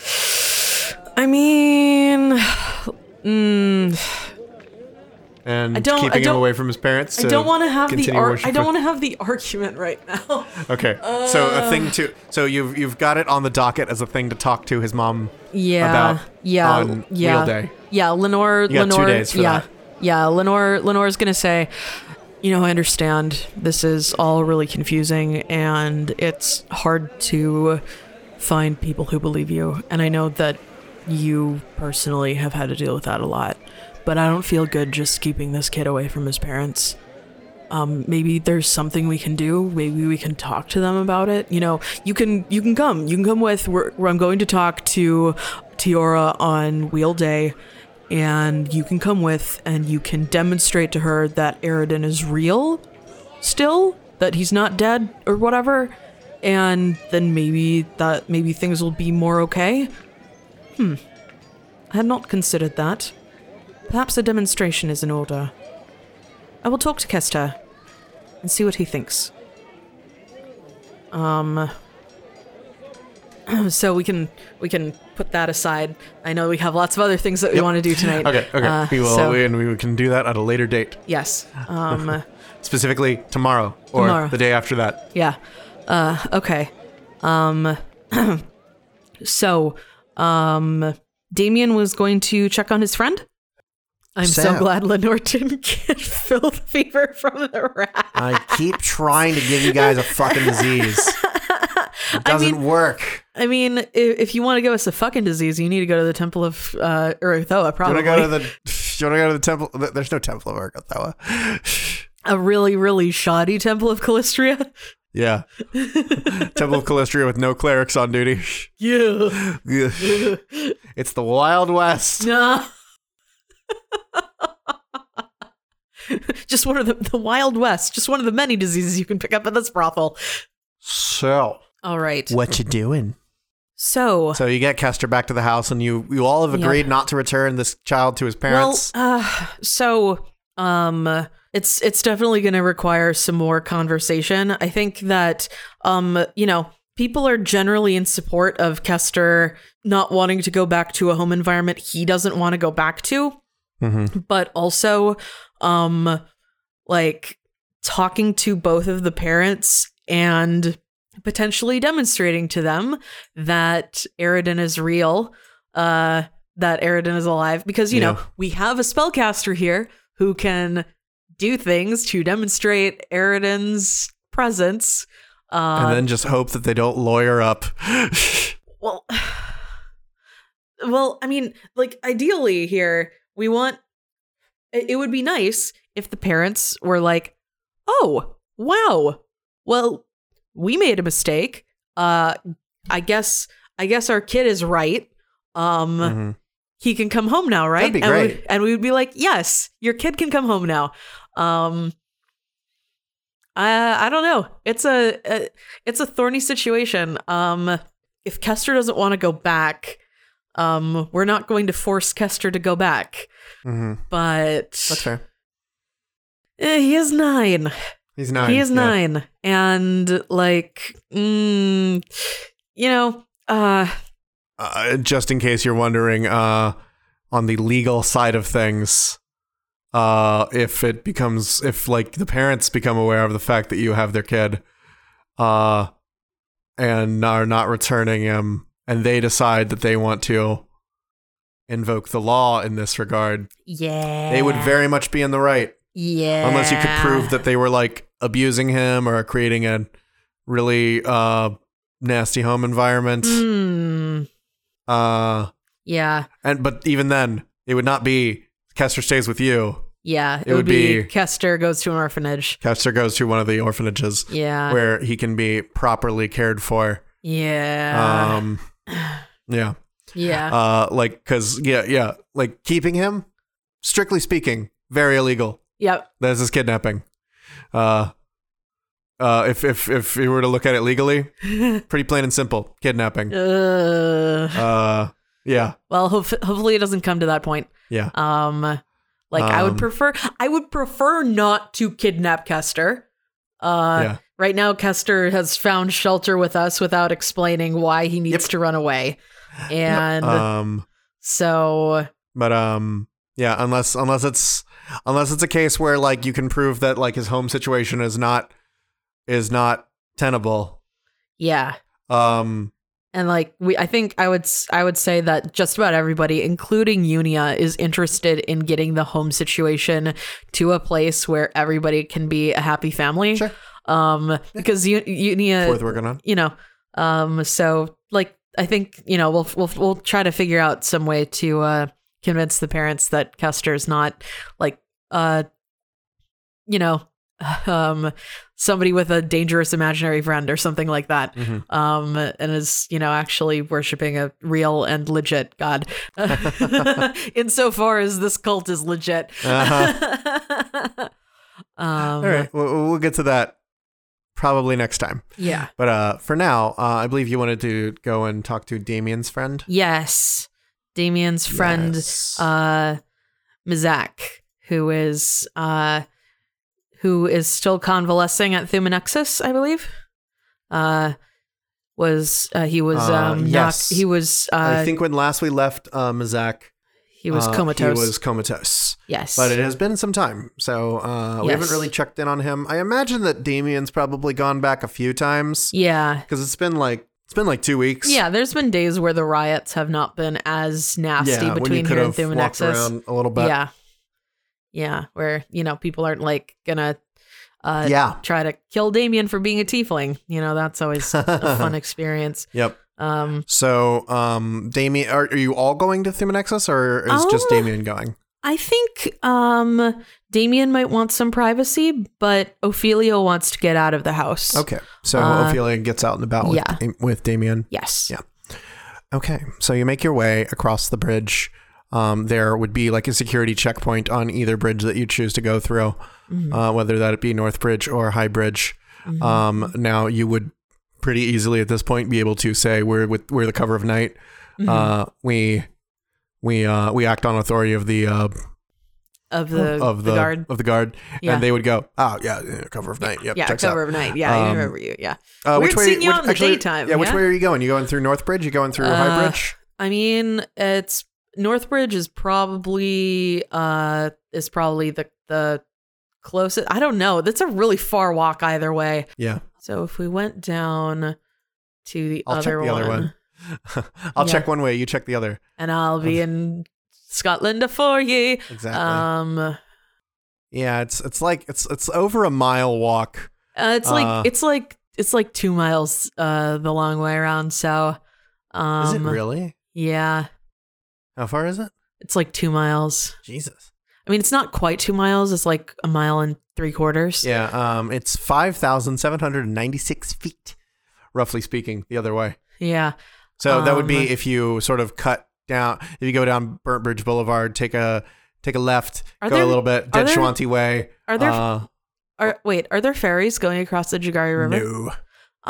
[SPEAKER 3] I mean,
[SPEAKER 1] and
[SPEAKER 3] don't-
[SPEAKER 1] keeping
[SPEAKER 3] I
[SPEAKER 1] him
[SPEAKER 3] don't-
[SPEAKER 1] away from his parents.
[SPEAKER 3] I don't want to have the
[SPEAKER 1] continue
[SPEAKER 3] ar-
[SPEAKER 1] worship
[SPEAKER 3] I don't
[SPEAKER 1] with-
[SPEAKER 3] want to have the (laughs) argument right now.
[SPEAKER 1] Okay, so
[SPEAKER 3] Uh.
[SPEAKER 1] a thing to so you've you've got it on the docket as a thing to talk to his mom.
[SPEAKER 3] yeah,
[SPEAKER 1] about
[SPEAKER 3] yeah,
[SPEAKER 1] on
[SPEAKER 3] yeah,
[SPEAKER 1] wheel day.
[SPEAKER 3] Yeah, Lenore.
[SPEAKER 1] You got two
[SPEAKER 3] Lenore.
[SPEAKER 1] days for
[SPEAKER 3] yeah,
[SPEAKER 1] that.
[SPEAKER 3] yeah. Lenore. Lenore's gonna say, you know, I understand this is all really confusing, and it's hard to find people who believe you. And I know that you personally have had to deal with that a lot, but I don't feel good just keeping this kid away from his parents. Um, maybe there's something we can do. Maybe we can talk to them about it. You know, you can you can come. You can come with. We're, I'm going to talk to Tiora on Wheel Day, and you can come with, and you can demonstrate to her that Aridin is real, still that he's not dead or whatever, and then maybe that maybe things will be more okay. Hmm, I had not considered that. Perhaps a demonstration is in order. I will talk to Kester and see what he thinks. Um. (clears throat) So we can we can put that aside. I know we have lots of other things that we want to do tonight.
[SPEAKER 1] Okay, okay,
[SPEAKER 3] Uh,
[SPEAKER 1] we will
[SPEAKER 3] so-
[SPEAKER 1] we, and we can do that at a later date,
[SPEAKER 3] yes.
[SPEAKER 1] (laughs)
[SPEAKER 3] Um.
[SPEAKER 1] specifically tomorrow or
[SPEAKER 3] Tomorrow.
[SPEAKER 1] the day after that.
[SPEAKER 3] yeah. Uh. Okay. Um. (clears throat) so, um, Damien was going to check on his friend. I'm
[SPEAKER 5] Sam.
[SPEAKER 3] so glad Lenore didn't (laughs) get filth fever from the rat.
[SPEAKER 5] I keep trying to give you guys a
[SPEAKER 3] (laughs)
[SPEAKER 5] fucking disease. It doesn't work.
[SPEAKER 3] I mean, if, if you want to give us a fucking disease, you need to go to the temple of uh,
[SPEAKER 1] Do
[SPEAKER 3] Uruthoa, probably.
[SPEAKER 1] you want to go to the? Do you want to go to the temple? th- There's no temple of Argathawa.
[SPEAKER 3] a really, really shoddy temple of (laughs) Calistria.
[SPEAKER 1] (laughs) Yeah, temple of Calistria with no clerics on
[SPEAKER 3] (laughs)
[SPEAKER 1] duty.
[SPEAKER 3] Yeah.
[SPEAKER 1] it's the Wild West.
[SPEAKER 3] Nah. (laughs) just one of the, the Wild West, just one of the many diseases you can pick up at this brothel.
[SPEAKER 1] So
[SPEAKER 3] All right.
[SPEAKER 1] what you doing?
[SPEAKER 3] So,
[SPEAKER 1] So you get Kester back to the house, and you you all have agreed not to return this child to his parents.
[SPEAKER 3] well, uh, so um, it's it's definitely going to require some more conversation. I think that um, you know, people are generally in support of Kester not wanting to go back to a home environment he doesn't want to go back to.
[SPEAKER 1] Mm-hmm.
[SPEAKER 3] but also um like talking to both of the parents and potentially demonstrating to them that Aridin is real, uh that Aridin is alive because you know,
[SPEAKER 1] Yeah.
[SPEAKER 3] we have a spellcaster here who can do things to demonstrate Aridin's presence. Uh
[SPEAKER 1] and then just hope that they don't lawyer up. (laughs)
[SPEAKER 3] well (sighs) well i mean like ideally here we want it it would be nice if the parents were like oh wow well we made a mistake uh i guess i guess our kid is right um
[SPEAKER 1] Mhm.
[SPEAKER 3] he can come home now right
[SPEAKER 1] That'd be
[SPEAKER 3] and, we-
[SPEAKER 1] great.
[SPEAKER 3] and we would be like yes your kid can come home now um I I don't know. It's a, a it's a thorny situation. Um, if Kester doesn't want to go back, um, we're not going to force Kester to go back.
[SPEAKER 1] Mhm.
[SPEAKER 3] But
[SPEAKER 1] That's fair.
[SPEAKER 3] Eh, he is nine.
[SPEAKER 1] He's nine.
[SPEAKER 3] He is
[SPEAKER 1] yeah.
[SPEAKER 3] nine, and like, mm, you know, uh,
[SPEAKER 1] Uh, just in case you're wondering, uh, on the legal side of things, uh, if it becomes, if like the parents become aware of the fact that you have their kid, uh, and are not returning him, and they decide that they want to invoke the law in this regard,
[SPEAKER 2] Yeah.
[SPEAKER 1] they would very much be in the right,
[SPEAKER 2] Yeah.
[SPEAKER 1] unless you could prove that they were like abusing him or creating a really uh, nasty home environment.
[SPEAKER 2] Mm.
[SPEAKER 3] Hmm.
[SPEAKER 1] Uh,
[SPEAKER 3] Yeah.
[SPEAKER 1] and but even then, it would not be Kester stays with you.
[SPEAKER 3] Yeah. It,
[SPEAKER 1] would be-
[SPEAKER 3] Kester goes to an orphanage.
[SPEAKER 1] Kester goes to one of the orphanages
[SPEAKER 3] Yeah.
[SPEAKER 1] where he can be properly cared for.
[SPEAKER 3] yeah.
[SPEAKER 1] Um,
[SPEAKER 3] (sighs)
[SPEAKER 1] yeah.
[SPEAKER 3] yeah.
[SPEAKER 1] Uh, like, cause yeah, yeah, like keeping him, strictly speaking, very illegal. (laughs)
[SPEAKER 3] yep.
[SPEAKER 1] This is kidnapping. Uh, uh, if if if you were to look at it legally,
[SPEAKER 3] (laughs)
[SPEAKER 1] pretty plain and simple, kidnapping.
[SPEAKER 3] Uh,
[SPEAKER 1] Uh, yeah,
[SPEAKER 3] well, hof- hopefully it doesn't come to that point.
[SPEAKER 1] yeah,
[SPEAKER 3] Um, like I
[SPEAKER 1] Um,
[SPEAKER 3] would prefer, I would prefer not to kidnap Kester. Uh,
[SPEAKER 1] yeah.
[SPEAKER 3] right now Kester has found shelter with us without explaining why he needs to run away, and
[SPEAKER 1] Um,
[SPEAKER 3] so
[SPEAKER 1] but um, yeah, unless unless it's unless it's a case where like you can prove that like his home situation is not is not tenable.
[SPEAKER 3] yeah.
[SPEAKER 1] Um,
[SPEAKER 3] And like we, I think I would s- I would say that just about everybody, including Unia, is interested in getting the home situation to a place where everybody can be a happy family.
[SPEAKER 1] Sure.
[SPEAKER 3] Um, because U- Unia,
[SPEAKER 1] worth working on.
[SPEAKER 3] you know um so like i think you know we'll we'll we'll try to figure out some way to uh convince the parents that Kester's not like uh you know (laughs) um somebody with a dangerous imaginary friend or something like that
[SPEAKER 1] Mhm.
[SPEAKER 3] um and is you know actually worshiping a real and legit
[SPEAKER 1] (laughs)
[SPEAKER 3] god (laughs) insofar as this cult is legit um
[SPEAKER 1] Uh-huh.
[SPEAKER 3] (laughs)
[SPEAKER 1] All right, we'll, we'll get to that probably next time.
[SPEAKER 3] yeah
[SPEAKER 1] But uh, for now, uh, I believe you wanted to go and talk to Damien's friend.
[SPEAKER 3] Yes. Damien's friend,
[SPEAKER 1] Yes.
[SPEAKER 3] uh, Mizak, who is uh, who is still convalescing at Thumanexus, I believe. Uh, was uh, he was
[SPEAKER 1] Uh,
[SPEAKER 3] um, knock-
[SPEAKER 1] yes.
[SPEAKER 3] he was uh,
[SPEAKER 1] I think when last we left uh, Mazak,
[SPEAKER 3] he was
[SPEAKER 1] uh,
[SPEAKER 3] comatose.
[SPEAKER 1] He was comatose.
[SPEAKER 3] yes.
[SPEAKER 1] But it has been some time, so uh, we
[SPEAKER 3] Yes.
[SPEAKER 1] haven't really checked in on him. I imagine that Damien's probably gone back a few times
[SPEAKER 3] yeah.
[SPEAKER 1] because it's been like it's been like two weeks.
[SPEAKER 3] Yeah, there's been days where the riots have not been as nasty
[SPEAKER 1] yeah. when you
[SPEAKER 3] between
[SPEAKER 1] could
[SPEAKER 3] here and
[SPEAKER 1] have walked
[SPEAKER 3] Thumanexus.
[SPEAKER 1] around a little bit.
[SPEAKER 3] yeah. Yeah, where, you know, people aren't like gonna uh
[SPEAKER 1] Yeah.
[SPEAKER 3] try to kill Damien for being a tiefling. You know,
[SPEAKER 1] (laughs)
[SPEAKER 3] that's always a fun experience.
[SPEAKER 1] Yep.
[SPEAKER 3] Um
[SPEAKER 1] So, um, Damien, are, are you all going to Thumanexus, or is just
[SPEAKER 3] Um,
[SPEAKER 1] Damien going?
[SPEAKER 3] I think um Damien might want some privacy, but Ophelia wants to get out of the house.
[SPEAKER 1] Okay. So
[SPEAKER 3] Uh,
[SPEAKER 1] Ophelia gets out and about with,
[SPEAKER 3] yeah.
[SPEAKER 1] Dam- with Damien.
[SPEAKER 3] Yes.
[SPEAKER 1] Yeah. Okay. So you make your way across the bridge. Um, there would be like a security checkpoint on either bridge that you choose to go through,
[SPEAKER 3] Mm-hmm.
[SPEAKER 1] uh, whether that it be North Bridge or High Bridge. Um, now you would pretty easily at this point be able to say we're with we're the cover of night.
[SPEAKER 3] Mm-hmm.
[SPEAKER 1] Uh, we we uh, we act on authority of the uh,
[SPEAKER 3] Of the
[SPEAKER 1] of the,
[SPEAKER 3] guard.
[SPEAKER 1] of the guard,
[SPEAKER 3] Yeah.
[SPEAKER 1] and they would go, oh yeah, yeah, cover of night. Yep,
[SPEAKER 3] yeah,
[SPEAKER 1] checks
[SPEAKER 3] cover
[SPEAKER 1] out.
[SPEAKER 3] of night. Yeah, I
[SPEAKER 1] Um,
[SPEAKER 3] remember you. Yeah.
[SPEAKER 1] Uh,
[SPEAKER 3] Weird
[SPEAKER 1] which way?
[SPEAKER 3] seeing you
[SPEAKER 1] which-
[SPEAKER 3] out in the
[SPEAKER 1] actually-
[SPEAKER 3] daytime,
[SPEAKER 1] Yeah, which
[SPEAKER 3] yeah?
[SPEAKER 1] way are you going? You going through North Bridge? You going through High
[SPEAKER 3] Uh,
[SPEAKER 1] Bridge?
[SPEAKER 3] I mean, it's Northbridge is probably uh is probably the the closest. I don't know. That's a really far walk either way.
[SPEAKER 1] Yeah,
[SPEAKER 3] So if we went down to the,
[SPEAKER 1] I'll
[SPEAKER 3] other,
[SPEAKER 1] check the
[SPEAKER 3] one,
[SPEAKER 1] other one. (laughs) I'll
[SPEAKER 3] Yeah.
[SPEAKER 1] check one way. You check the other.
[SPEAKER 3] and I'll be in Scotland for ye.
[SPEAKER 1] Exactly.
[SPEAKER 3] Um, uh,
[SPEAKER 1] yeah, it's it's like it's it's over a mile walk.
[SPEAKER 3] it's like
[SPEAKER 1] Uh,
[SPEAKER 3] it's like it's like two miles uh the long way around. So, um,
[SPEAKER 1] is it really?
[SPEAKER 3] yeah,
[SPEAKER 1] How far is it?
[SPEAKER 3] it's like two miles.
[SPEAKER 1] Jesus.
[SPEAKER 3] I mean, it's not quite two miles. It's like a mile and three quarters.
[SPEAKER 1] Yeah. Um, it's five thousand seven hundred ninety six feet, roughly speaking, the other way.
[SPEAKER 3] Yeah.
[SPEAKER 1] So that would
[SPEAKER 3] Um,
[SPEAKER 1] be if you sort of cut down. If you go down Burnt Bridge Boulevard, take a take a left,
[SPEAKER 3] Are
[SPEAKER 1] go
[SPEAKER 3] there-
[SPEAKER 1] a little bit,
[SPEAKER 3] are
[SPEAKER 1] dead
[SPEAKER 3] there-
[SPEAKER 1] Shawanti way.
[SPEAKER 3] Are there
[SPEAKER 1] uh,
[SPEAKER 3] are wait, are there ferries going across the Jagari River?
[SPEAKER 1] no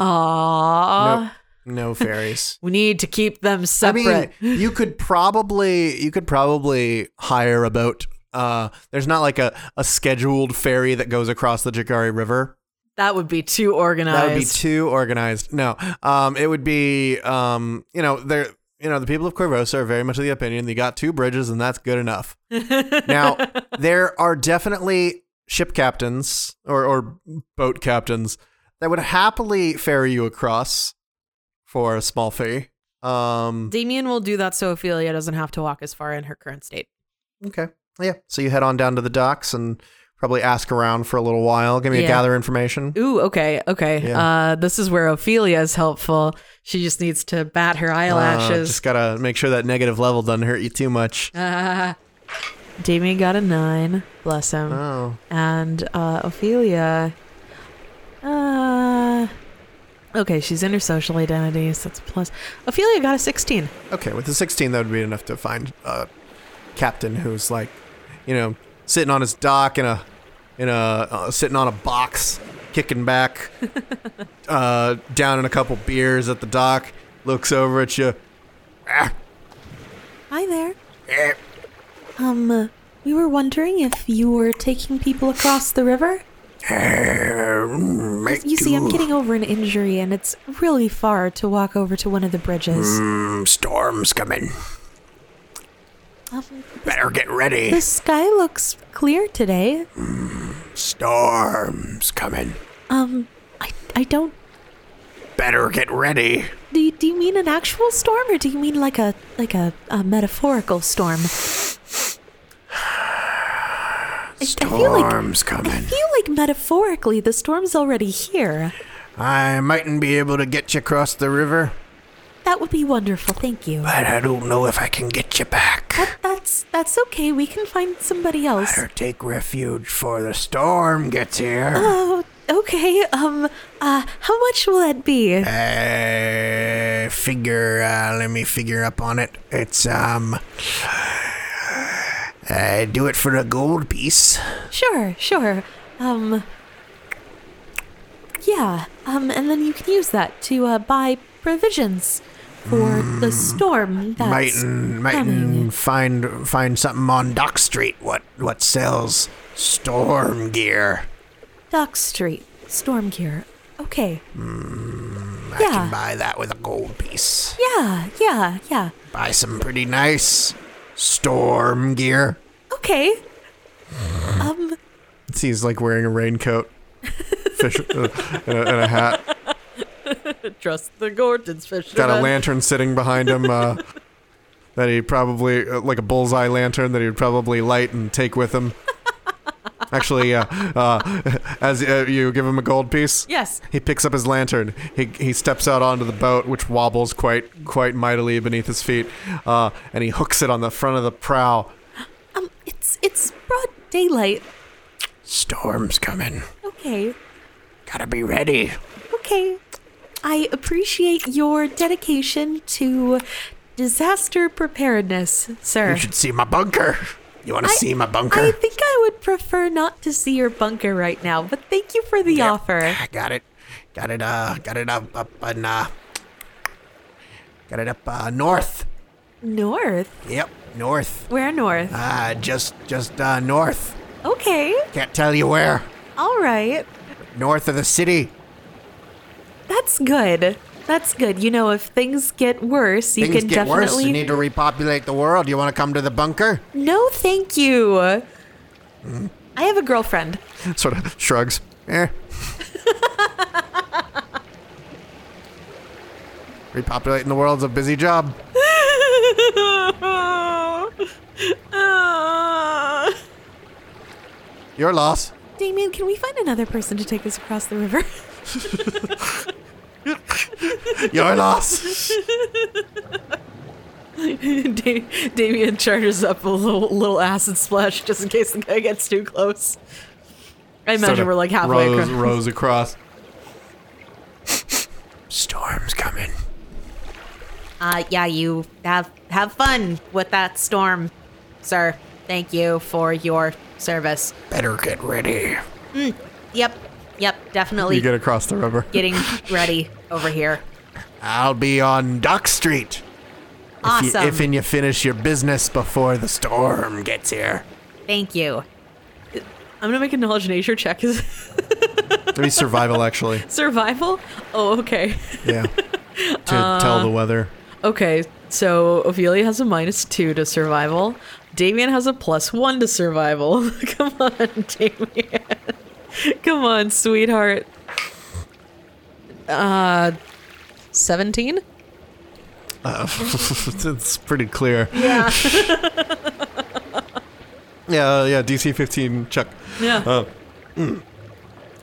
[SPEAKER 3] Aww.
[SPEAKER 1] no ferries?
[SPEAKER 3] We need to keep them separate.
[SPEAKER 1] I mean, you could probably you could probably hire a boat. Uh, there's not like a, a scheduled ferry that goes across the Jagari River.
[SPEAKER 3] that would be too organized.
[SPEAKER 1] That would be too organized. No, um, it would be um, you know, there, you know, the people of Corvosa are very much of the opinion they got two bridges and that's good enough.
[SPEAKER 4] (laughs)
[SPEAKER 1] now, there are definitely ship captains or or boat captains that would happily ferry you across for a small fee. Um,
[SPEAKER 3] Damien will do that so Ophelia doesn't have to walk as far in her current state.
[SPEAKER 1] Okay. Yeah. So you head on down to the docks and probably ask around for a little while. Give me
[SPEAKER 4] Yeah.
[SPEAKER 1] a gather information.
[SPEAKER 4] Ooh, okay, okay. Uh, this is where Ophelia is helpful. She just needs to bat her
[SPEAKER 1] Uh,
[SPEAKER 4] eyelashes.
[SPEAKER 1] just gotta make sure that negative level doesn't hurt you too much.
[SPEAKER 4] Uh. Damien got a nine, bless him.
[SPEAKER 1] oh,
[SPEAKER 4] and uh, Ophelia. Uh, okay, she's in her social identity, so that's a plus. Ophelia got a 16.
[SPEAKER 1] okay. With the sixteen, that would be enough to find a captain who's like, you know, sitting on his dock in a, in a, uh, sitting on a box, kicking
[SPEAKER 4] (laughs)
[SPEAKER 1] back, uh, down in a couple beers at the dock. Looks over at you.
[SPEAKER 3] Hi there. Um, uh, we were wondering if you were taking people across the river. You see, I'm getting over an injury, and it's really far to walk over to one of the bridges.
[SPEAKER 5] Storm's coming.
[SPEAKER 3] Um,
[SPEAKER 5] Better get ready.
[SPEAKER 3] the sky looks clear today.
[SPEAKER 5] Storm's coming.
[SPEAKER 3] Um, I, I don't.
[SPEAKER 5] Better get ready.
[SPEAKER 3] Do you, do you mean an actual storm, or do you mean like a like a, a metaphorical storm? I, I feel like
[SPEAKER 5] Storm's
[SPEAKER 3] I
[SPEAKER 5] coming.
[SPEAKER 3] feel like metaphorically the storm's already here.
[SPEAKER 5] I mightn't be able to get you across the river,
[SPEAKER 3] That would be wonderful. Thank you.
[SPEAKER 5] but I don't know if I can get you back.
[SPEAKER 3] That's that's okay. We can find somebody else.
[SPEAKER 5] Better take refuge before the storm gets here.
[SPEAKER 3] Oh, okay. Um, uh, how much will that be?
[SPEAKER 5] Uh, figure, uh, let me figure up on it. It's, um. Uh, do it for a gold piece.
[SPEAKER 3] Sure, sure. Um, yeah. Um, and then you can use that to uh, buy provisions for the storm. That's coming.
[SPEAKER 5] Mightn't, mightn't find find something on Dock Street. What what sells storm gear?
[SPEAKER 3] Dock Street storm gear. Okay.
[SPEAKER 5] Hmm, I
[SPEAKER 3] yeah.
[SPEAKER 5] can buy that with a gold piece.
[SPEAKER 3] yeah. Yeah. Yeah.
[SPEAKER 5] Buy some pretty nice storm gear.
[SPEAKER 3] Okay. Um.
[SPEAKER 1] See, he's like wearing a raincoat, fish, uh, and, a, and a hat.
[SPEAKER 4] Trust the Gordon's fish.
[SPEAKER 1] got a
[SPEAKER 3] Uh-huh.
[SPEAKER 1] lantern sitting behind him uh, that he probably uh, like a bullseye lantern that he would probably light and take with him. Actually, uh, uh, as uh, you give him a gold piece,
[SPEAKER 4] Yes.
[SPEAKER 1] he picks up his lantern. He, he steps out onto the boat, which wobbles quite quite mightily beneath his feet, uh, and he hooks it on the front of the prow.
[SPEAKER 3] Um. It's it's broad daylight.
[SPEAKER 5] Storm's coming.
[SPEAKER 3] Okay.
[SPEAKER 5] Gotta be ready.
[SPEAKER 3] Okay. I appreciate your dedication to disaster preparedness, sir.
[SPEAKER 5] You should see my bunker. You want to see my bunker?
[SPEAKER 3] I think I would prefer not to see your bunker right now, but thank you for the
[SPEAKER 5] Yeah.
[SPEAKER 3] offer.
[SPEAKER 5] I got it. Got it. Uh, got it up up on. Uh, got it up uh, north.
[SPEAKER 3] North?
[SPEAKER 5] Yep, north.
[SPEAKER 3] Where north?
[SPEAKER 5] Uh, just just uh, north.
[SPEAKER 3] Okay.
[SPEAKER 5] Can't tell you where.
[SPEAKER 3] All right.
[SPEAKER 5] North of the city.
[SPEAKER 3] That's good. That's good. You know, if things get worse, you
[SPEAKER 5] Things
[SPEAKER 3] can
[SPEAKER 5] get
[SPEAKER 3] definitely.
[SPEAKER 5] worse. You need to repopulate the world. You want to come to Hmm? the bunker?
[SPEAKER 3] No, thank you. I have a girlfriend.
[SPEAKER 5] (laughs)
[SPEAKER 3] (laughs)
[SPEAKER 1] Sort of shrugs.
[SPEAKER 5] Eh. Repopulating the world's a busy job. Ah. Your loss.
[SPEAKER 3] Damien, can we find another person to take us across the river?
[SPEAKER 5] Your loss.
[SPEAKER 4] (laughs) Da- Damien charges up a little, little acid splash just in case the guy gets too close. I imagine
[SPEAKER 1] Sort of
[SPEAKER 4] we're like halfway
[SPEAKER 1] rows,
[SPEAKER 4] across.
[SPEAKER 1] rows across.
[SPEAKER 5] Storm's coming.
[SPEAKER 6] Uh, yeah, you have have fun with that storm, sir. Thank you for your service.
[SPEAKER 5] Better get ready.
[SPEAKER 6] Yep, yep, definitely
[SPEAKER 1] You get across the river.
[SPEAKER 6] getting ready over here.
[SPEAKER 5] I'll be on Dock Street. If
[SPEAKER 6] Awesome.
[SPEAKER 5] you, if and you finish your business before the storm gets here.
[SPEAKER 6] Thank you.
[SPEAKER 4] I'm gonna make a knowledge nature check. Is
[SPEAKER 1] Maybe survival actually.
[SPEAKER 4] survival? Oh, okay.
[SPEAKER 1] Yeah. (laughs) To tell the weather. (laughs)
[SPEAKER 4] Okay, so Ophelia has a minus two to survival. Damien has a plus one to survival. (laughs) Come on, Damien. Come on, sweetheart. Uh, 17?
[SPEAKER 1] it's pretty clear.
[SPEAKER 4] Yeah.
[SPEAKER 1] (laughs) Yeah, uh, yeah, DC 15, Chuck. Uh,
[SPEAKER 3] Yeah.
[SPEAKER 1] (clears throat)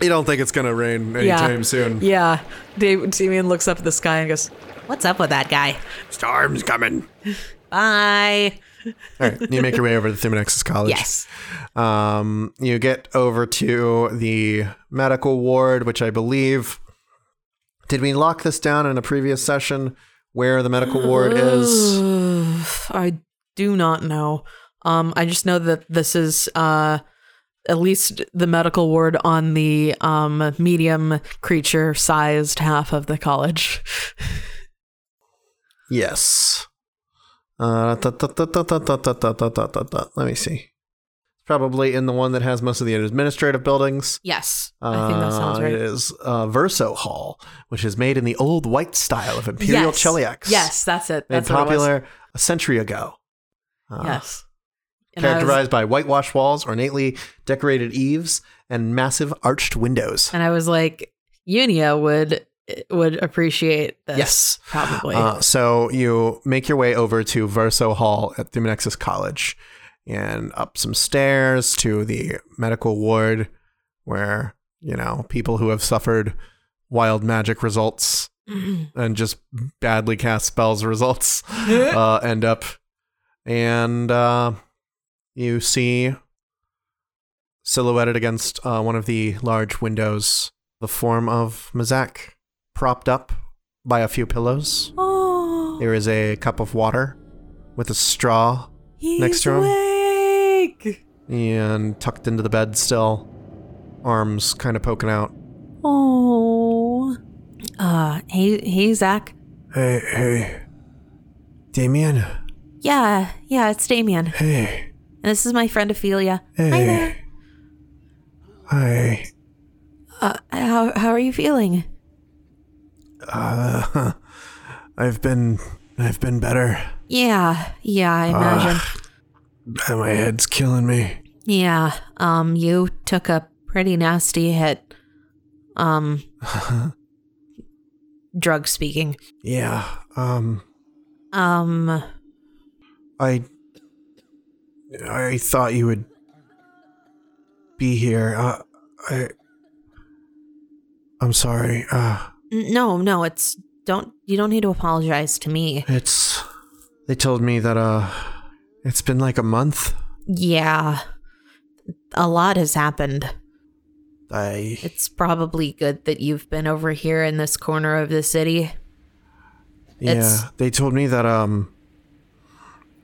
[SPEAKER 1] You don't think it's going to rain
[SPEAKER 3] yeah.
[SPEAKER 1] anytime soon.
[SPEAKER 3] Yeah. Dave, Damien looks up at the sky and goes,
[SPEAKER 7] What's up with that guy?
[SPEAKER 1] Storm's coming.
[SPEAKER 7] Bye.
[SPEAKER 1] All right, you make your way over to Thimonex's College.
[SPEAKER 7] Yes.
[SPEAKER 1] Um, you get over to the medical ward, which I believe. Did we lock this down in a previous session where the medical ward is?
[SPEAKER 3] (gasps) I do not know. Um, I just know that this is uh, at least the medical ward on the um, medium creature sized half of the college.
[SPEAKER 1] Yes. Uh, da- da- da- da- da- da- da- da- da- da- da- da. Let me see. It's probably in the one that has most of the administrative buildings.
[SPEAKER 3] Yes, I think that sounds
[SPEAKER 1] Uh,
[SPEAKER 3] right.
[SPEAKER 1] It is uh, Verso Hall, which is made in the old white style of Imperial
[SPEAKER 3] yes.
[SPEAKER 1] Cheliax.
[SPEAKER 3] Yes, that's it.
[SPEAKER 1] Made
[SPEAKER 3] That's what it was.
[SPEAKER 1] popular a century ago. Uh,
[SPEAKER 3] Yes. And I was-
[SPEAKER 1] Characterized by whitewashed walls, ornately decorated eaves, and massive arched windows.
[SPEAKER 3] and I was like, Unia would would appreciate this.
[SPEAKER 1] Yes.
[SPEAKER 3] probably.
[SPEAKER 1] Uh, so you make your way over to Verso Hall at Thumanexis College and up some stairs to the medical ward where, you know, people who have suffered wild magic
[SPEAKER 3] (clears throat)
[SPEAKER 1] results and just badly cast spells
[SPEAKER 3] (laughs)
[SPEAKER 1] results uh, end up. And uh, you see silhouetted against uh, one of the large windows the form of Mazak propped up by a few pillows.
[SPEAKER 3] oh,
[SPEAKER 1] There is a cup of water with a straw
[SPEAKER 3] he's
[SPEAKER 1] next to him.
[SPEAKER 3] awake.
[SPEAKER 1] and tucked into the bed still, arms kind of poking out.
[SPEAKER 3] Oh,
[SPEAKER 4] Uh, hey, hey, Zach.
[SPEAKER 1] Hey, hey. Damien.
[SPEAKER 4] Yeah, yeah, it's Damien. And
[SPEAKER 1] Hey,
[SPEAKER 4] this is my friend Ophelia. Hi there.
[SPEAKER 1] hey. Hi.
[SPEAKER 4] Uh, How, how are you feeling?
[SPEAKER 1] Uh, I've been I've been better.
[SPEAKER 4] Yeah, yeah, I imagine.
[SPEAKER 1] Ah. My head's killing me.
[SPEAKER 4] yeah, um, you took a pretty nasty hit.
[SPEAKER 1] (laughs)
[SPEAKER 4] Um,
[SPEAKER 7] Drug speaking.
[SPEAKER 1] Yeah. Um
[SPEAKER 4] um,
[SPEAKER 1] I I thought you would be here. Uh, I I'm sorry. Uh,
[SPEAKER 4] n- no, no, it's don't you don't need to apologize to me.
[SPEAKER 1] it's they told me that uh it's been like a month.
[SPEAKER 4] Yeah, a lot has happened.
[SPEAKER 1] I
[SPEAKER 4] It's probably good that you've been over here in this corner of the city.
[SPEAKER 1] yeah.
[SPEAKER 4] it's-
[SPEAKER 1] They told me that um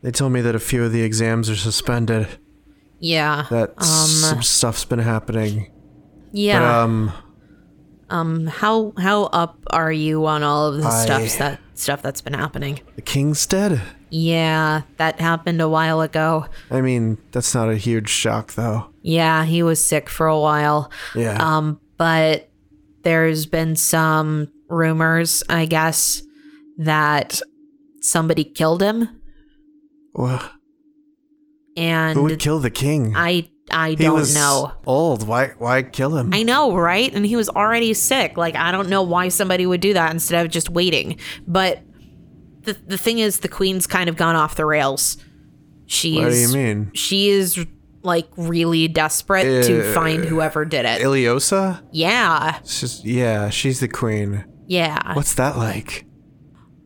[SPEAKER 1] they told me that a few of the exams are suspended.
[SPEAKER 4] Yeah, um,
[SPEAKER 1] That some stuff's been happening.
[SPEAKER 4] yeah.
[SPEAKER 1] But um
[SPEAKER 4] um, how how up are you on all of the
[SPEAKER 1] I-
[SPEAKER 4] stuff that stuff that's been happening?
[SPEAKER 1] the king's dead.
[SPEAKER 4] Yeah, that happened a while ago.
[SPEAKER 1] I mean, that's not a huge shock though.
[SPEAKER 4] Yeah, he was sick for a while.
[SPEAKER 1] Yeah.
[SPEAKER 4] Um, but there's been some rumors, I guess, that somebody killed him,
[SPEAKER 1] Wha-
[SPEAKER 4] and
[SPEAKER 1] Who would kill the king?
[SPEAKER 4] I I
[SPEAKER 1] He
[SPEAKER 4] don't
[SPEAKER 1] was
[SPEAKER 4] know.
[SPEAKER 1] old. Why? Why kill him?
[SPEAKER 4] I know, right? And he was already sick. Like I don't know why somebody would do that instead of just waiting. But the the thing is, the queen's kind of gone off the rails. She's
[SPEAKER 1] what do you mean?
[SPEAKER 4] she is like really desperate to
[SPEAKER 1] Uh,
[SPEAKER 4] find whoever did it.
[SPEAKER 1] Iliosa?
[SPEAKER 4] Yeah,
[SPEAKER 1] She's yeah. She's the queen.
[SPEAKER 4] yeah.
[SPEAKER 1] What's that like?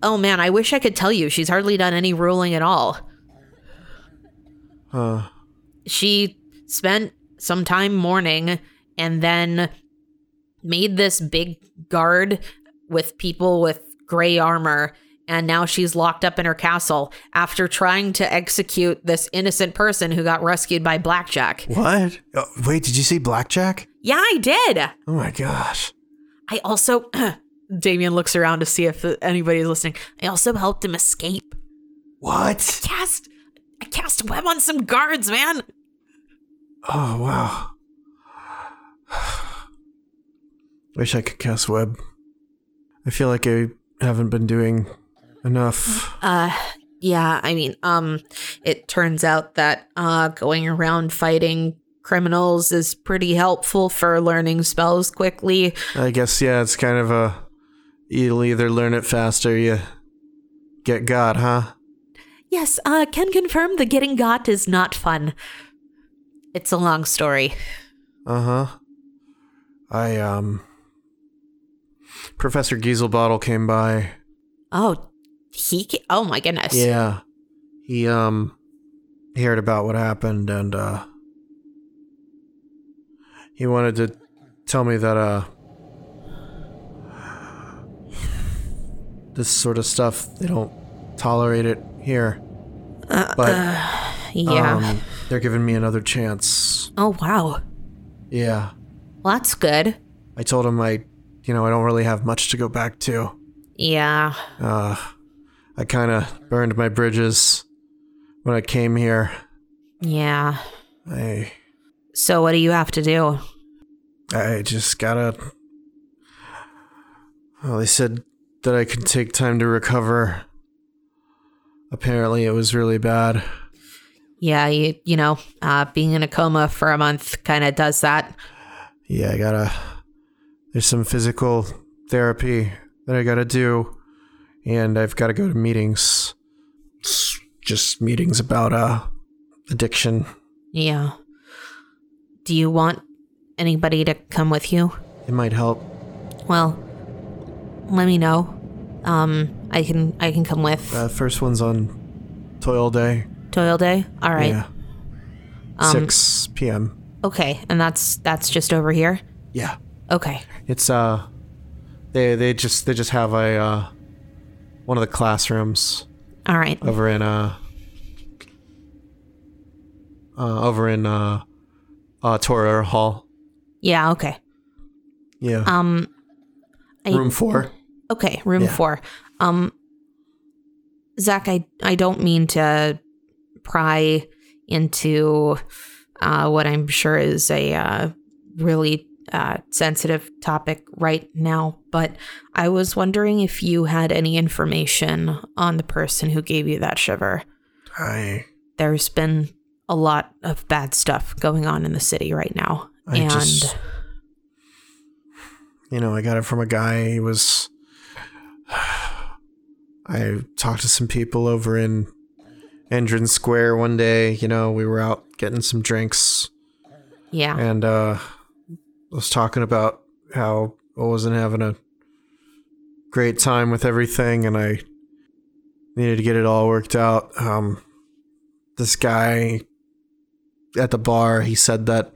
[SPEAKER 4] Oh man, I wish I could tell you. She's hardly done any ruling at all.
[SPEAKER 1] Huh.
[SPEAKER 4] She spent some time mourning and then made this big guard with people with gray armor. And now she's locked up in her castle after trying to execute this innocent person who got rescued by Blackjack.
[SPEAKER 1] What? Oh, wait, did you see Blackjack?
[SPEAKER 4] Yeah, I did.
[SPEAKER 1] Oh my gosh.
[SPEAKER 4] I also, (clears throat)
[SPEAKER 3] Damien looks around to see if anybody's listening.
[SPEAKER 4] I also helped him escape.
[SPEAKER 1] What?
[SPEAKER 4] Cast, I cast a web on some guards, man.
[SPEAKER 1] Oh wow. (sighs) Wish I could cast web. I feel like I haven't been doing enough.
[SPEAKER 4] Uh yeah, I mean, um it turns out that uh going around fighting criminals is pretty helpful for learning spells quickly.
[SPEAKER 1] I guess yeah. It's kind of a you'll either learn it fast or you get God, huh?
[SPEAKER 4] Yes, uh can confirm the getting got is not fun. It's a long story.
[SPEAKER 1] Uh huh. I, um. Professor Gieselbottle came by.
[SPEAKER 4] Oh, he. Ca- oh my goodness.
[SPEAKER 1] Yeah. He, um. he Heard about what happened and, uh. He wanted to tell me that, uh. This sort of stuff, they don't tolerate it here. but.
[SPEAKER 4] Uh, Yeah.
[SPEAKER 1] Um, they're giving me another chance.
[SPEAKER 4] oh wow.
[SPEAKER 1] Yeah.
[SPEAKER 4] Well, that's good.
[SPEAKER 1] I told him I, you know, I don't really have much to go back to.
[SPEAKER 4] Yeah.
[SPEAKER 1] Uh, I kind of burned my bridges when I came here.
[SPEAKER 4] Yeah.
[SPEAKER 1] I,
[SPEAKER 4] So what do you have to do?
[SPEAKER 1] I just gotta. Well, they said that I could take time to recover. Apparently, it was really bad.
[SPEAKER 4] Yeah, you you know, uh, being in a coma for a month kind of does that.
[SPEAKER 1] Yeah, I gotta. There's some physical therapy that I gotta do, and I've gotta go to meetings. S- Just meetings about uh, addiction.
[SPEAKER 4] Yeah. Do you want anybody to come with you?
[SPEAKER 1] It might help.
[SPEAKER 4] Well, let me know. Um, I can I can come with
[SPEAKER 1] Uh, first one's on Toil Day.
[SPEAKER 4] Toil Day. All right.
[SPEAKER 1] Yeah.
[SPEAKER 5] Um,
[SPEAKER 1] um, 6 p.m.
[SPEAKER 4] Okay, and that's that's just over here.
[SPEAKER 1] Yeah.
[SPEAKER 4] Okay.
[SPEAKER 1] It's uh, they they just they just have a uh, one of the classrooms
[SPEAKER 4] All right.
[SPEAKER 1] over in uh, uh over in uh, uh Torah Hall.
[SPEAKER 4] Yeah. Okay.
[SPEAKER 1] Yeah.
[SPEAKER 4] Um, I-
[SPEAKER 1] Room four.
[SPEAKER 4] Okay, room
[SPEAKER 1] Yeah.
[SPEAKER 4] four. Um, Zach, I I don't mean to pry into uh, what I'm sure is a uh, really uh, sensitive topic right now, but I was wondering if you had any information on the person who gave you that shiver.
[SPEAKER 1] I
[SPEAKER 4] There's been a lot of bad stuff going on in the city right now,
[SPEAKER 1] I
[SPEAKER 4] and
[SPEAKER 1] just you know, I got it from a guy. He was (sighs) I talked to some people over in Endrin Square one day, you know, we were out getting some drinks
[SPEAKER 4] yeah,
[SPEAKER 1] and uh was talking about how I wasn't having a great time with everything and I needed to get it all worked out. Um this guy at the bar, he said that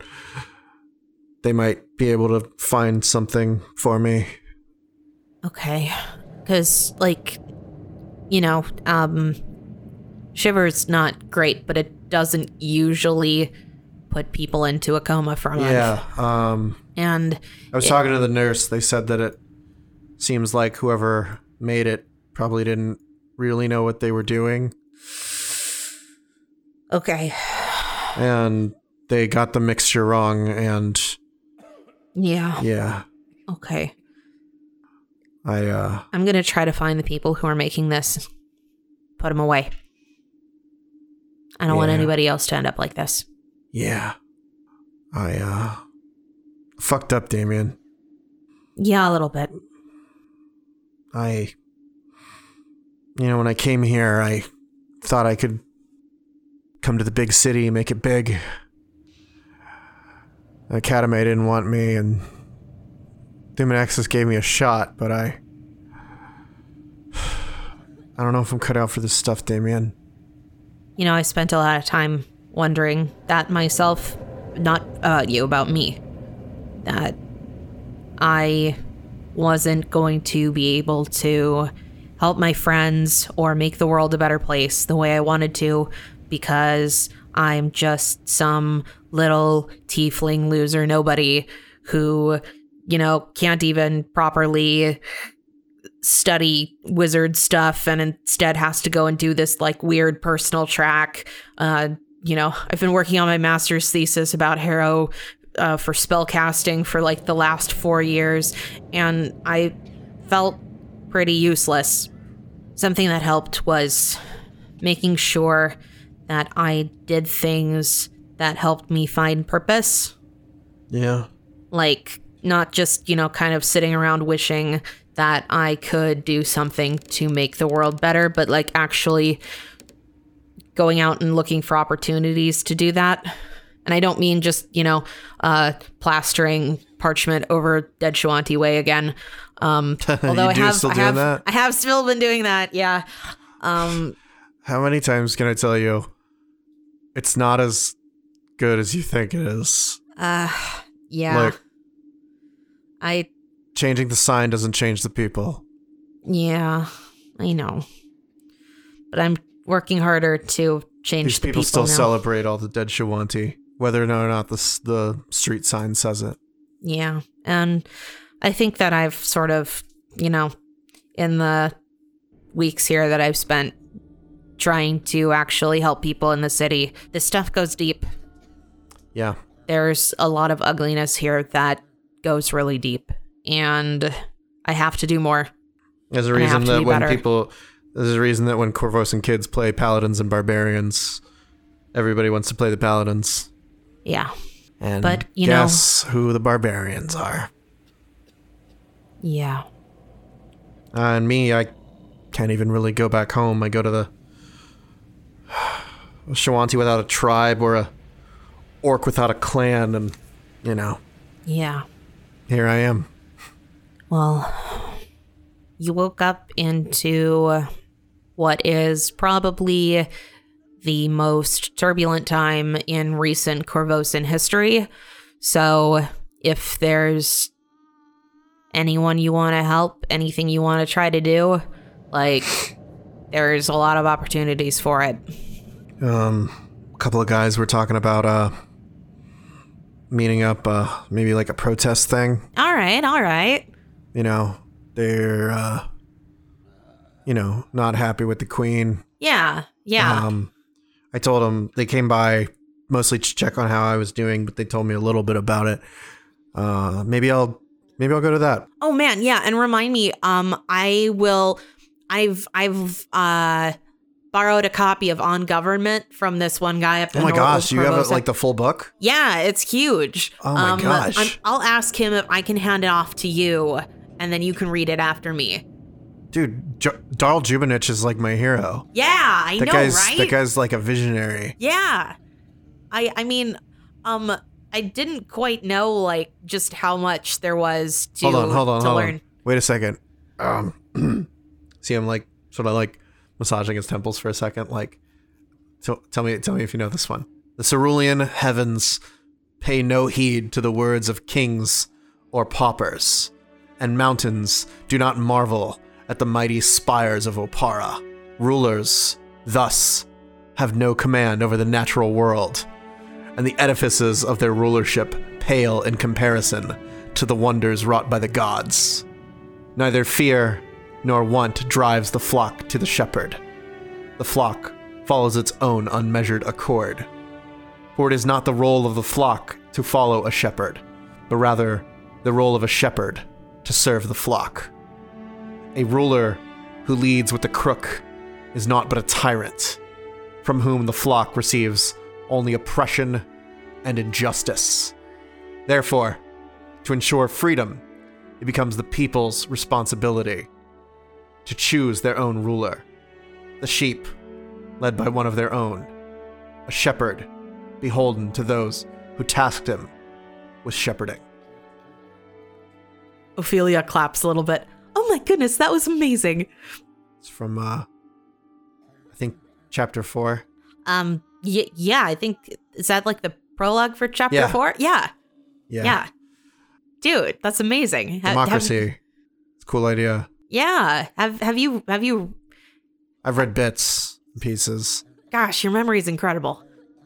[SPEAKER 1] they might be able to find something for me.
[SPEAKER 4] Okay. Cuz like you know, um Shiver's not great, but it doesn't usually put people into a coma for a month.
[SPEAKER 1] Yeah. Um
[SPEAKER 4] And
[SPEAKER 1] I was talking to the nurse. They said that it seems like whoever made it probably didn't really know what they were doing.
[SPEAKER 4] okay.
[SPEAKER 1] and they got the mixture wrong and
[SPEAKER 4] Yeah.
[SPEAKER 1] yeah
[SPEAKER 4] Okay.
[SPEAKER 1] i uh
[SPEAKER 4] I'm going to try to find the people who are making this. Put them away. I don't want
[SPEAKER 1] Yeah.
[SPEAKER 4] anybody else to end up like this.
[SPEAKER 1] yeah i uh fucked up damien
[SPEAKER 4] Yeah, a little bit.
[SPEAKER 1] i you know when i came here i thought i could come to the big city make it big academy didn't want me and Demon Axis gave me a shot, but I. (sighs) I don't know if I'm cut out for this stuff, Damien.
[SPEAKER 4] You know, I spent a lot of time wondering that myself, not about you, about me. That I wasn't going to be able to help my friends or make the world a better place the way I wanted to because I'm just some little tiefling loser nobody who, you know, can't even properly study wizard stuff and instead has to go and do this like weird personal track. Uh, you know, I've been working on my master's thesis about Harrow uh, for spellcasting for like the last four years, and I felt pretty useless. Something that helped was making sure that I did things that helped me find purpose
[SPEAKER 1] Yeah.
[SPEAKER 4] like not just you know kind of sitting around wishing that i could do something to make the world better but like actually going out and looking for opportunities to do that And I don't mean just, you know, uh, plastering parchment over dead Shawanti way again.
[SPEAKER 1] (laughs)
[SPEAKER 4] Um, although I
[SPEAKER 1] do
[SPEAKER 4] have,
[SPEAKER 1] still
[SPEAKER 4] I
[SPEAKER 1] doing
[SPEAKER 4] have,
[SPEAKER 1] that?
[SPEAKER 4] I have still been doing that. Yeah.
[SPEAKER 1] How many times can I tell you? It's not as good as you think it is.
[SPEAKER 4] Yeah.
[SPEAKER 1] Look,
[SPEAKER 4] I,
[SPEAKER 1] changing the sign doesn't change the people.
[SPEAKER 4] yeah, I know. But I'm working harder to change
[SPEAKER 1] These
[SPEAKER 4] the
[SPEAKER 1] people, still
[SPEAKER 4] now.
[SPEAKER 1] celebrate all the dead Shawanti, whether or not the s- the street sign says it.
[SPEAKER 4] Yeah. And I think that I've sort of, you know, in the weeks here that I've spent trying to actually help people in the city, this stuff goes deep.
[SPEAKER 1] Yeah,
[SPEAKER 4] There's a lot of ugliness here that goes really deep. And I have to do more.
[SPEAKER 1] there's a
[SPEAKER 4] And I
[SPEAKER 1] reason
[SPEAKER 4] have to
[SPEAKER 1] that
[SPEAKER 4] be
[SPEAKER 1] when
[SPEAKER 4] better.
[SPEAKER 1] people, there's a reason that when Corvos and kids play paladins and barbarians, everybody wants to play the paladins.
[SPEAKER 4] Yeah.
[SPEAKER 1] And
[SPEAKER 4] But, you know-
[SPEAKER 1] guess who the barbarians are?
[SPEAKER 4] Yeah.
[SPEAKER 1] and me, I can't even really go back home. I go to the (sighs) Shawanti without a tribe or a orc without a clan, and you know,
[SPEAKER 4] Yeah.
[SPEAKER 1] here I am.
[SPEAKER 4] Well, you woke up into what is probably the most turbulent time in recent Corvosan history. So, if there's anyone you want to help, anything you want to try to do, like there's a lot of opportunities for it.
[SPEAKER 1] Um, A couple of guys were talking about uh meeting up, uh maybe like a protest thing.
[SPEAKER 4] All right, all right.
[SPEAKER 1] You know, they're uh you know not happy with the queen.
[SPEAKER 4] Yeah, yeah.
[SPEAKER 1] Um, I told them they came by mostly to check on how I was doing, but they told me a little bit about it. Uh, maybe I'll maybe I'll go to that.
[SPEAKER 4] Oh man, yeah, and remind me, um, I will I've I've uh borrowed a copy of On Government from this one guy up
[SPEAKER 1] Oh
[SPEAKER 4] in
[SPEAKER 1] my
[SPEAKER 4] Old
[SPEAKER 1] gosh, you have it
[SPEAKER 4] Corvosa.
[SPEAKER 1] like the full book?
[SPEAKER 4] Yeah, it's huge. Um,
[SPEAKER 1] Oh my gosh.
[SPEAKER 4] I'm- I'll ask him if I can hand it off to you and then you can read it after me.
[SPEAKER 1] Dude, J- Darl Jubinich is like my hero.
[SPEAKER 4] Yeah, I
[SPEAKER 1] That
[SPEAKER 4] know,
[SPEAKER 1] guy's
[SPEAKER 4] right?
[SPEAKER 1] that guy's like a visionary.
[SPEAKER 4] Yeah. I I mean, um I didn't quite know like just how much there was to
[SPEAKER 1] hold on, hold on,
[SPEAKER 4] to
[SPEAKER 1] hold
[SPEAKER 4] learn.
[SPEAKER 1] on. Wait a second. Um (clears throat) See I'm like sort of like massaging his temples for a second like so tell me tell me if you know this one. The cerulean heavens pay no heed to the words of kings or paupers, and mountains do not marvel at the mighty spires of Opara. Rulers thus have no command over the natural world, and the edifices of their rulership pale in comparison to the wonders wrought by the gods. Neither fear nor want drives the flock to the shepherd. The flock follows its own unmeasured accord. For it is not the role of the flock to follow a shepherd, but rather the role of a shepherd to serve the flock. A ruler who leads with the crook is naught but a tyrant, from whom the flock receives only oppression and injustice. Therefore, to ensure freedom, it becomes the people's responsibility to choose their own ruler. The sheep, led by one of their own, a shepherd beholden to those who tasked him with shepherding.
[SPEAKER 3] Ophelia claps a little bit. Oh my goodness, that was amazing.
[SPEAKER 1] It's from, uh, I think, chapter four.
[SPEAKER 4] Um, y- yeah, I think is that like the prologue for chapter
[SPEAKER 1] Yeah.
[SPEAKER 4] four? Yeah, yeah, Dude, that's amazing. Ha- have-
[SPEAKER 1] Democracy. it's a cool idea.
[SPEAKER 4] yeah. Have have you have you?
[SPEAKER 1] I've read bits and pieces.
[SPEAKER 4] Gosh, your memory is incredible.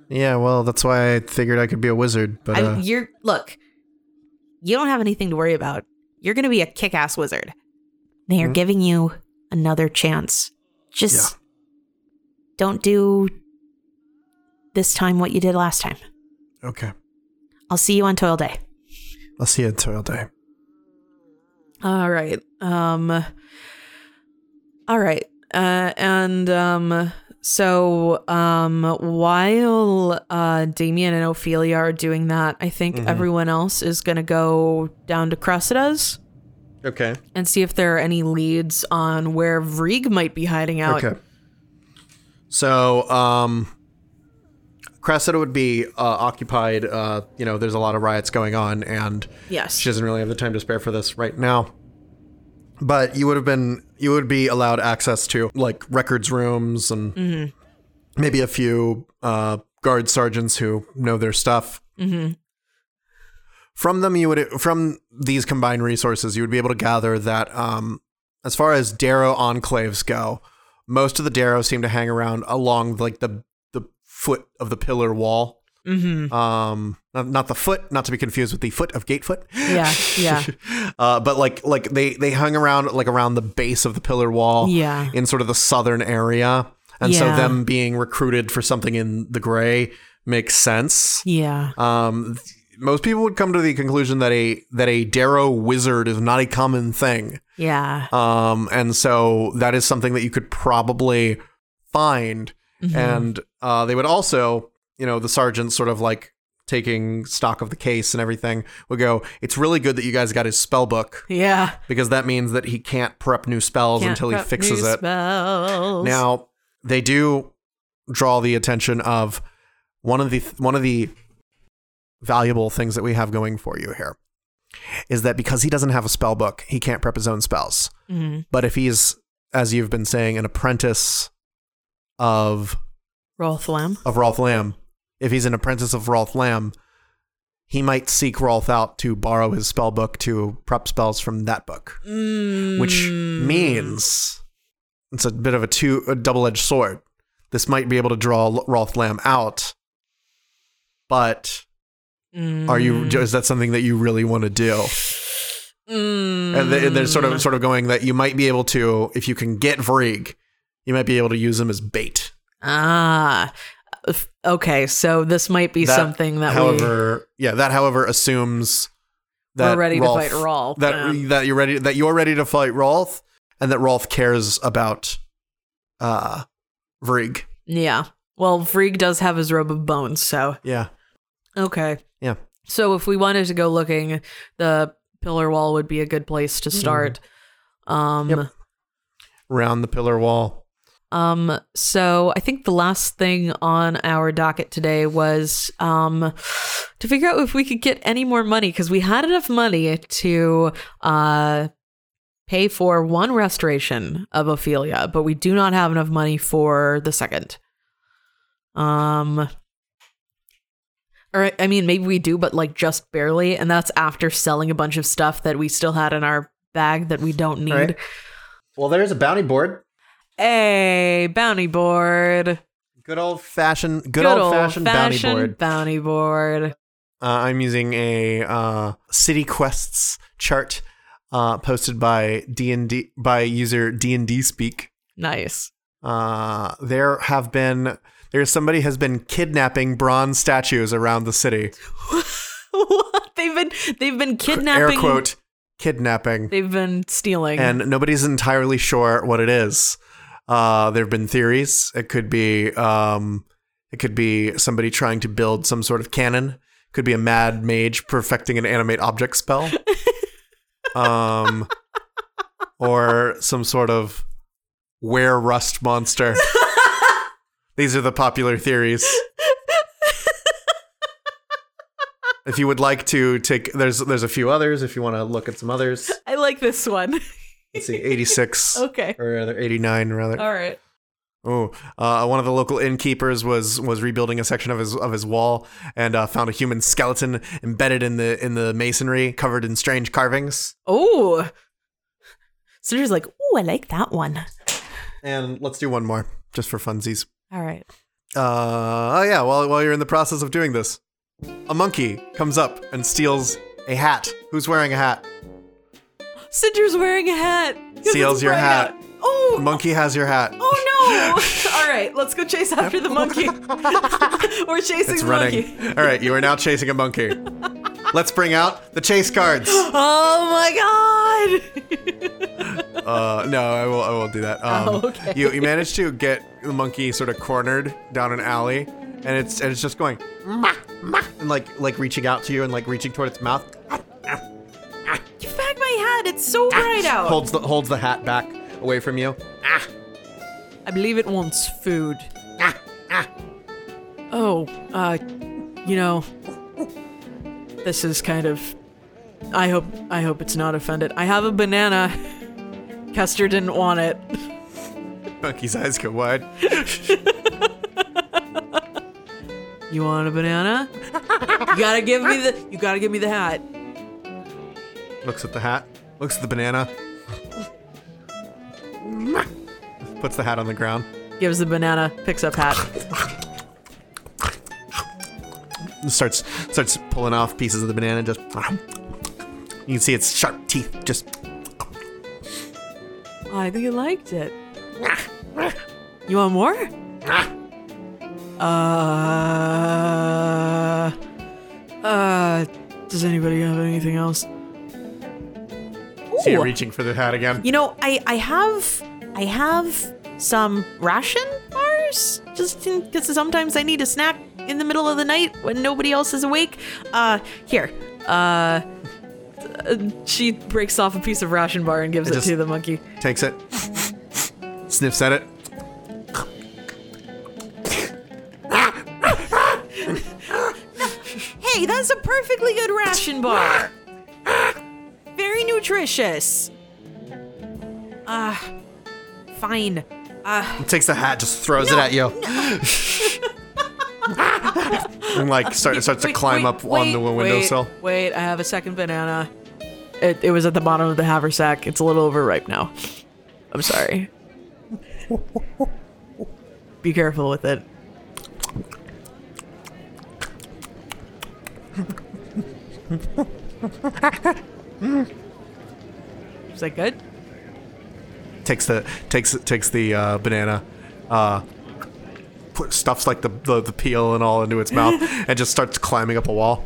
[SPEAKER 1] Yeah, well, that's why I figured I could be a wizard, but
[SPEAKER 4] I,
[SPEAKER 1] uh,
[SPEAKER 4] you're look. You don't have anything to worry about. You're gonna be a kick-ass wizard.
[SPEAKER 2] They are
[SPEAKER 3] Hmm?
[SPEAKER 4] Mhm.
[SPEAKER 2] giving you
[SPEAKER 4] Another chance.
[SPEAKER 2] just don't do this time what you did last time.
[SPEAKER 1] okay.
[SPEAKER 2] I'll see you on Toil Day.
[SPEAKER 1] I'll see you in Toil Day.
[SPEAKER 3] All right. Um All right. Uh and um so um while uh Damien and Ophelia are doing that, I think
[SPEAKER 4] Mm-hmm.
[SPEAKER 3] everyone else is going to go down to Cressida's
[SPEAKER 1] Okay.
[SPEAKER 3] and see if there are any leads on where
[SPEAKER 4] Oh,
[SPEAKER 3] Vrieg might be hiding out.
[SPEAKER 1] Okay. So, um, Cressida would be uh, occupied. Uh, you know, there's a lot of riots going on, and
[SPEAKER 4] Yes.
[SPEAKER 1] she doesn't really have the time to spare for this right now. But you would have been, you would be allowed access to like records rooms and maybe a few uh, guard sergeants who know their stuff. From them, you would from these combined resources, you would be able to gather that um, as far as Darrow enclaves go, most of the Darrow seem to hang around along like the the foot of the pillar wall. Mm-hmm. Um, not, not the foot, not to be confused with the foot of Gatefoot.
[SPEAKER 3] Yeah, yeah.
[SPEAKER 1] uh, but like like they they hung around like around the base of the pillar wall.
[SPEAKER 3] Yeah.
[SPEAKER 1] In sort of the southern area, and so
[SPEAKER 3] Yeah.
[SPEAKER 1] them being recruited for something in the gray makes sense.
[SPEAKER 3] Yeah.
[SPEAKER 1] Um, th- most people would come to the conclusion that a that a Darrow wizard is not a common thing.
[SPEAKER 3] Yeah.
[SPEAKER 1] Um, and so that is something that you could probably find.
[SPEAKER 3] Mm-hmm.
[SPEAKER 1] And uh, they would also, you know, the sergeant sort of like taking stock of the case and everything would go, it's really good that you guys got his spell book
[SPEAKER 3] Yeah.
[SPEAKER 1] because that means that he can't prep new spells until he fixes it.
[SPEAKER 3] Spells.
[SPEAKER 1] Now they do draw the attention of one of the one of the valuable things that we have going for you here is that because he doesn't have a spell book, he can't prep his own spells. But if he's, as you've been saying, an apprentice of
[SPEAKER 3] Roll phlegm.
[SPEAKER 1] of Rolf Lamb, if he's an apprentice of Rolf Lamb, he might seek Rolf out to borrow his spell book to prep spells from that book, which means it's a bit of a two a double-edged sword. This might be able to draw L- Rolf Lamb out, but are you is that something that you really want to do? And they- they're sort
[SPEAKER 3] Mm.
[SPEAKER 1] of sort of going that you might be able to if you can get Vrieg, you might be able to use him as bait.
[SPEAKER 3] Ah. F- Okay, so this might be
[SPEAKER 1] That,
[SPEAKER 3] something that we
[SPEAKER 1] however yeah that however assumes that
[SPEAKER 3] We're ready to
[SPEAKER 1] Rolf-
[SPEAKER 3] fight Rolf,
[SPEAKER 1] that
[SPEAKER 3] yeah.
[SPEAKER 1] that you're ready that you're ready to fight Rolf and that Rolf cares about uh Vrig
[SPEAKER 3] Yeah. Well, Vrieg does have his robe of bones, so
[SPEAKER 1] yeah
[SPEAKER 3] okay.
[SPEAKER 1] yeah
[SPEAKER 3] So if we wanted to go looking, the pillar wall would be a good place to start. Um
[SPEAKER 1] Mm-hmm. Yep. round the pillar wall
[SPEAKER 3] um so I think the last thing on our docket today was um to figure out if we could get any more money cuz we had enough money to uh pay for one restoration of Ophelia, but we do not have enough money for the second. Um or I mean maybe we do, but like just barely, and that's after selling a bunch of stuff that we still had in our bag that we don't need.
[SPEAKER 1] right. well there's a bounty board
[SPEAKER 3] Hey, bounty board.
[SPEAKER 1] good old fashioned good, old fashioned bounty
[SPEAKER 3] old-fashioned
[SPEAKER 1] board
[SPEAKER 3] bounty board.
[SPEAKER 1] uh, I'm using a uh city quests chart uh posted by D&D by user D&D speak
[SPEAKER 3] Nice. (laughs)
[SPEAKER 1] Uh, there have been there's somebody has been kidnapping bronze statues around the city.
[SPEAKER 3] what? They've been they've been kidnapping.
[SPEAKER 1] Air quote kidnapping,
[SPEAKER 3] They've been stealing.
[SPEAKER 1] and nobody's entirely sure what it is. Uh, there have been theories. It could be um, it could be somebody trying to build some sort of cannon. Could be a mad mage perfecting an animate object spell. um, or some sort of were rust monster. These are the popular theories. if you would like to take there's there's a few others if you want to look at some others.
[SPEAKER 3] I like this one. (laughs)
[SPEAKER 1] Let's see, 86
[SPEAKER 3] okay.
[SPEAKER 1] or rather 89 rather.
[SPEAKER 3] All right.
[SPEAKER 1] Oh, uh, one of the local innkeepers was was rebuilding a section of his of his wall and uh, found a human skeleton embedded in the in the masonry, covered in strange carvings.
[SPEAKER 3] Oh,
[SPEAKER 2] Cinder's like, ooh, I like that one.
[SPEAKER 1] And let's do one more just for funsies.
[SPEAKER 3] all right.
[SPEAKER 1] Uh, oh yeah, while while you're in the process of doing this, a monkey comes up and steals a hat. Who's wearing a hat?
[SPEAKER 3] Cinder's wearing a hat. 'cause
[SPEAKER 1] Steals
[SPEAKER 3] it's
[SPEAKER 1] your
[SPEAKER 3] bright
[SPEAKER 1] hat.
[SPEAKER 3] out. Oh,
[SPEAKER 1] Monkey has your hat.
[SPEAKER 3] oh no! (laughs) all right, let's go chase after the monkey. We're chasing
[SPEAKER 1] It's
[SPEAKER 3] the
[SPEAKER 1] running.
[SPEAKER 3] monkey.
[SPEAKER 1] All right, you are now chasing a monkey.
[SPEAKER 3] (laughs)
[SPEAKER 1] Let's bring out the chase cards.
[SPEAKER 3] Oh my god!
[SPEAKER 1] Uh, no, I will. I won't do that. Um, You you managed to get the monkey sort of cornered down an alley, and it's and it's just going "Mah, mah," and like like reaching out to you and like reaching toward its mouth.
[SPEAKER 4] You fag my head. It's so bright out.
[SPEAKER 1] Holds the holds the hat back away from you.
[SPEAKER 3] I believe it wants food. Oh, uh, you know, this is kind of. I hope I hope it's not offended. I have a banana. (laughs) Kester didn't want it.
[SPEAKER 1] Bucky's eyes go wide.
[SPEAKER 3] You want a banana? you gotta give me the. You gotta give me the hat.
[SPEAKER 1] Looks at the hat. Looks at the banana. Puts the hat on the ground.
[SPEAKER 3] Gives the banana. Picks up hat.
[SPEAKER 1] Starts starts pulling off pieces of the banana. Just you can see its sharp teeth. Just
[SPEAKER 3] I think you liked it. You want more? Uh, uh, does anybody have anything else?
[SPEAKER 1] see it
[SPEAKER 3] Ooh.
[SPEAKER 1] reaching for the hat again.
[SPEAKER 4] You know, I I have I have some ration bars just because sometimes I need a snack in the middle of the night when nobody else is awake. Uh, here.
[SPEAKER 3] Uh, she breaks off a piece of ration bar and gives it
[SPEAKER 1] just-
[SPEAKER 3] to the monkey.
[SPEAKER 1] Takes it. Sniffs at it.
[SPEAKER 4] Hey, that's a perfectly good ration bar. Very nutritious. Ah, fine.
[SPEAKER 1] Takes the hat. Just throws it at you. (laughs) and like start, starts to
[SPEAKER 3] Wait,
[SPEAKER 1] climb
[SPEAKER 3] wait,
[SPEAKER 1] up on
[SPEAKER 3] wait,
[SPEAKER 1] the
[SPEAKER 3] wait,
[SPEAKER 1] windowsill.
[SPEAKER 3] Wait, I have a second banana. It, it was at the bottom of the haversack. It's a little overripe now. I'm sorry. Be careful with it. Is that good?
[SPEAKER 1] takes the takes takes the uh, banana, uh, put, stuffs like the, the the peel and all into its
[SPEAKER 3] (laughs)
[SPEAKER 1] mouth, and just starts climbing up a wall.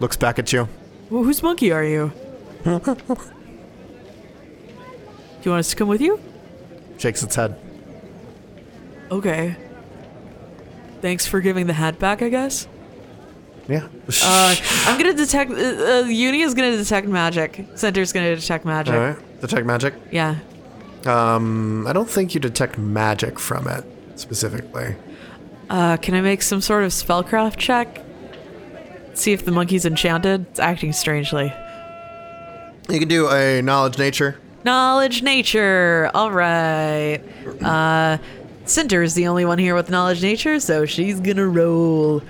[SPEAKER 1] Looks back at you.
[SPEAKER 3] Well, whose monkey are you? Do you want us to come with you?
[SPEAKER 1] Shakes its head.
[SPEAKER 3] Okay. Thanks for giving the hat back, I guess.
[SPEAKER 1] (laughs) Yeah.
[SPEAKER 3] Uh, I'm gonna detect. Uh, uh, Uni is gonna detect magic. Center's gonna detect magic.
[SPEAKER 1] all right. Detect magic.
[SPEAKER 3] Yeah.
[SPEAKER 1] Um, I don't think you detect magic from it specifically.
[SPEAKER 3] Uh, can I make some sort of spellcraft check? See if the monkey's enchanted. It's acting strangely.
[SPEAKER 1] You can do a knowledge nature.
[SPEAKER 3] Knowledge nature. All right. Uh, Center is the only one here with knowledge nature, so she's gonna roll.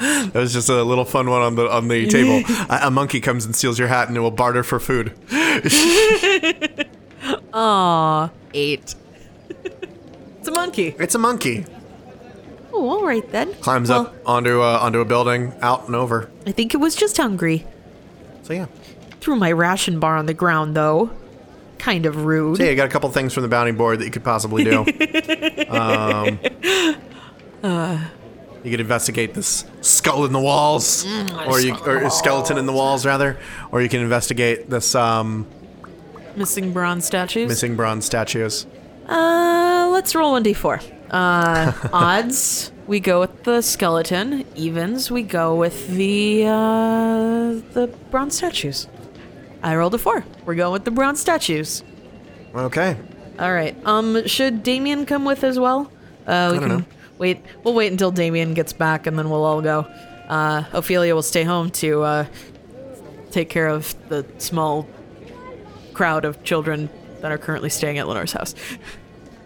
[SPEAKER 1] That was just a little fun one on the on the (laughs) table. a, a monkey comes and steals your hat, and it will barter for (laughs) food.
[SPEAKER 3] Eight. it's a monkey.
[SPEAKER 1] It's a monkey.
[SPEAKER 4] Oh, all right then.
[SPEAKER 1] Climbs up onto uh, onto a building, out and over.
[SPEAKER 4] I think it was just hungry.
[SPEAKER 1] So yeah.
[SPEAKER 4] Threw my ration bar on the ground though. Kind of rude.
[SPEAKER 1] Yeah, you got a couple things from the bounty board that you could possibly (laughs) do. um, Uh. you could investigate this skull in the walls, or you or skeleton in the walls rather, or you can investigate this um,
[SPEAKER 3] Missing bronze statues.
[SPEAKER 1] missing bronze statues.
[SPEAKER 3] Uh, let's roll 1d4. Uh, odds, we go with the skeleton. Evens, we go with the, uh, the bronze statues. I rolled a 4. We're going with the bronze statues.
[SPEAKER 1] Okay,
[SPEAKER 3] All right. Um, should Damien come with as well? Uh, we
[SPEAKER 1] I don't
[SPEAKER 3] can
[SPEAKER 1] know.
[SPEAKER 3] wait. We'll wait until Damien gets back, and then we'll all go. Uh, Ophelia will stay home to uh, take care of the small crowd of children that are currently staying at Lenore's house.
[SPEAKER 4] (laughs)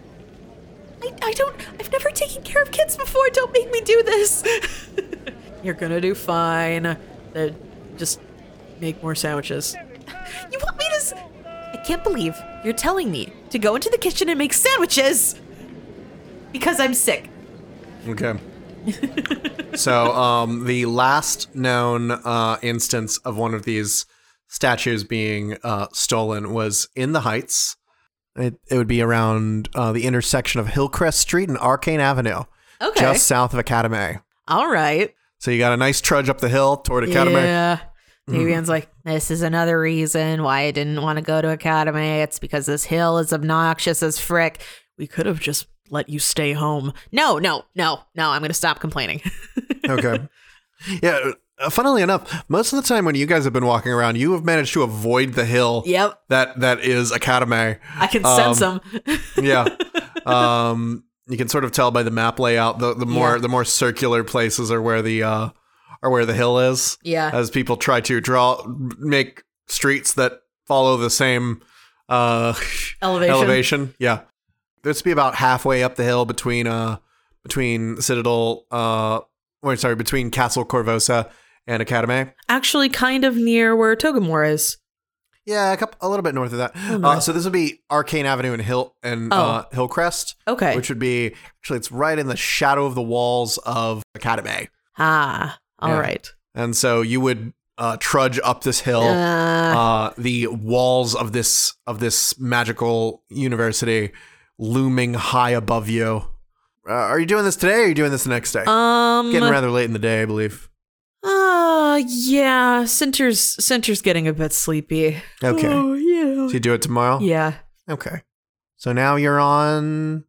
[SPEAKER 4] I, I don't. I've never taken care of kids before. Don't make me do this.
[SPEAKER 3] (laughs) You're gonna do fine. Uh, just make more sandwiches.
[SPEAKER 4] You want me to? s- I can't believe you're telling me to go into the kitchen and make sandwiches because I'm sick.
[SPEAKER 1] okay. so um, the last known uh, instance of one of these statues being uh, stolen was in the Heights. It, it would be around uh, the intersection of Hillcrest Street and Arcane Avenue.
[SPEAKER 3] Okay.
[SPEAKER 1] just south of Academy.
[SPEAKER 3] all right.
[SPEAKER 1] So you got a nice trudge up the hill toward Academy. Mm-hmm.
[SPEAKER 3] Yeah. Damien's like,
[SPEAKER 4] This is another reason why I didn't want to go to academy. It's because this hill is obnoxious as frick.
[SPEAKER 3] we could have just let you stay home.
[SPEAKER 4] No, no, no, no. I'm gonna stop complaining.
[SPEAKER 1] (laughs)
[SPEAKER 4] (laughs)
[SPEAKER 1] Okay. yeah. uh, Funnily enough, most of the time when you guys have been walking around, you have managed to avoid the hill.
[SPEAKER 3] Yep.
[SPEAKER 1] That that is Academy.
[SPEAKER 3] I can sense them.
[SPEAKER 1] Yeah. um. you can sort of tell by the map layout the, the more the more circular places are where the uh are where the hill is
[SPEAKER 3] Yeah.
[SPEAKER 1] as people try to draw make streets that follow the same uh
[SPEAKER 3] Elevation.
[SPEAKER 1] elevation yeah there's to be about halfway up the hill between uh between citadel uh or sorry between castle corvosa and academy
[SPEAKER 3] Actually, kind of near where Togemore is.
[SPEAKER 1] yeah a, couple, a little bit north of that
[SPEAKER 3] Hmm.
[SPEAKER 1] uh, so this would be arcane avenue and hill and
[SPEAKER 3] Oh.
[SPEAKER 1] uh hillcrest
[SPEAKER 3] Okay.
[SPEAKER 1] which would be actually it's right in the shadow of the walls of Academy.
[SPEAKER 3] ah, all
[SPEAKER 1] Yeah.
[SPEAKER 3] right.
[SPEAKER 1] And so you would uh, trudge up this hill. Uh,
[SPEAKER 3] Ah.
[SPEAKER 1] the walls of this of this magical university looming high above you. Uh, are you doing this today or are you doing this the next day?
[SPEAKER 3] Um.
[SPEAKER 1] Getting rather late in the day, I believe.
[SPEAKER 3] Uh, yeah. Center's Center's getting a bit sleepy.
[SPEAKER 1] Okay.
[SPEAKER 3] Oh, yeah.
[SPEAKER 1] So you do it tomorrow?
[SPEAKER 3] Yeah.
[SPEAKER 1] Okay. So now you're on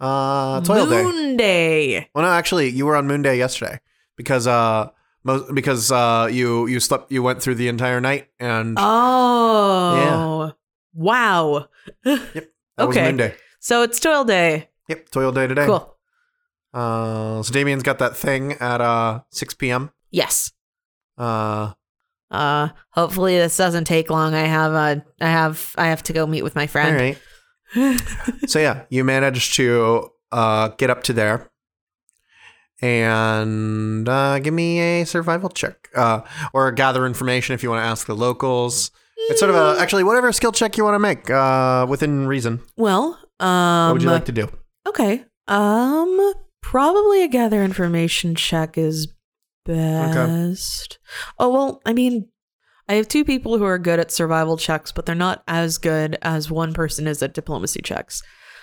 [SPEAKER 1] uh toil day.
[SPEAKER 3] Moon day.
[SPEAKER 1] Well, no, actually, you were on Moon Day yesterday because uh mo- because uh you you slept you went through the entire night and
[SPEAKER 3] Oh. Wow.
[SPEAKER 1] that was
[SPEAKER 3] okay.
[SPEAKER 1] Moon Day.
[SPEAKER 3] So it's toil day.
[SPEAKER 1] Yep, toil day today.
[SPEAKER 3] Cool.
[SPEAKER 1] Uh, so Damien's got that thing at uh 6 p.m.
[SPEAKER 3] Yes.
[SPEAKER 1] Uh,
[SPEAKER 3] Uh hopefully this doesn't take long. I have uh I have I have to go meet with my
[SPEAKER 1] all
[SPEAKER 3] friend.
[SPEAKER 1] right. so yeah, you managed to uh get up to there. And uh, give me a survival check, uh, or gather information if you want to ask the locals. It's sort of a actually whatever skill check you want to make uh, within reason.
[SPEAKER 3] Well, um
[SPEAKER 1] What would you like to do?
[SPEAKER 3] okay. Um probably a gather information check is best. Oh well, I mean I have two people who are good at survival checks, but they're not as good as one person is at diplomacy checks.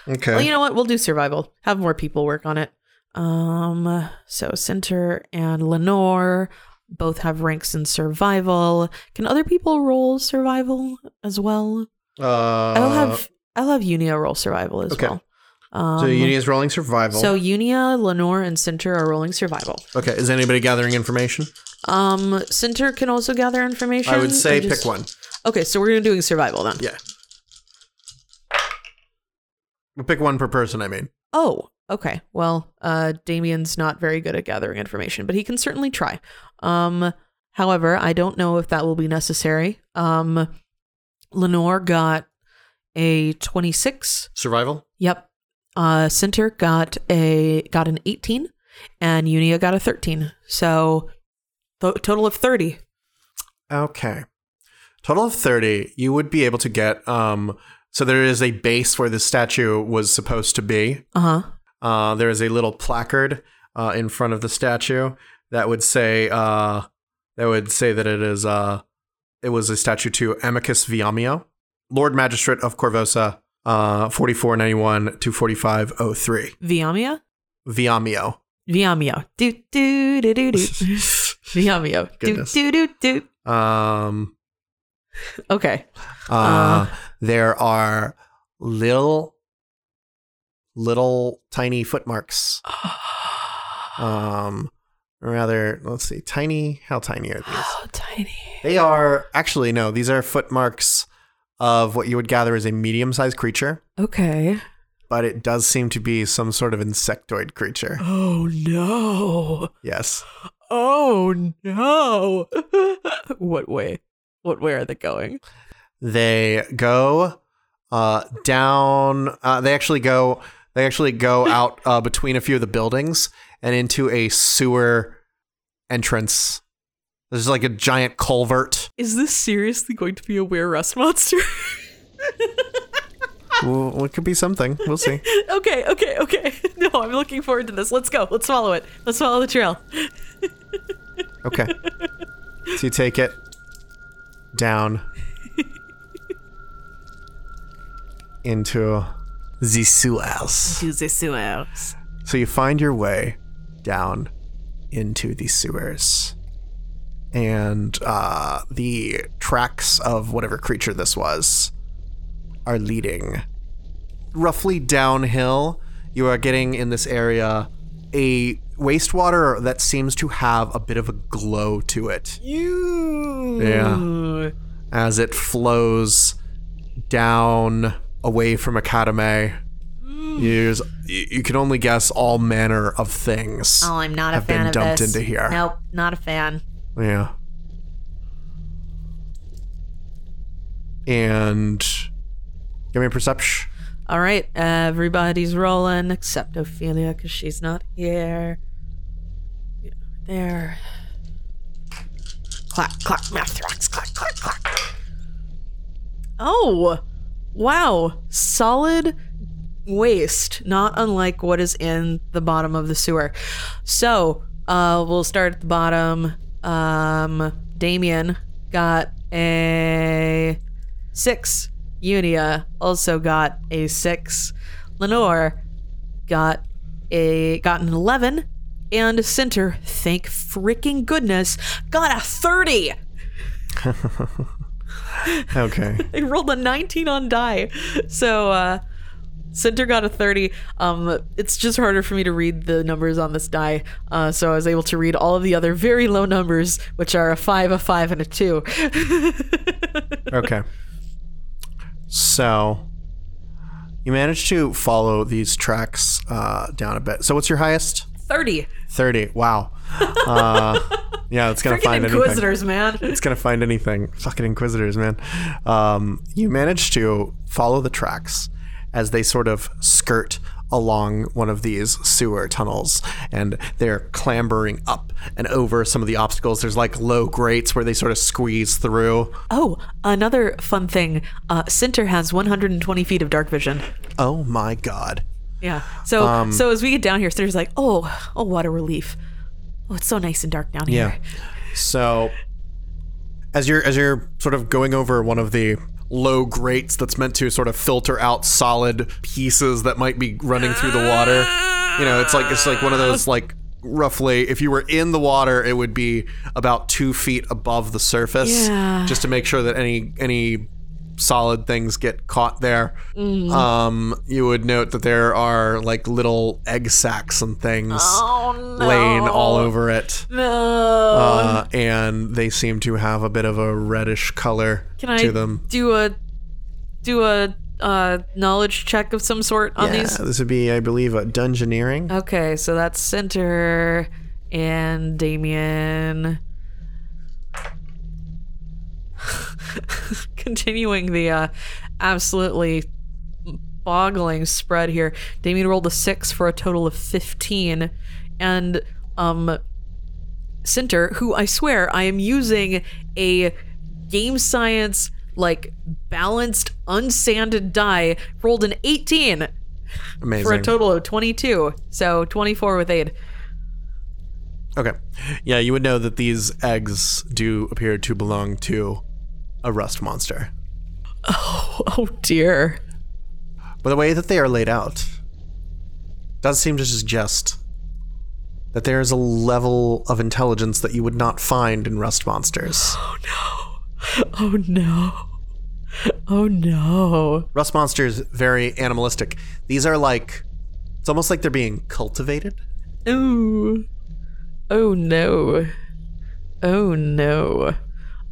[SPEAKER 1] Okay.
[SPEAKER 3] Well, you know what? We'll do survival. Have more people work on it. Um, so Center and Lenore both have ranks in survival. Can other people roll survival as well?
[SPEAKER 1] Uh,
[SPEAKER 3] I'll have I'll have Unia roll survival as
[SPEAKER 1] okay.
[SPEAKER 3] well. Um,
[SPEAKER 1] so Uni is rolling survival.
[SPEAKER 3] so Unia, Lenore, and Center are rolling survival.
[SPEAKER 1] okay, is anybody gathering information?
[SPEAKER 3] Um, Center can also gather information.
[SPEAKER 1] I would say
[SPEAKER 3] just-
[SPEAKER 1] pick one.
[SPEAKER 3] Okay, so we're gonna doing survival then.
[SPEAKER 1] Yeah. Pick one per person. I mean,
[SPEAKER 3] Oh, okay. Well, uh Damien's not very good at gathering information, but he can certainly try. Um however, I don't know if that will be necessary. Um Lenore got a 26.
[SPEAKER 1] survival.
[SPEAKER 3] Yep. Uh Center got a got an 18 and Unia got a 13. So th- total of 30.
[SPEAKER 1] Okay. Total of thirty. You would be able to get. Um. So there is a base where the statue was supposed to be.
[SPEAKER 3] Uh-huh.
[SPEAKER 1] Uh, there is a little placard uh, in front of the statue that would say uh, that would say that it is uh, it was a statue to Amicus Viamio, Lord Magistrate of Corvosa, uh, forty four ninety one to forty five oh three
[SPEAKER 3] Viamia?
[SPEAKER 1] Viamio.
[SPEAKER 3] Viamio. Do do do do do. Viamio. Do
[SPEAKER 1] Goodness.
[SPEAKER 3] do do do.
[SPEAKER 1] Um,
[SPEAKER 3] Okay.
[SPEAKER 1] uh, there are little little tiny footmarks. Um, rather, let's see, tiny. How tiny are these?
[SPEAKER 3] Oh, tiny.
[SPEAKER 1] They are actually no, these are footmarks of what you would gather as a medium-sized creature,
[SPEAKER 3] Okay.
[SPEAKER 1] but it does seem to be some sort of insectoid creature.
[SPEAKER 3] Oh no.
[SPEAKER 1] Yes.
[SPEAKER 3] Oh no. (laughs) what way? What way are they going?
[SPEAKER 1] They go uh down uh they actually go they actually go out uh between a few of the buildings and into a sewer entrance. There's like a giant culvert.
[SPEAKER 3] Is this seriously going to be a were rust monster?
[SPEAKER 1] well, it could be something. We'll see.
[SPEAKER 3] (laughs) okay, okay, okay. (laughs) No, I'm looking forward to this. Let's go. Let's follow it. Let's follow the trail.
[SPEAKER 1] Okay. so you take it down into the sewers.
[SPEAKER 3] To the sewers.
[SPEAKER 1] So you find your way down into the sewers. And uh, the tracks of whatever creature this was are leading roughly downhill. You are getting in this area a wastewater that seems to have a bit of a glow to it. Yeah. As it flows down away from Academy You, use, you you can only guess all manner of things.
[SPEAKER 4] Oh, I'm not a
[SPEAKER 1] have
[SPEAKER 4] fan
[SPEAKER 1] been
[SPEAKER 4] of
[SPEAKER 1] dumped
[SPEAKER 4] this.
[SPEAKER 1] into here.
[SPEAKER 4] Nope, not a fan.
[SPEAKER 1] Yeah. And give me a perception.
[SPEAKER 3] All right, everybody's rolling except Ophelia because she's not here. There.
[SPEAKER 4] Clack, clack, math rocks, clack, clack, clack.
[SPEAKER 3] Oh, wow. Solid waste, not unlike what is in the bottom of the sewer. So uh, we'll start at the bottom. Um, Damien got a six. Unia also got a six. Lenore got a got an eleven, and Center, thank freaking goodness, got a thirty.
[SPEAKER 4] (laughs)
[SPEAKER 1] Okay.
[SPEAKER 3] I rolled a 19 on die. So uh Center got a 30. Um it's just harder for me to read the numbers on this die. Uh so I was able to read all of the other very low numbers, which are a 5, a 5 and a (laughs) 2.
[SPEAKER 1] okay. So you managed to follow these tracks uh, down a bit. So what's your highest?
[SPEAKER 3] 30.
[SPEAKER 1] 30. Wow.
[SPEAKER 4] (laughs)
[SPEAKER 1] Uh, yeah, it's going to
[SPEAKER 3] Freaking
[SPEAKER 1] find anything.
[SPEAKER 3] inquisitors, man.
[SPEAKER 1] it's gonna find anything. Fucking inquisitors, man. Um, you manage to follow the tracks as they sort of skirt along one of these sewer tunnels, and they're clambering up and over some of the obstacles. There's like low grates where they sort of squeeze through.
[SPEAKER 3] Oh, another fun thing. Uh Center has 120 feet of dark vision.
[SPEAKER 1] Oh my god.
[SPEAKER 3] Yeah. So
[SPEAKER 1] Um,
[SPEAKER 3] so as we get down here, Center's like, "Oh, oh what a relief."
[SPEAKER 2] Oh, it's so nice and dark down
[SPEAKER 1] Yeah.
[SPEAKER 2] here.
[SPEAKER 1] So as you're as you're sort of going over one of the low grates that's meant to sort of filter out solid pieces that might be running through the water. You know, it's like it's like one of those like roughly if you were in the water it would be about two feet above the surface
[SPEAKER 3] Yeah.
[SPEAKER 1] just to make sure that any any solid things get caught there
[SPEAKER 2] Mm.
[SPEAKER 1] um you would note that there are like little egg sacs and things
[SPEAKER 2] Oh,
[SPEAKER 1] laying all over it
[SPEAKER 3] No.
[SPEAKER 1] uh, and they seem to have a bit of a reddish color
[SPEAKER 3] Can I
[SPEAKER 1] to them.
[SPEAKER 3] do a do a uh, knowledge check of some sort on these?
[SPEAKER 1] Yeah, this would be, I believe, a dungeoneering.
[SPEAKER 3] Okay, so that's Center and Damien. (laughs) Continuing the uh, absolutely boggling spread here. Damien rolled a six for a total of fifteen, and um, Center, who I swear I am using a game science like balanced unsanded die, rolled an eighteen
[SPEAKER 1] Amazing.
[SPEAKER 3] for a total of 22. So 24 with aid.
[SPEAKER 1] okay. Yeah, you would know that these eggs do appear to belong to a rust monster.
[SPEAKER 3] Oh dear.
[SPEAKER 1] But the way that they are laid out does seem to suggest that there is a level of intelligence that you would not find in rust
[SPEAKER 3] (gasps)
[SPEAKER 1] monsters.
[SPEAKER 3] Oh no. Oh no.
[SPEAKER 1] Rust monsters very animalistic. These are like it's almost like they're being cultivated.
[SPEAKER 3] Ooh. Oh no. Oh no.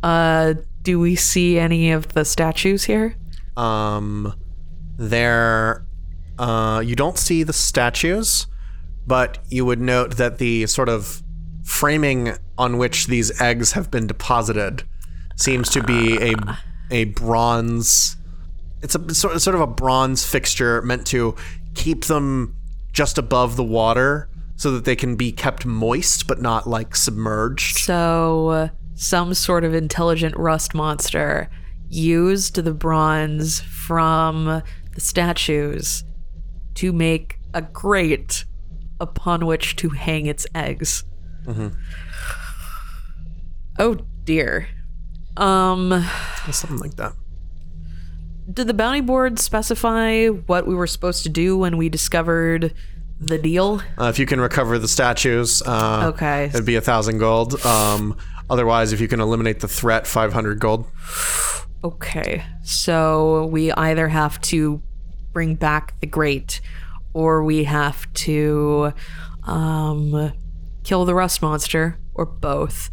[SPEAKER 3] Uh do we see any of the statues here?
[SPEAKER 1] Um, there, uh, you don't see the statues, but you would note that the sort of framing on which these eggs have been deposited seems to be a a bronze. It's a sort sort of a bronze fixture meant to keep them just above the water so that they can be kept moist but not like submerged.
[SPEAKER 3] So uh, some sort of intelligent rust monster used the bronze from the statues to make a grate upon which to hang its eggs. Oh dear. Um
[SPEAKER 1] Something like that.
[SPEAKER 3] did the bounty board specify what we were supposed to do when we discovered the deal?
[SPEAKER 1] Uh, if you can recover the statues, uh,
[SPEAKER 3] Okay.
[SPEAKER 1] it'd be a thousand gold. Um, otherwise, if you can eliminate the threat, five hundred gold.
[SPEAKER 3] Okay, so we either have to bring back the great, or we have to um, kill the rust monster, or both.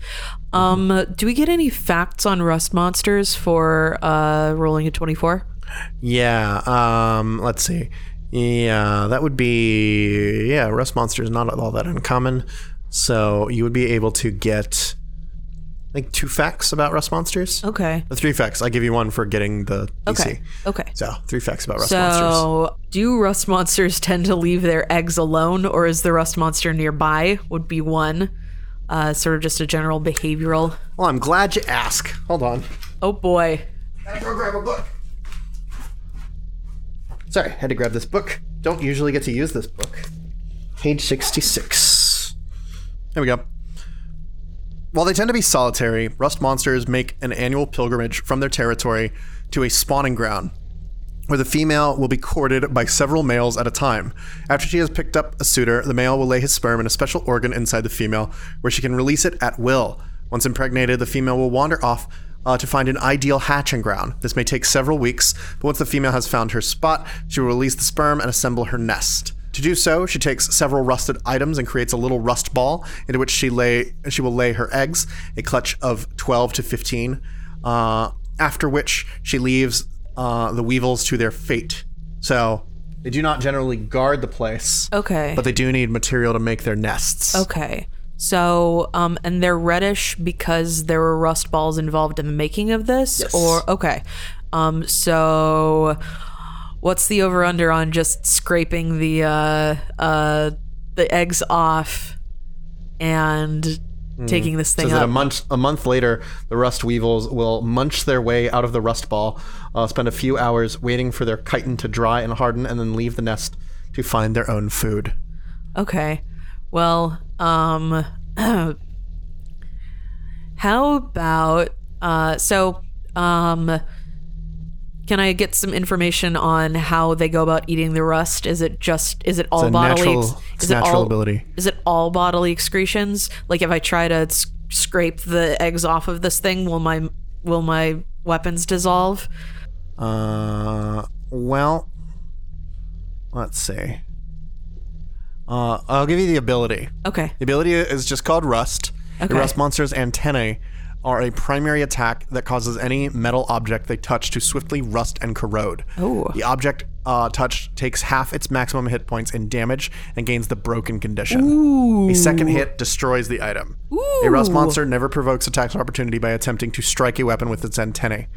[SPEAKER 3] Um, do we get any facts on rust monsters for uh, rolling a twenty-four?
[SPEAKER 1] Yeah. Um, let's see. Yeah, that would be yeah. Rust monster is not all that uncommon, so you would be able to get like two facts about rust monsters.
[SPEAKER 3] Okay.
[SPEAKER 1] Uh, Three facts. I give you one for getting the DC.
[SPEAKER 3] Oh. Okay. Okay.
[SPEAKER 1] So three facts about rust monsters.
[SPEAKER 3] So, do rust monsters (laughs) tend to leave their eggs alone, or is the rust monster nearby? Would be one. Uh, sort of just a general behavioral.
[SPEAKER 1] Well, I'm glad you ask. Hold on.
[SPEAKER 3] Oh boy.
[SPEAKER 1] Go grab a book. Sorry, had to grab this book. Don't usually get to use this book. Page 66. There we go. While they tend to be solitary, rust monsters make an annual pilgrimage from their territory to a spawning ground where the female will be courted by several males at a time. After she has picked up a suitor, the male will lay his sperm in a special organ inside the female, where she can release it at will. Once impregnated, the female will wander off uh, to find an ideal hatching ground. This may take several weeks, but once the female has found her spot, she will release the sperm and assemble her nest. To do so, she takes several rusted items and creates a little rust ball into which she lay she will lay her eggs, a clutch of 12 to 15. Uh, after which she leaves uh, the weevils to their fate. So they do not generally guard the place,
[SPEAKER 3] Okay.
[SPEAKER 1] but they do need material to make their nests.
[SPEAKER 3] Okay. So, um, and they're reddish because there were rust balls involved in the making of this, or okay. Um, so what's the over under on just scraping the uh, uh, the eggs off and taking this thing
[SPEAKER 1] Says that a
[SPEAKER 3] up?
[SPEAKER 1] month a month later, the rust weevils will munch their way out of the rust ball, uh, spend a few hours waiting for their chitin to dry and harden, and then leave the nest to find their own food.
[SPEAKER 3] okay. Well, um, (clears throat) how about uh, so um. Can I get some information on how they go about eating the rust? Is it just is it all
[SPEAKER 1] a
[SPEAKER 3] bodily?
[SPEAKER 1] natural-
[SPEAKER 3] ex-
[SPEAKER 1] it's
[SPEAKER 3] is it
[SPEAKER 1] natural
[SPEAKER 3] all,
[SPEAKER 1] ability.
[SPEAKER 3] Is it all bodily excretions? Like if I try to s- scrape the eggs off of this thing, will my will my weapons dissolve?
[SPEAKER 1] Uh, well, let's see. Uh, I'll give you the ability.
[SPEAKER 3] Okay.
[SPEAKER 1] The ability is just called Rust. The
[SPEAKER 3] Okay.
[SPEAKER 1] Rust monster's antennae are a primary attack that causes any metal object they touch to swiftly rust and corrode.
[SPEAKER 3] Ooh.
[SPEAKER 1] The object uh, touched takes half its maximum hit points in damage and gains the broken condition. A second hit destroys the item. A rust monster never provokes attacks of opportunity by attempting to strike a weapon with its antennae.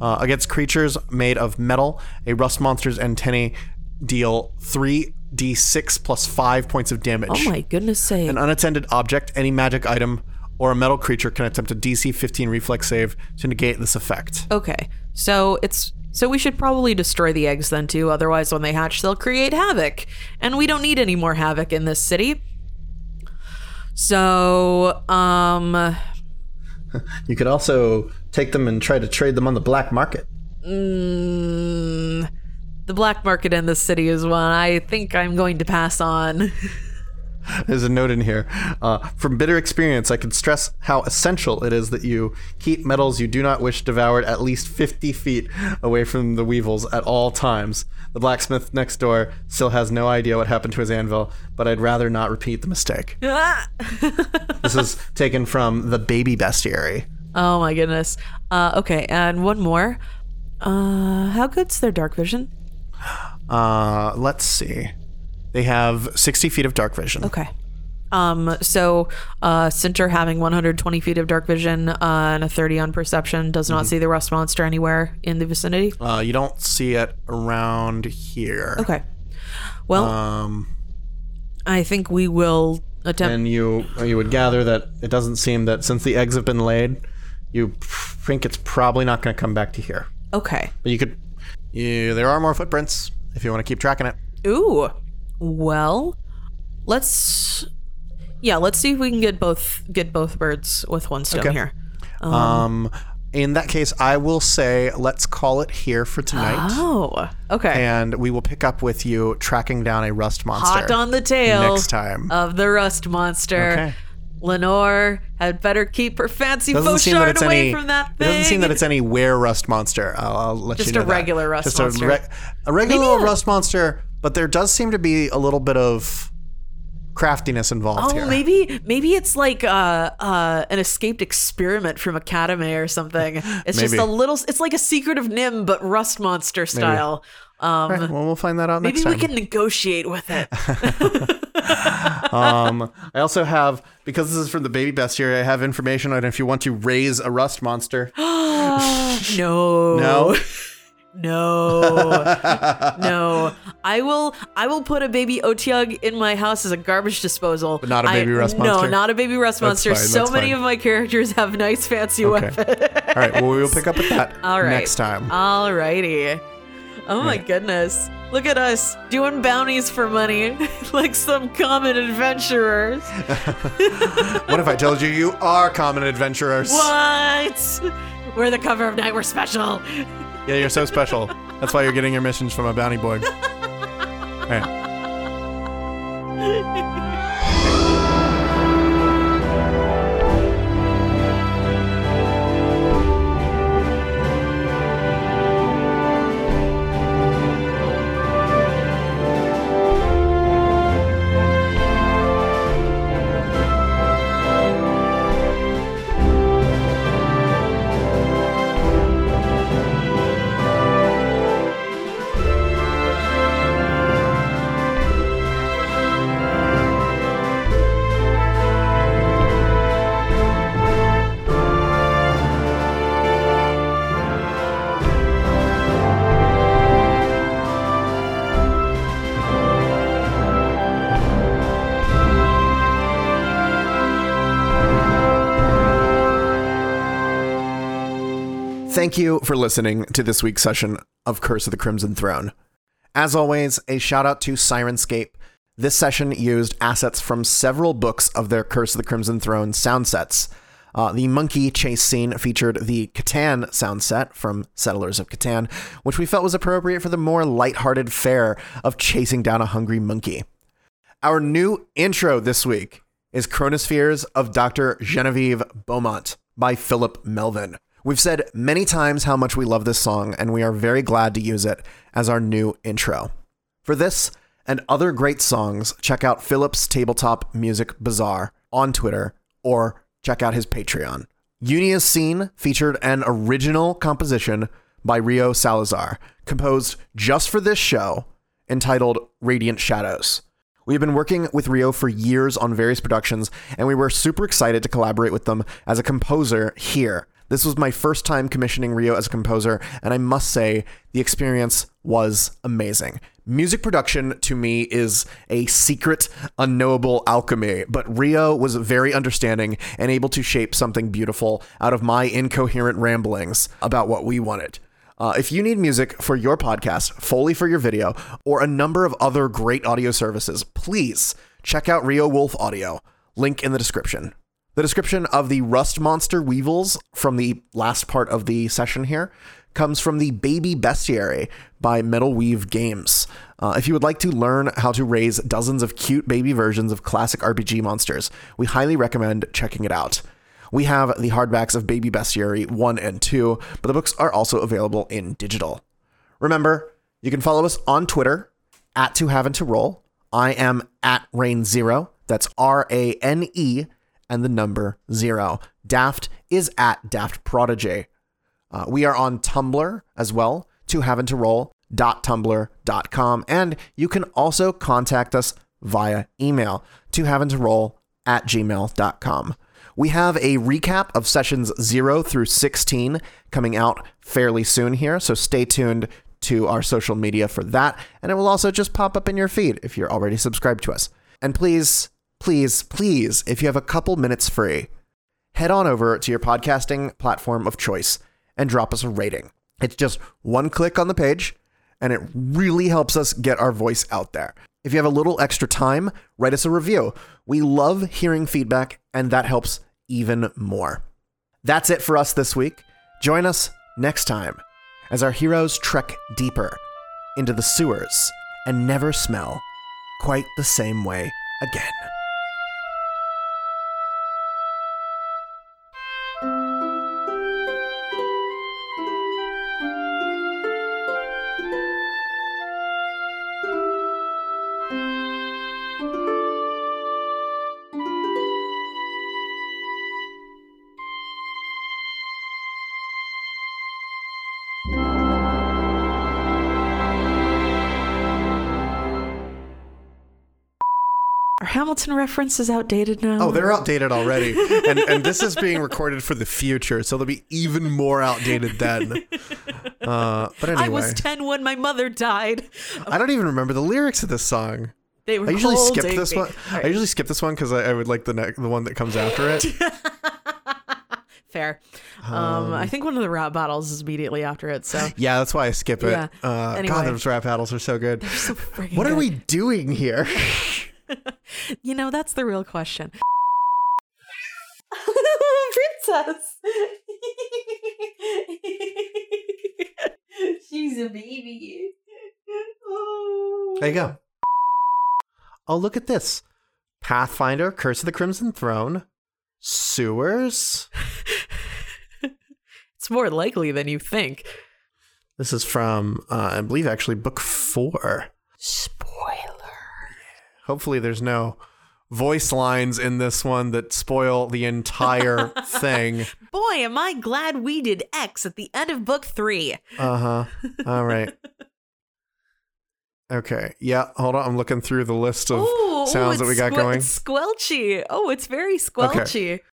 [SPEAKER 1] Uh, against creatures made of metal, a rust monster's antennae deal 3d6 plus 5 points of damage.
[SPEAKER 3] Oh my goodness sake.
[SPEAKER 1] An unattended object, any magic item, or a metal creature can attempt a DC 15 reflex save to negate this effect.
[SPEAKER 3] Okay. So it's so we should probably destroy the eggs then too, otherwise when they hatch they'll create havoc. And we don't need any more havoc in this city. So um
[SPEAKER 5] You could also take them and try to trade them on the black market.
[SPEAKER 3] the black market in this city is one I think I'm going to pass on. (laughs)
[SPEAKER 1] There's a note in here. Uh, From bitter experience, I can stress how essential it is that you keep metals you do not wish devoured at least 50 feet away from the weevils at all times. The blacksmith next door still has no idea what happened to his anvil, but I'd rather not repeat the
[SPEAKER 3] (laughs)
[SPEAKER 1] mistake.
[SPEAKER 3] Oh
[SPEAKER 1] this is taken from the baby bestiary.
[SPEAKER 3] Oh my goodness. Uh, okay, and one more. Uh, how good's their dark vision?
[SPEAKER 1] Uh, let's see. They have 60 feet of dark vision.
[SPEAKER 3] Okay. Um, so uh, Center having 120 feet of dark vision uh, and a 30 on perception does not see the rust monster anywhere in the vicinity.
[SPEAKER 1] Mm-hmm. Uh, you don't see it around here.
[SPEAKER 3] Okay. Well,
[SPEAKER 1] Um,
[SPEAKER 3] I think we will attempt.
[SPEAKER 1] and you you would gather that it doesn't seem that since the eggs have been laid, you p- think it's probably not going to come back to here.
[SPEAKER 3] okay.
[SPEAKER 1] But you could. You, there are more footprints if you want to keep tracking it.
[SPEAKER 3] Ooh. Well, let's. Yeah, let's see if we can get both get both birds with one stone
[SPEAKER 1] Okay.
[SPEAKER 3] here. Oh.
[SPEAKER 1] Um, in that case, I will say let's call it here for tonight,
[SPEAKER 3] Oh, okay.
[SPEAKER 1] and we will pick up with you tracking down a rust monster
[SPEAKER 3] Hot on the tail
[SPEAKER 1] next time.
[SPEAKER 3] of the rust monster.
[SPEAKER 1] Okay.
[SPEAKER 3] Lenore had better keep her fancy
[SPEAKER 1] doesn't seem that
[SPEAKER 3] fauchard
[SPEAKER 1] it's
[SPEAKER 3] away
[SPEAKER 1] any.
[SPEAKER 3] from that
[SPEAKER 1] it
[SPEAKER 3] thing.
[SPEAKER 1] doesn't seem that it's any were rust monster. I'll, I'll let
[SPEAKER 3] Just
[SPEAKER 1] you know
[SPEAKER 3] a
[SPEAKER 1] that.
[SPEAKER 3] regular rust
[SPEAKER 1] Just
[SPEAKER 3] monster.
[SPEAKER 1] A, reg- a regular
[SPEAKER 3] Maybe a-
[SPEAKER 1] rust monster, but there does seem to be a little bit of craftiness involved
[SPEAKER 3] Oh,
[SPEAKER 1] here.
[SPEAKER 3] maybe maybe it's like uh, uh, an escaped experiment
[SPEAKER 1] (laughs)
[SPEAKER 3] from Academy or something. It's just
[SPEAKER 1] Maybe.
[SPEAKER 3] a little. It's like a Secret of Nim, but Rust Monster style. Um,
[SPEAKER 8] All right, well, we'll find that out
[SPEAKER 3] maybe
[SPEAKER 8] next time.
[SPEAKER 3] we can negotiate with
[SPEAKER 1] (laughs)
[SPEAKER 3] it.
[SPEAKER 8] um, I also have because this is from the baby bestiary. I have information on if you want to raise a rust
[SPEAKER 3] (gasps)
[SPEAKER 8] monster.
[SPEAKER 3] Oh. no. (laughs)
[SPEAKER 8] No, (laughs)
[SPEAKER 3] No. no. I will I will put a baby Otiug in my house as a garbage disposal. But
[SPEAKER 8] not a baby rust
[SPEAKER 3] No,
[SPEAKER 8] monster?
[SPEAKER 3] not a baby rust monster.
[SPEAKER 8] fine,
[SPEAKER 3] so
[SPEAKER 8] that's
[SPEAKER 3] many
[SPEAKER 8] fine.
[SPEAKER 3] of my characters have nice fancy
[SPEAKER 8] Okay.
[SPEAKER 3] weapons.
[SPEAKER 8] all right. Well, we will pick up with that
[SPEAKER 3] All right. Uh,
[SPEAKER 8] next time.
[SPEAKER 3] Alrighty. Oh my goodness. Look at us doing bounties for money (laughs) like some common adventurers.
[SPEAKER 8] what if I told you you are common adventurers?
[SPEAKER 3] (laughs) What? We're the cover of Night. We're special.
[SPEAKER 8] Yeah, you're so special. That's why you're getting your missions from a bounty board. All right.
[SPEAKER 1] Thank you for listening to this week's session of Curse of the Crimson Throne. As always, a shout out to Sirenscape. This session used assets from several books of their Curse of the Crimson Throne sound sets. Uh, the monkey chase scene featured the Catan sound set from Settlers of Catan, which we felt was appropriate for the more lighthearted fare of chasing down a hungry monkey. Our new intro this week is Chronospheres of Dr. Genevieve Beaumont by Philip Melvin. We've said many times how much we love this song, and we are very glad to use it as our new intro. For this and other great songs, check out Philip's Tabletop Music Bazaar on Twitter or check out his Patreon. Unia's Scene featured an original composition by Rio Salazar, composed just for this show, entitled Radiant Shadows. We've been working with Rio for years on various productions, and we were super excited to collaborate with them as a composer here. This was my first time commissioning Rio as a composer, and I must say, the experience was amazing. Music production to me is a secret, unknowable alchemy, but Rio was very understanding and able to shape something beautiful out of my incoherent ramblings about what we wanted. Uh, if you need music for your podcast, Foley for your video, or a number of other great audio services, please check out Rio Wolf Audio. Link in the description. The description of the Rust Monster Weevils from the last part of the session here comes from the Baby Bestiary by Metal Weave Games. Uh, if you would like to learn how to raise dozens of cute baby versions of classic RPG monsters, we highly recommend checking it out. We have the hardbacks of Baby Bestiary 1 and 2, but the books are also available in digital. Remember, you can follow us on Twitter at To Have and To Roll. I am at Rain Zero. That's R A N E and the number zero. Daft is at Daft Prodigy. Uh, we are on Tumblr as well, to have and to roll.tumblr.com. And you can also contact us via email, to have and to roll at gmail.com. We have a recap of sessions 0 through 16 coming out fairly soon here, so stay tuned to our social media for that. And it will also just pop up in your feed if you're already subscribed to us. And please, please, please, if you have a couple minutes free, head on over to your podcasting platform of choice and drop us a rating. It's just one click on the page, and it really helps us get our voice out there. If you have a little extra time, write us a review. We love hearing feedback, and that helps even more. That's it for us this week. Join us next time as our heroes trek deeper into the sewers and never smell quite the same way again.
[SPEAKER 3] Hamilton references outdated now?
[SPEAKER 1] Oh, they're outdated (laughs) already. and, and this is being recorded for the future, so they'll be even more outdated then. Uh, but anyway,
[SPEAKER 3] I was 10 when my mother died.
[SPEAKER 1] I don't even remember the lyrics of this song.
[SPEAKER 3] They were
[SPEAKER 1] I usually
[SPEAKER 3] cold
[SPEAKER 1] skip this
[SPEAKER 3] dating.
[SPEAKER 1] one.
[SPEAKER 3] All right,
[SPEAKER 1] I usually skip this one because I, I would like the ne- the one that comes after
[SPEAKER 3] (laughs)
[SPEAKER 1] it.
[SPEAKER 3] fair. Um, I think one of the rap battles is immediately after it. So
[SPEAKER 1] Yeah, that's why I skip it.
[SPEAKER 3] Yeah.
[SPEAKER 1] Uh,
[SPEAKER 3] Anyway.
[SPEAKER 1] God, those rap battles are (laughs) so good.
[SPEAKER 3] (laughs) so friggin'
[SPEAKER 1] What are
[SPEAKER 3] good.
[SPEAKER 1] we doing here?
[SPEAKER 3] You know, that's the real question.
[SPEAKER 4] princess. She's a baby. Oh.
[SPEAKER 1] There you go. Oh, look at this. Pathfinder, Curse of the Crimson Throne, Sewers.
[SPEAKER 3] It's more likely than you think.
[SPEAKER 1] This is from, uh, I believe, actually, book four.
[SPEAKER 4] Spoiler.
[SPEAKER 1] Hopefully, there's no voice lines in this one that spoil the
[SPEAKER 3] (laughs)
[SPEAKER 1] entire thing.
[SPEAKER 4] Boy, am I glad we did X at the end of book three.
[SPEAKER 1] Uh huh. All right. Okay. Yeah. Hold on. I'm looking through the list of
[SPEAKER 3] Ooh,
[SPEAKER 1] sounds that
[SPEAKER 3] it's
[SPEAKER 1] we got
[SPEAKER 3] squel-
[SPEAKER 1] going.
[SPEAKER 3] It's squelchy. Oh, it's very squelchy.